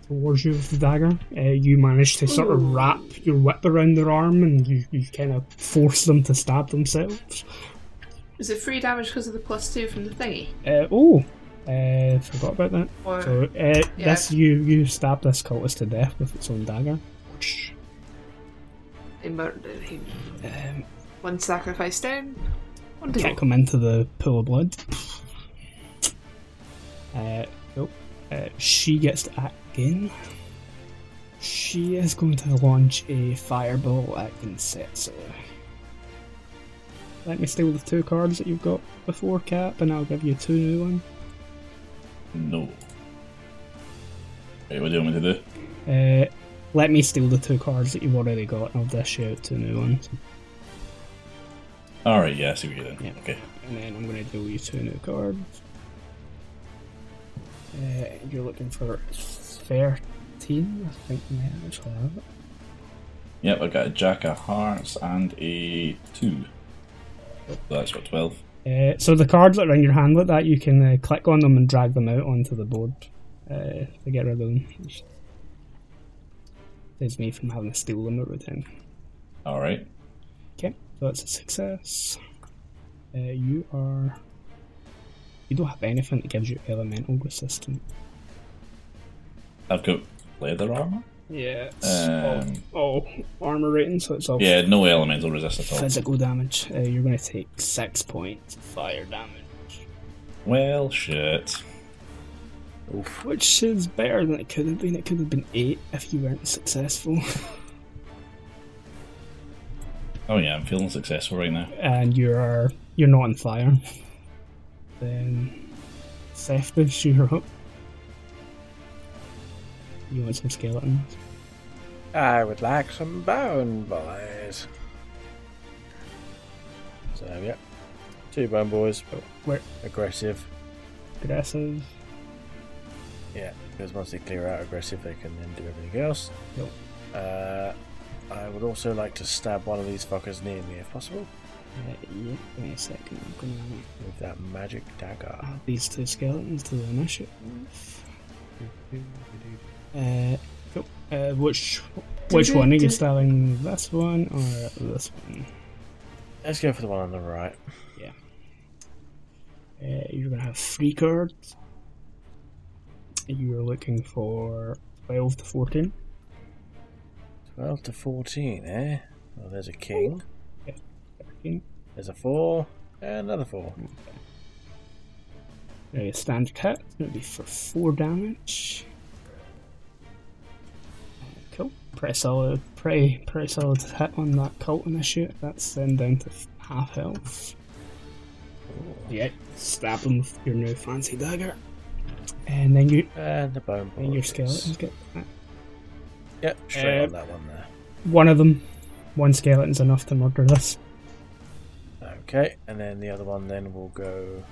[SPEAKER 2] towards you with the dagger, uh, you manage to sort of
[SPEAKER 4] Ooh.
[SPEAKER 2] wrap your whip around their arm and you, you kind of force them to stab themselves.
[SPEAKER 4] Is it free damage because of the plus two from the thingy?
[SPEAKER 2] Uh, oh, uh, forgot about that.
[SPEAKER 4] Or
[SPEAKER 2] So uh, this you you stab this cultist to death with its own dagger.
[SPEAKER 4] he murdered him?
[SPEAKER 2] Um,
[SPEAKER 4] One sacrifice down. One to
[SPEAKER 2] Can't
[SPEAKER 4] go.
[SPEAKER 2] come into the pool of blood. Uh, nope. Uh, she gets to act again. She is going to launch a fireball at Insetsu. Let me steal the two cards that you've got before, Cap, and I'll give you two new ones.
[SPEAKER 3] No. Wait, what do you want me to do?
[SPEAKER 2] Uh, let me steal the two cards that you've already got, and I'll dish you out two new ones.
[SPEAKER 3] Alright, yeah, I see what you're doing.
[SPEAKER 2] Yeah.
[SPEAKER 3] Okay.
[SPEAKER 2] And then I'm going to deal you two new cards. Uh, you're looking for 13, I think we might actually have it.
[SPEAKER 3] Yep, I got a Jack of Hearts and a 2. So that's got 12.
[SPEAKER 2] Uh, so the cards that are in your hand like that, you can uh, click on them and drag them out onto the board uh, to get rid of them. Just saves me from having to steal them every time.
[SPEAKER 3] Alright.
[SPEAKER 2] Okay, so that's a success. Uh, you are. You don't have anything that gives you elemental resistance.
[SPEAKER 3] I've got leather armor?
[SPEAKER 2] Yeah, it's
[SPEAKER 3] Um,
[SPEAKER 2] all, all armor rating, so it's all
[SPEAKER 3] yeah, no elemental resist at all.
[SPEAKER 2] physical damage. Uh, you're going to take six points of fire damage,
[SPEAKER 3] Well, shit.
[SPEAKER 2] which is better than it could have been. It could have been eight if you weren't successful.
[SPEAKER 3] Oh yeah, I'm feeling successful right now.
[SPEAKER 2] and you're you're not on fire. Then Sefta, shoot her up. You want some skeletons?
[SPEAKER 1] I would like some bone boys. So yeah, two bone boys, but
[SPEAKER 2] Where
[SPEAKER 1] aggressive.
[SPEAKER 2] aggressive?
[SPEAKER 1] Yeah, because once they clear out aggressive, they can then do everything else.
[SPEAKER 2] Yep.
[SPEAKER 1] Uh, I would also like to stab one of these fuckers near me if possible
[SPEAKER 2] Uh, yeah, give me a second. I'm gonna
[SPEAKER 1] with that magic dagger.
[SPEAKER 2] add these two skeletons to the initiative. Uh, cool. Uh, which which one are you styling? This one or this one?
[SPEAKER 1] Let's go for the one on the right.
[SPEAKER 2] Uh, you're gonna have three cards. You're looking for twelve to fourteen.
[SPEAKER 1] 12 to 14, eh? Well, there's a king,
[SPEAKER 2] 13.
[SPEAKER 1] there's a 4, and another 4.
[SPEAKER 2] A standard hit. It's going to be for four damage. Uh, Cool. Pretty solid. Pretty pretty solid hit on that cult initiate. That's then down to f- half health. Yeah. Stab him with your new fancy dagger. And then you
[SPEAKER 1] And the bone boys.
[SPEAKER 2] and your skeletons get back.
[SPEAKER 1] Yep, straight
[SPEAKER 2] Uh,
[SPEAKER 1] on that one there.
[SPEAKER 2] one of them. One skeleton's enough to murder this.
[SPEAKER 1] Okay, and then the other one then will go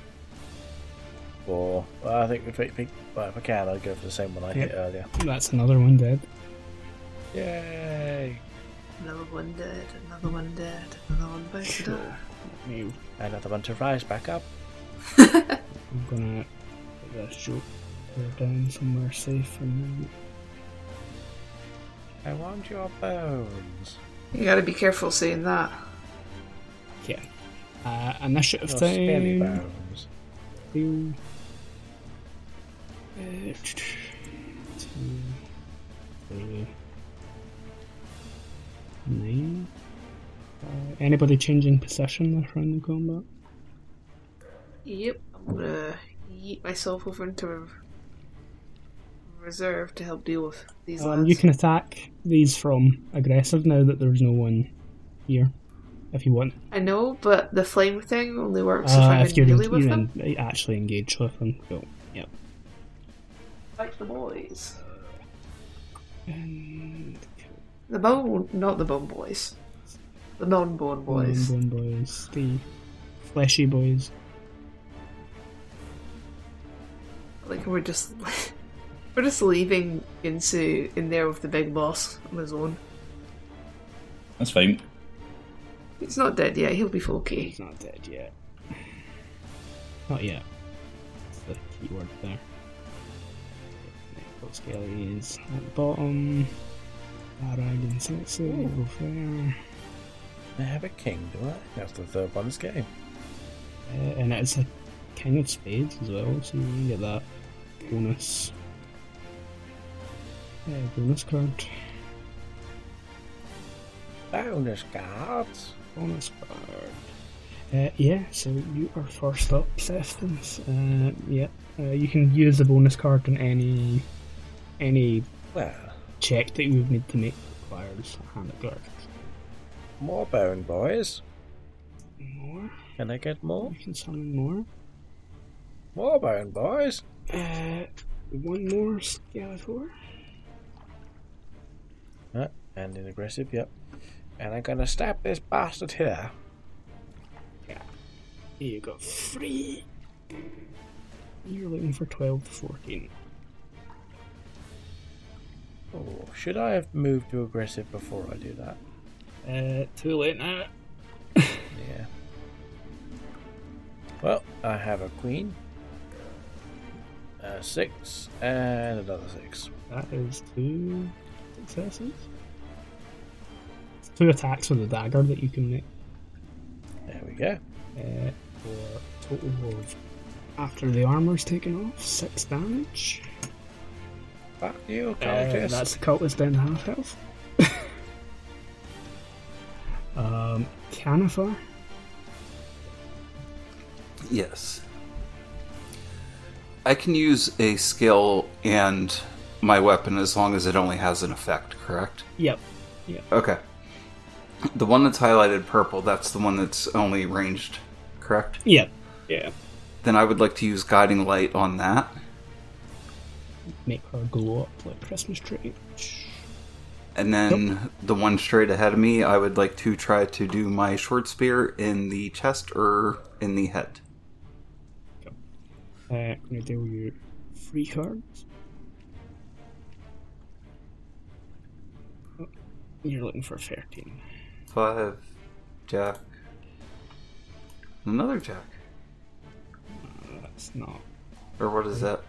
[SPEAKER 1] for. Well, I think if, I- if, well, if I can, I'll go for the same one I
[SPEAKER 2] Yep.
[SPEAKER 1] hit earlier.
[SPEAKER 2] That's another one dead.
[SPEAKER 1] Yay!
[SPEAKER 4] Another one dead, another one dead, another one both dead.
[SPEAKER 2] Let me
[SPEAKER 1] Another one to rise back up.
[SPEAKER 2] I'm gonna put this joke down somewhere safe and
[SPEAKER 1] I want your bones.
[SPEAKER 4] You gotta be careful saying that.
[SPEAKER 2] yeah. Uh, initiative
[SPEAKER 1] Your skinny
[SPEAKER 2] time.
[SPEAKER 1] bones.
[SPEAKER 2] Deal. Uh, two, three, nine. Uh, anybody changing possession this round of combat?
[SPEAKER 4] Yep, I'm gonna yeet myself over into re- reserve to help deal with these
[SPEAKER 2] Um,
[SPEAKER 4] lads.
[SPEAKER 2] you can attack these from aggressive now that there's no one here. If you want,
[SPEAKER 4] I know, but the flame thing only works if
[SPEAKER 2] Uh,
[SPEAKER 4] I'm
[SPEAKER 2] if you're, uh,
[SPEAKER 4] in melee
[SPEAKER 2] en-
[SPEAKER 4] with
[SPEAKER 2] you're
[SPEAKER 4] them.
[SPEAKER 2] en- actually engaged with them, cool. Yep.
[SPEAKER 4] Like the boys. The bone, not the bone boys. The non-born boys.
[SPEAKER 2] Bone boys. The fleshy boys.
[SPEAKER 4] Like we're just, we're just leaving Ginsu in there with the big boss on his own.
[SPEAKER 3] That's fine.
[SPEAKER 4] He's not dead yet. He'll be okay.
[SPEAKER 2] He's not dead yet. Not yet. That's the key word there. Necro Skelly is at the bottom. Dragon Sexy, go there.
[SPEAKER 1] I have a king, do I? That's the third one this game.
[SPEAKER 2] Uh, and it's a King of Spades as well, so you can get that bonus. Yeah, bonus card.
[SPEAKER 1] Bonus cards.
[SPEAKER 2] Bonus card. Uh, yeah, so you are first up, Sefton's. Uh, yeah, uh, you can use the bonus card on any any
[SPEAKER 1] Well,
[SPEAKER 2] check that you would need to make requires a hand guard.
[SPEAKER 1] more bone boys.
[SPEAKER 2] More?
[SPEAKER 1] Can I get more?
[SPEAKER 2] You can summon more.
[SPEAKER 1] More bone boys.
[SPEAKER 2] Uh, one more Skeletor.
[SPEAKER 1] Uh, and in aggressive, yep. And I'm gonna stab this bastard here.
[SPEAKER 2] You got three. You're looking for 12 to 14.
[SPEAKER 1] Oh, should I have moved to aggressive before I do that?
[SPEAKER 2] Uh, too late now.
[SPEAKER 1] Yeah. Well, I have a queen. A six and another six.
[SPEAKER 2] That is two successes. It's two attacks with a dagger that you can make.
[SPEAKER 1] There we go.
[SPEAKER 2] Uh, for a total of, after the armor's taken off, six damage.
[SPEAKER 1] Fuck you,
[SPEAKER 2] Uh,
[SPEAKER 1] cultist.
[SPEAKER 2] that's the cultist down to half health. um, Canifer.
[SPEAKER 5] Yes. I can use a skill and my weapon as long as it only has an effect, correct?
[SPEAKER 2] Yep.
[SPEAKER 5] Okay. The one that's highlighted purple, that's the one that's only ranged, correct?
[SPEAKER 2] Yep. Yeah.
[SPEAKER 5] Then I would like to use Guiding Light on that.
[SPEAKER 2] Make her glow up like Christmas tree.
[SPEAKER 5] And then the one straight ahead of me, I would like to try to do my short spear in the chest or in the head.
[SPEAKER 2] Uh, I'm gonna deal you three cards. Oh, You're looking for 13.
[SPEAKER 5] Five, jack, another jack.
[SPEAKER 2] That's not.
[SPEAKER 5] Or what is that?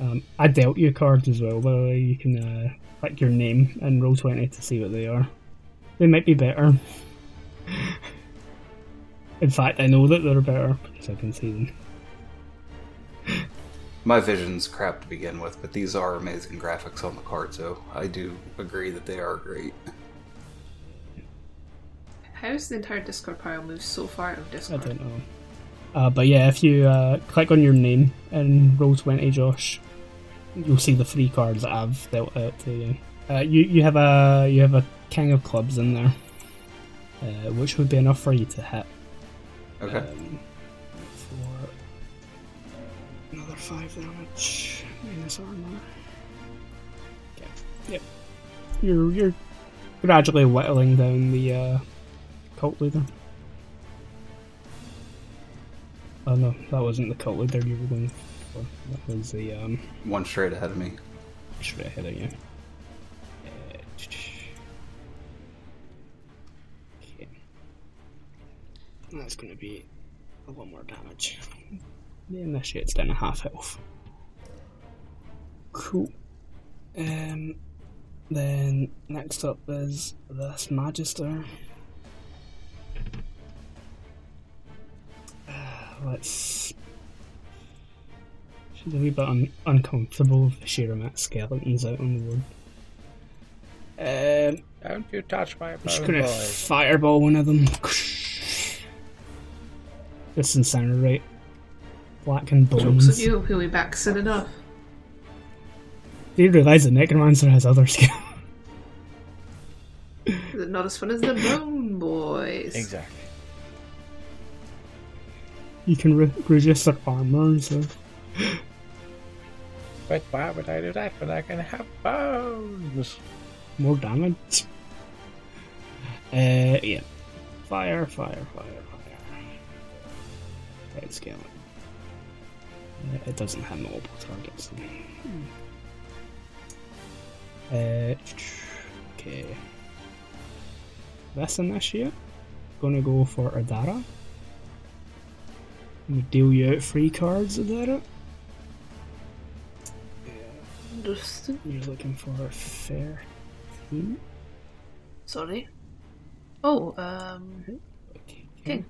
[SPEAKER 2] Um, I dealt you cards as well, by the way. You can uh, click your name and roll 20 to see what they are. They might be better. In fact, I know that they're better because I can see them.
[SPEAKER 5] My vision's crap to begin with, but these are amazing graphics on the card, so I do agree that they are great.
[SPEAKER 4] How's the entire Discord pile moved so far out of
[SPEAKER 2] I
[SPEAKER 4] Discord?
[SPEAKER 2] don't know. Uh, but yeah, if you uh, click on your name and roll 20, Josh, you'll see the three cards that I've dealt out to you. Uh, you you have a you have a king of clubs in there, uh, which would be enough for you to hit.
[SPEAKER 5] Okay.
[SPEAKER 2] Um, for another five damage minus armor. Yep. Yep. You're you're gradually whittling down the uh, cult leader. Oh no, that wasn't the cult leader you were going for. That was the um
[SPEAKER 5] One straight ahead of me.
[SPEAKER 2] straight ahead of you. Uh, Okay. That's gonna be a lot more damage. Then this shit's down to half health. Cool. Um then next up is this Magister. Uh, let's She's a wee bit un- uncomfortable with the sheer amount of skeletons out on the wood. Um,
[SPEAKER 1] Don't you touch my
[SPEAKER 2] I'm just
[SPEAKER 1] bone
[SPEAKER 2] gonna
[SPEAKER 1] boys.
[SPEAKER 2] fireball one of them. this incinerate. Black and
[SPEAKER 4] Jokes on
[SPEAKER 2] bones. Do
[SPEAKER 4] you, he'll be back soon enough.
[SPEAKER 2] you realise the necromancer has other skills?
[SPEAKER 4] Is it not as fun as the Bone Boys?
[SPEAKER 1] Exactly.
[SPEAKER 2] You can re- reduce their armor and stuff.
[SPEAKER 1] But why would I do that when I can have bones?
[SPEAKER 2] More damage. Uh, yeah. Fire, fire, fire, fire. Let's scale it. Uh, It doesn't have multiple targets. Uh, okay. This initiate. Gonna go for Adara. Gonna deal you out three cards, Adara.
[SPEAKER 4] Understood.
[SPEAKER 2] You're looking for a 13.
[SPEAKER 4] Sorry. Oh, um,
[SPEAKER 2] Okay.
[SPEAKER 4] king.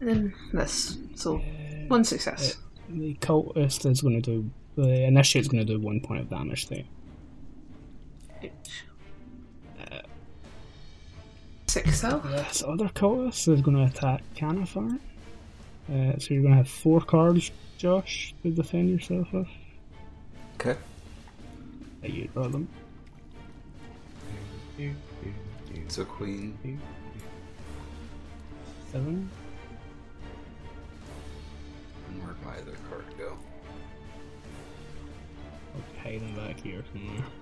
[SPEAKER 4] And then this. So,
[SPEAKER 2] Uh,
[SPEAKER 4] one success.
[SPEAKER 2] The cultist is going to do. The initiate's going to do one point of damage there.
[SPEAKER 4] Six health.
[SPEAKER 2] This other cultist is going to attack Canifar. Uh, so you're going to have four cards, Josh, to defend yourself with.
[SPEAKER 5] Okay.
[SPEAKER 2] Uh, you draw them.
[SPEAKER 5] So queen.
[SPEAKER 2] Seven.
[SPEAKER 5] And where'd my other card go?
[SPEAKER 2] Okay, hiding back here somewhere.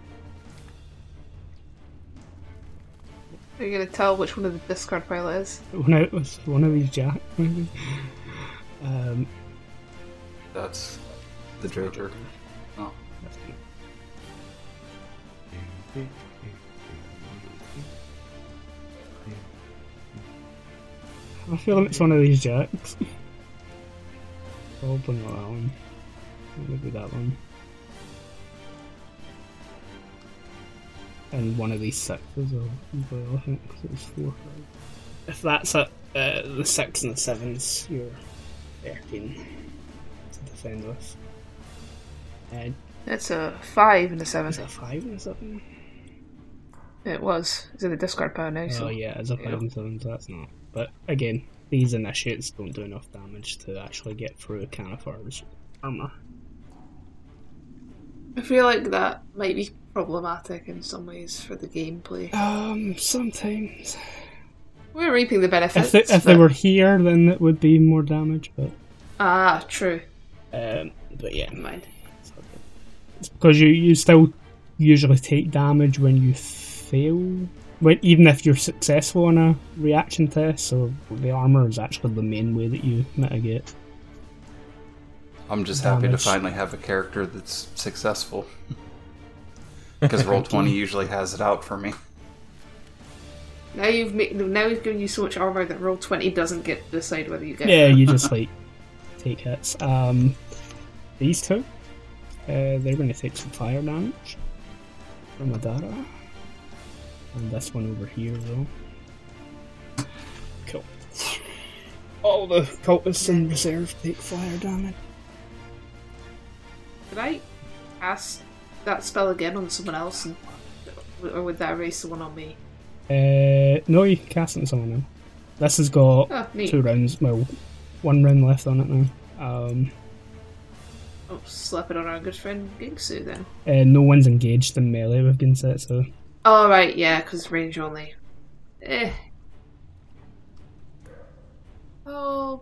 [SPEAKER 4] Are you gonna tell which one of the discard pile it is?
[SPEAKER 2] One, out was one of these jacks, maybe. Um,
[SPEAKER 5] That's the Joker. Oh,
[SPEAKER 2] that's good. I have a feeling it's one of these jacks. Probably not that one. Maybe that one. And one of these sixes or well, I think 'cause it was four. If that's a, uh, the six and the sevens, you're 13 to defend with. Uh,
[SPEAKER 4] It's a five and a seven.
[SPEAKER 2] is it a five and a seven?
[SPEAKER 4] It was. It's in the discard pile now. So
[SPEAKER 2] Oh yeah, it's a
[SPEAKER 4] yeah.
[SPEAKER 2] five and seven, so that's not. But again, these initiates don't do enough damage to actually get through Canifar's armor.
[SPEAKER 4] I feel like that might be problematic in some ways for the gameplay.
[SPEAKER 2] Um, sometimes
[SPEAKER 4] We're reaping the
[SPEAKER 2] if
[SPEAKER 4] benefits.
[SPEAKER 2] they, if they
[SPEAKER 4] but-
[SPEAKER 2] were here, then it would be more damage. But
[SPEAKER 4] Ah, true.
[SPEAKER 2] um, but yeah,
[SPEAKER 4] Never mind.
[SPEAKER 2] it's okay. It's because you you still usually take damage when you fail. When, even if you're successful on a reaction test, so the armor is actually the main way that you mitigate.
[SPEAKER 5] I'm just happy
[SPEAKER 2] Damage.
[SPEAKER 5] to finally have a character that's successful. Because roll twenty usually has it out for me.
[SPEAKER 4] Now you've made, now we've given you so much armor that roll twenty doesn't get to decide whether you get.
[SPEAKER 2] yeah, you just like take hits. Um, these two, uh, they're going to take some fire damage from Adara, and this one over here though. Cool. All the cultists in reserve take fire damage.
[SPEAKER 4] Did I cast that spell again on someone else, and, or would that erase the one on me?
[SPEAKER 2] Uh, no, you can cast it on someone now. This has got
[SPEAKER 4] Oh, neat.
[SPEAKER 2] two rounds. Well, one round left on it now. Um,
[SPEAKER 4] Oh, slap it on our good friend Gingsu then.
[SPEAKER 2] and uh, no one's engaged in melee with Ginsetsu.
[SPEAKER 4] All right, yeah, because range only. Eh. Oh.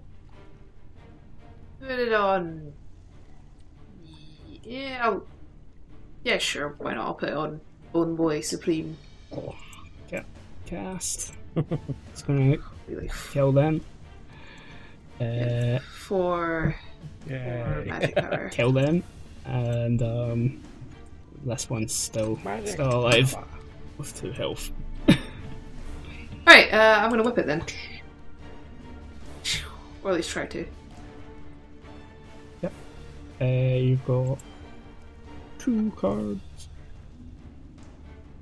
[SPEAKER 4] Put it on. Yeah. I'll... Yeah, sure. Why not? I'll put it on Bone Boy Supreme.
[SPEAKER 2] Ca- cast. it's gonna
[SPEAKER 4] Be like f-
[SPEAKER 2] kill them. Uh,
[SPEAKER 4] four, four magic power.
[SPEAKER 2] kill them, and um, this one's still
[SPEAKER 1] Magic
[SPEAKER 2] still alive with two health.
[SPEAKER 4] All right. Uh, I'm gonna whip it then. Or at least try to.
[SPEAKER 2] Uh, you've got two cards.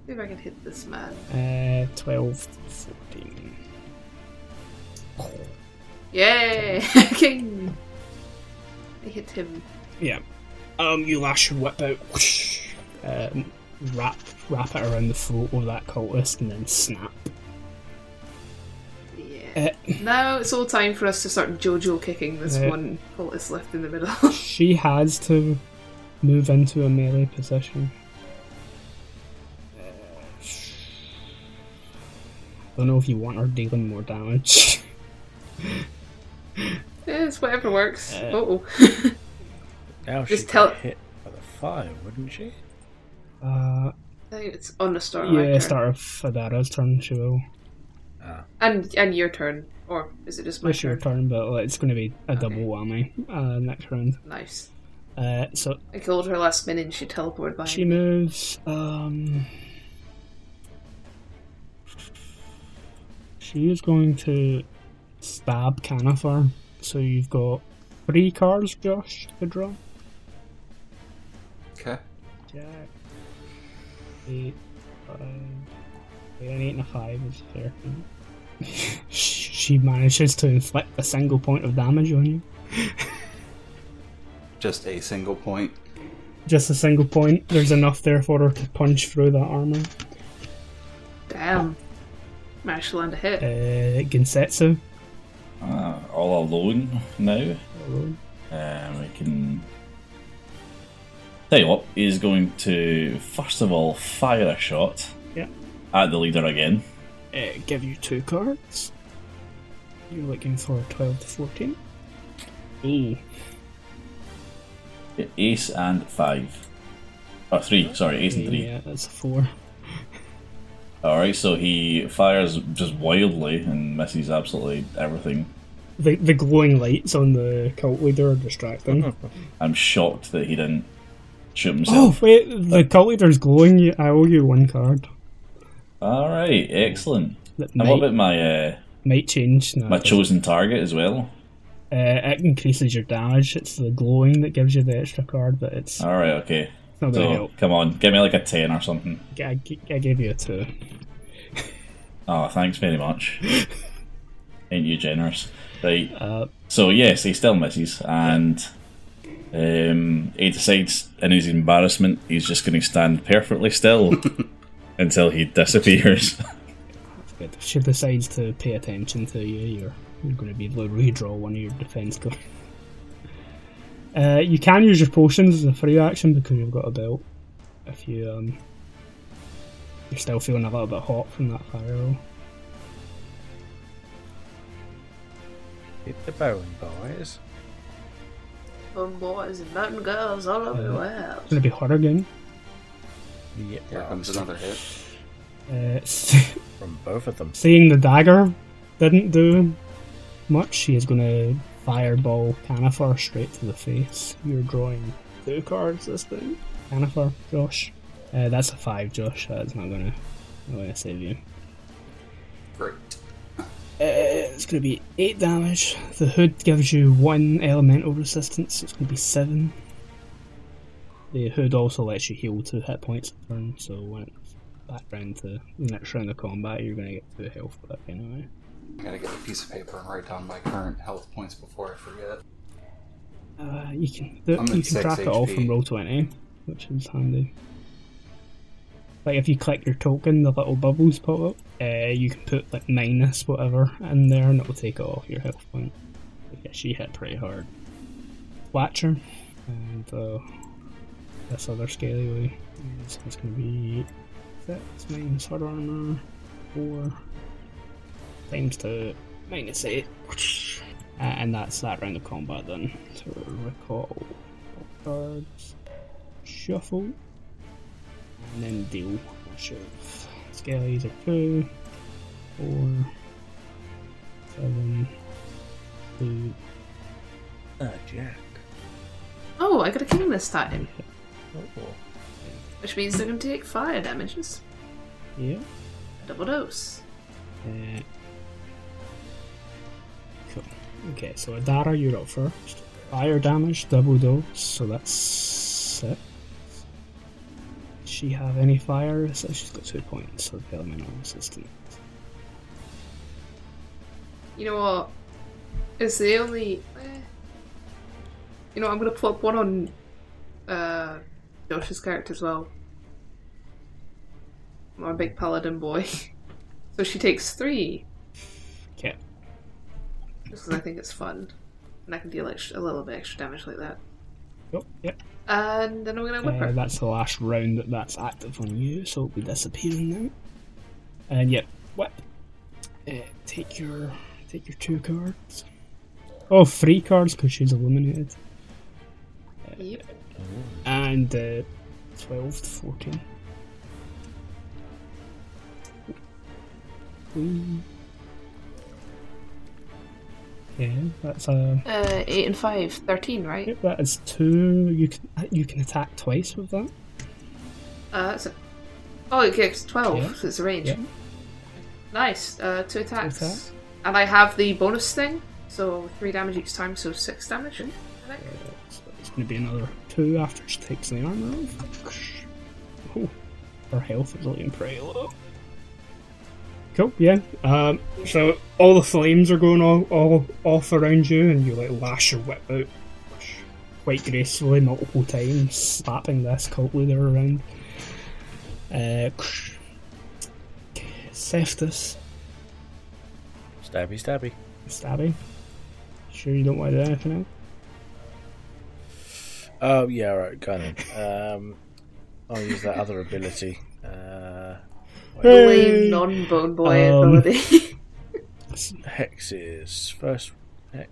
[SPEAKER 4] See if I can hit this man.
[SPEAKER 2] Uh, 12, 14.
[SPEAKER 4] Yay! King. I hit him.
[SPEAKER 2] Yeah. Um, you lash your whip out, whoosh, um, wrap wrap it around the throat of that cultist, and then snap.
[SPEAKER 4] Yeah.
[SPEAKER 2] Uh,
[SPEAKER 4] Now it's all time for us to start JoJo kicking this
[SPEAKER 2] Yeah.
[SPEAKER 4] one cultist left in the middle.
[SPEAKER 2] She has to move into a melee position. Don't know if you want her dealing more damage.
[SPEAKER 4] it's whatever works.
[SPEAKER 2] Uh,
[SPEAKER 4] oh.
[SPEAKER 1] Now she
[SPEAKER 4] Just
[SPEAKER 1] got
[SPEAKER 4] tell-
[SPEAKER 1] hit by the fire, wouldn't she?
[SPEAKER 2] Uh,
[SPEAKER 4] I think it's on the start. of my
[SPEAKER 2] yeah,
[SPEAKER 4] turn.
[SPEAKER 2] start of Fadara's turn, she will.
[SPEAKER 4] And and your turn, or is it just my
[SPEAKER 2] It's your turn,
[SPEAKER 4] turn?
[SPEAKER 2] but like, it's going to be a
[SPEAKER 4] Okay.
[SPEAKER 2] double whammy uh, next round.
[SPEAKER 4] Nice.
[SPEAKER 2] Uh, so
[SPEAKER 4] I killed her last minute, and she teleported by.
[SPEAKER 2] She moves. Um, she is going to stab Canifer. So you've got three cards, Josh, to draw.
[SPEAKER 5] Okay.
[SPEAKER 2] Jack. Eight, five. yeah, An eight and a five is fair. she manages to inflict a single point of damage on you.
[SPEAKER 5] Just a single point.
[SPEAKER 2] Just a single point. There's enough there for her to punch through that armor.
[SPEAKER 4] Damn. Managed to land a hit.
[SPEAKER 2] Uh, Gensetsu.
[SPEAKER 3] Uh, all alone now.
[SPEAKER 2] roll.
[SPEAKER 3] Um, we can. Tell you what, he's going to first of all fire a shot
[SPEAKER 2] Yeah.
[SPEAKER 3] at the leader again.
[SPEAKER 2] uh, give you two cards. You're looking for 12 to 14. Ooh.
[SPEAKER 3] Ace and five. Oh, three, sorry, ace and three.
[SPEAKER 2] Yeah, that's a 4.
[SPEAKER 3] Alright, so he fires just wildly and misses absolutely everything.
[SPEAKER 2] The, the glowing lights on the cult leader are distracting.
[SPEAKER 3] Uh-huh. I'm shocked that he didn't shoot
[SPEAKER 2] oh,
[SPEAKER 3] himself.
[SPEAKER 2] wait, the cult leader's glowing. You, I owe you one card. Oh!
[SPEAKER 3] Alright, excellent.
[SPEAKER 2] That
[SPEAKER 3] And what
[SPEAKER 2] might,
[SPEAKER 3] about my uh,
[SPEAKER 2] might change. No,
[SPEAKER 3] my
[SPEAKER 2] it doesn't.
[SPEAKER 3] chosen target as well?
[SPEAKER 2] uh, it increases your damage. It's the glowing that gives you the extra card, but it's
[SPEAKER 3] Alright, okay.
[SPEAKER 2] not going to
[SPEAKER 3] Uh, So
[SPEAKER 2] help.
[SPEAKER 3] come on, give me like a ten or something.
[SPEAKER 2] I, g- I gave you a 2.
[SPEAKER 3] Oh, thanks very much. Ain't you generous? Right.
[SPEAKER 2] Uh,
[SPEAKER 3] So yes, he still misses, and um, he decides, in his embarrassment, he's just going to stand perfectly still until he disappears.
[SPEAKER 2] Good. She decides to pay attention to you. You're, you're going to be able to redraw one of your defense cards. Uh, you can use your potions as a free action because you've got a belt. If you um, you're still feeling a little bit hot from that fire roll.
[SPEAKER 1] Hit the bow and boys.
[SPEAKER 4] Fun boys and mountain girls all over the
[SPEAKER 2] It's going
[SPEAKER 4] world.
[SPEAKER 2] to be hot again.
[SPEAKER 1] Yep.
[SPEAKER 2] Oh,
[SPEAKER 5] Here comes another hit.
[SPEAKER 2] Uh, s-
[SPEAKER 1] From both of them.
[SPEAKER 2] seeing the dagger didn't do much. She is going to fireball Canifer straight to the face. You're drawing two cards this thing. Canifer, Josh. Uh, that's a five, Josh. That's not going to. No way I save you.
[SPEAKER 5] Great.
[SPEAKER 2] Uh, it's going to be eight damage. The hood gives you one elemental resistance, so it's going to be seven. The hood also lets you heal two hit points a turn, so when it's back round to the next round of combat, you're going to get two health back anyway.
[SPEAKER 5] I gotta get a piece of paper and write down my current health points before I forget.
[SPEAKER 2] Uh, you can do,
[SPEAKER 5] I'm
[SPEAKER 2] you
[SPEAKER 5] at
[SPEAKER 2] can
[SPEAKER 5] 6
[SPEAKER 2] track it all
[SPEAKER 5] HP.
[SPEAKER 2] from roll twenty, which is handy. Like if you click your token, the little bubbles pop up. Uh, you can put like minus whatever in there, and it will take it off your health point. But yeah, she hit pretty hard. Watcher, and uh, this other scaly way. So it's gonna be six minus hard armor, four times two, minus eight. Uh, and that's that round of combat then. So recall cards, shuffle, and then deal. or Shove. Scale either two, four, seven, two.
[SPEAKER 1] Ah, Jack.
[SPEAKER 4] Oh, I got a king this time,
[SPEAKER 1] Oh.
[SPEAKER 4] which means they're gonna take fire damages.
[SPEAKER 2] Yeah.
[SPEAKER 4] Double dose.
[SPEAKER 2] Uh, cool. Okay, so Adara, you're up first. Fire damage, double dose, so that's six. Does she have any fire? So she's got two points of elemental resistance.
[SPEAKER 4] You know what? It's the only. eh. You know, I'm gonna plop one on uh, Josh's character as well. My big paladin boy. so she takes three,
[SPEAKER 2] Okay.
[SPEAKER 4] just 'cause I think it's fun. And I can deal extra, a little bit extra damage like that.
[SPEAKER 2] Cool. Yep.
[SPEAKER 4] And then I'm gonna whip
[SPEAKER 2] Uh,
[SPEAKER 4] her.
[SPEAKER 2] that's the last round that that's active on you, so it'll be disappearing now. And yep, whip. Uh, take your take your two cards. Oh, three cards because she's illuminated. Uh,
[SPEAKER 4] Yep.
[SPEAKER 2] and uh, 12 to 14. Mm. Yeah, that's a.
[SPEAKER 4] Uh, 8 and 5, 13, right?
[SPEAKER 2] Yep, that is two. You can you can attack twice with that.
[SPEAKER 4] Uh, that's a... Oh, it gets 12,
[SPEAKER 2] Yeah.
[SPEAKER 4] so it's a range.
[SPEAKER 2] Yeah.
[SPEAKER 4] Nice, uh, two attacks.
[SPEAKER 2] attacks.
[SPEAKER 4] And I have the bonus thing, so 3 damage each time, so 6 damage, I think.
[SPEAKER 2] So it's going to be another two after she takes the armor off. Oh, her health is looking pretty low. Cool, yeah. Um, so all the flames are going all, all off around you, and you like lash your whip out quite gracefully multiple times, slapping this cult leader around. Uh, Seftus,
[SPEAKER 1] Stabby, stabby.
[SPEAKER 2] stabby. Sure, you don't want to do anything else?
[SPEAKER 1] Oh yeah, right, gun. Um, I'll use that other ability. Uh,
[SPEAKER 4] The
[SPEAKER 2] Hey!
[SPEAKER 4] lame non bone boy
[SPEAKER 2] Um,
[SPEAKER 4] ability.
[SPEAKER 1] hexes first hex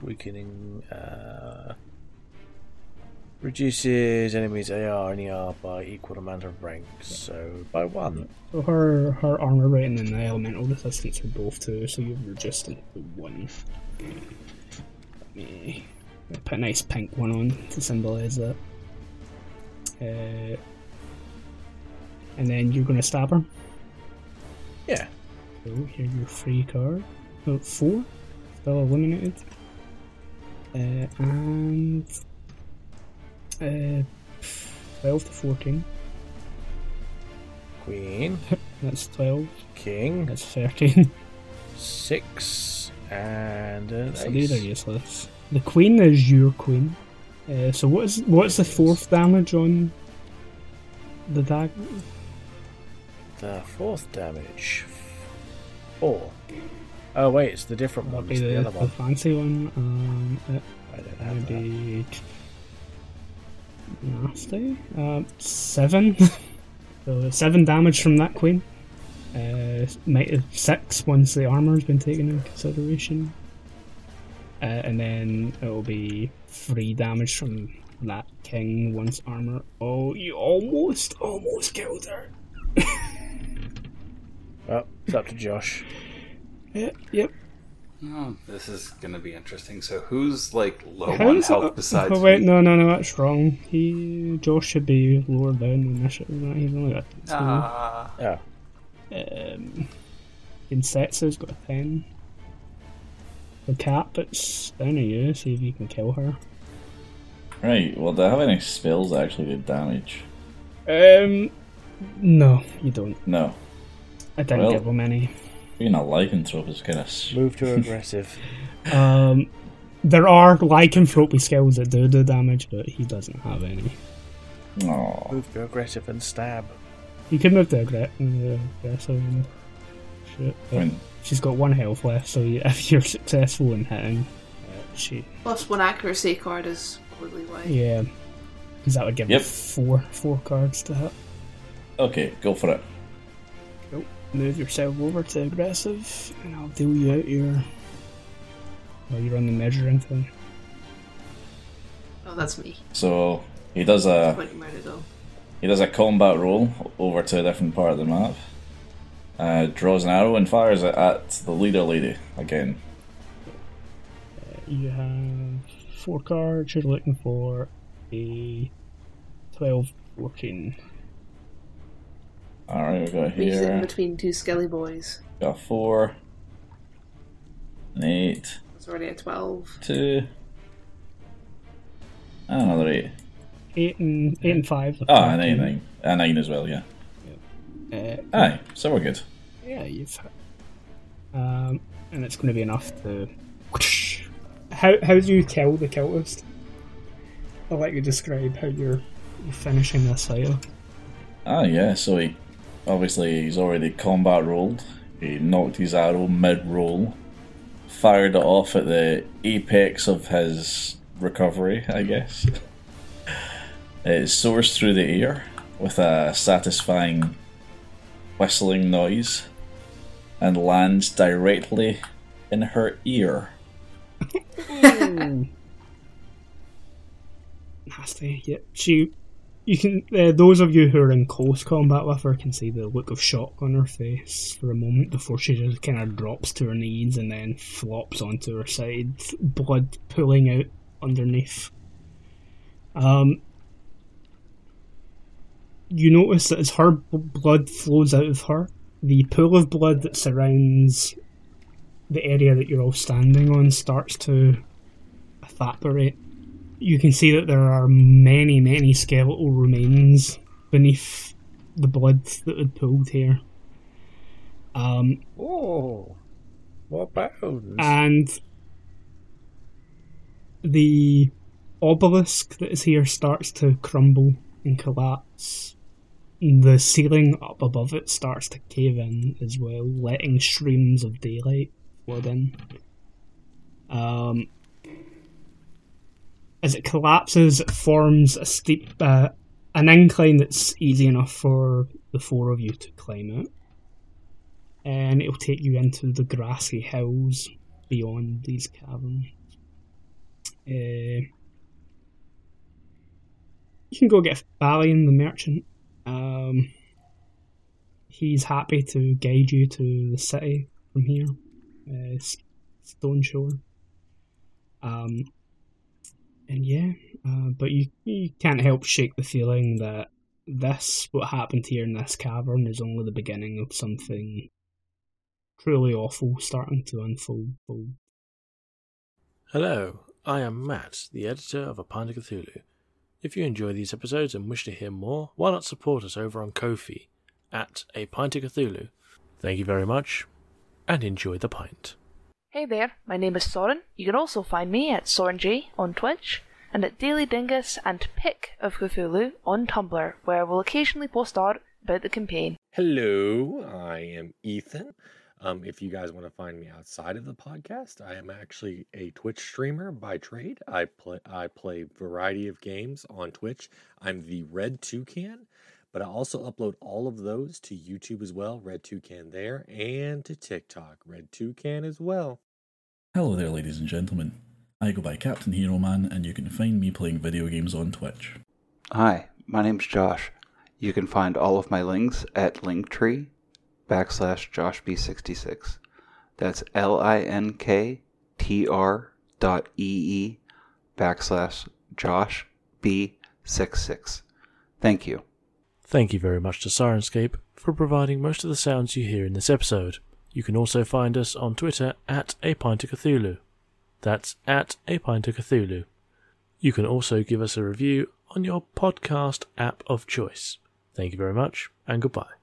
[SPEAKER 1] weakening uh, reduces enemies AR and ER by equal amount of ranks, so by one.
[SPEAKER 2] So her her armor rating and the elemental resistance are both two, so you've reduced it to one. Let me I'll put a nice pink one on to symbolise that. Uh, and then you're gonna stab her.
[SPEAKER 1] Yeah.
[SPEAKER 2] So here are your three card. Oh, four. Still eliminated. Uh, and uh, twelve to fourteen.
[SPEAKER 1] Queen,
[SPEAKER 2] That's twelve.
[SPEAKER 1] king,
[SPEAKER 2] That's thirteen.
[SPEAKER 1] six, and an
[SPEAKER 2] So these are
[SPEAKER 1] ace.
[SPEAKER 2] useless. The queen is your queen. Uh, so what is what's the fourth damage on the dagger?
[SPEAKER 1] The fourth damage. Four. Oh wait, it's the different one.
[SPEAKER 2] That'd be
[SPEAKER 1] It's the,
[SPEAKER 2] the,
[SPEAKER 1] other
[SPEAKER 2] the
[SPEAKER 1] one.
[SPEAKER 2] fancy one. Um, it
[SPEAKER 1] I don't
[SPEAKER 2] would
[SPEAKER 1] have that.
[SPEAKER 2] be nasty. Um, seven. so uh, seven damage from that queen. Uh, might have six once the armor has been taken into consideration. Uh, and then it'll be three damage from that king once armor. Oh, you almost, almost killed her.
[SPEAKER 1] Well, it's up to Josh.
[SPEAKER 2] Yep, yep.
[SPEAKER 5] Oh, this is gonna be interesting. So who's like low on
[SPEAKER 2] How's-
[SPEAKER 5] health besides
[SPEAKER 2] oh, wait,
[SPEAKER 5] me?
[SPEAKER 2] no, no, no, that's wrong. He, Josh should be lower down in initiative. than that. He's only got two.
[SPEAKER 5] Ah,
[SPEAKER 1] Oh,
[SPEAKER 2] Um, Insetsu's got a 10. The cat, it's down to you, see if you can kill her.
[SPEAKER 3] Right, well, do I have any spells that actually did damage?
[SPEAKER 2] Um, no, you don't.
[SPEAKER 3] No.
[SPEAKER 2] I didn't
[SPEAKER 3] Well.
[SPEAKER 2] give him any.
[SPEAKER 3] Being a lycanthrope is kind of. s
[SPEAKER 1] move to aggressive.
[SPEAKER 2] Um, there are lycanthropy skills that do do damage, but he doesn't have any.
[SPEAKER 3] Aw.
[SPEAKER 1] move to aggressive and stab.
[SPEAKER 2] You could move to aggre- uh, aggressive. and Shit.
[SPEAKER 3] I
[SPEAKER 2] but
[SPEAKER 3] mean,
[SPEAKER 2] She's got one health left, so you- if you're successful in hitting, uh, she
[SPEAKER 4] Plus one accuracy card is probably why.
[SPEAKER 2] yeah, because that would give
[SPEAKER 3] Yep.
[SPEAKER 2] her four four cards to hit.
[SPEAKER 3] okay, go for it.
[SPEAKER 2] move yourself over to aggressive, and I'll deal you out your. Well, you're on the measuring thing.
[SPEAKER 4] Oh, that's me.
[SPEAKER 3] So he does
[SPEAKER 2] Uh,
[SPEAKER 3] a
[SPEAKER 4] Pointing where to go.
[SPEAKER 3] he does a combat roll over to a different part of the map. Uh, draws an arrow and fires it at the leader lady again.
[SPEAKER 2] You have four cards. You're looking for a 12, 14.
[SPEAKER 3] All right, we've got
[SPEAKER 4] He's in
[SPEAKER 3] here
[SPEAKER 4] between two skelly boys.
[SPEAKER 3] got a four, an eight,
[SPEAKER 4] It's already at 12.
[SPEAKER 3] two, and another eight.
[SPEAKER 2] Eight and eight and five. look
[SPEAKER 3] Ah, an
[SPEAKER 2] like
[SPEAKER 3] eight,
[SPEAKER 2] you.
[SPEAKER 3] nine, a nine as well. Yeah.
[SPEAKER 2] Uh,
[SPEAKER 3] Aye, so we're good.
[SPEAKER 2] yeah, you've hit. Um, and it's going to be enough to. How how do you kill the cultist? I'll let you describe how you're, you're finishing this fight.
[SPEAKER 3] Ah, yeah. So he obviously he's already combat rolled. He knocked his arrow mid roll, fired it off at the apex of his recovery. I guess it soars through the air with a satisfying whistling noise and lands directly in her ear.
[SPEAKER 2] Nasty. Yep. She. You can. Uh, those of you who are in close combat with her can see the look of shock on her face for a moment before she just kind of drops to her knees and then flops onto her side, blood pulling out underneath. Um. You notice that as her b- blood flows out of her, the pool of blood that surrounds the area that you're all standing on starts to evaporate. You can see that there are many, many skeletal remains beneath the blood that had pulled here. Um,
[SPEAKER 1] Oh, what bones?
[SPEAKER 2] and the obelisk that is here starts to crumble and collapse. The ceiling up above it starts to cave in as well, letting streams of daylight flood in. Um, as it collapses, it forms a steep, uh, an incline that's easy enough for the four of you to climb out and it'll take you into the grassy hills beyond these caverns. Uh, you can go get Balian the merchant. Um, he's happy to guide you to the city from here, uh, S- Stone Shore. Um, and yeah, uh, but you, you can't help shake the feeling that this, what happened here in this cavern, is only the beginning of something truly awful starting to unfold.
[SPEAKER 1] Hello, I am Matt, the editor of A Pint of Cthulhu. If you enjoy these episodes and wish to hear more, why not support us over on Ko-fi at A Pint of Cthulhu. Thank you very much, and enjoy the pint.
[SPEAKER 7] Hey there, my name is Soren. You can also find me at SorenJ on Twitch and at Daily Dingus and Pick of Cthulhu on Tumblr, where I will occasionally post art about the campaign.
[SPEAKER 8] Hello, I am Ethan. Um, if you guys want to find me outside of the podcast, I am actually a Twitch streamer by trade. I play I play variety of games on Twitch. I'm the Red Toucan, but I also upload all of those to YouTube as well, Red Toucan there, and to TikTok, Red Toucan as well.
[SPEAKER 3] Hello there, ladies and gentlemen. I go by Captain Hero Man, and you can find me playing video games on Twitch.
[SPEAKER 5] Hi, my name's Josh. You can find all of my links at linktree backslash joshb66. That's L I N K T R dot E E backslash joshb66. Thank you.
[SPEAKER 1] Thank you very much to Sirenscape for providing most of the sounds you hear in this episode. You can also find us on Twitter at A Pint of Cthulhu. That's at A Pint of Cthulhu. You can also give us a review on your podcast app of choice. Thank you very much, and goodbye.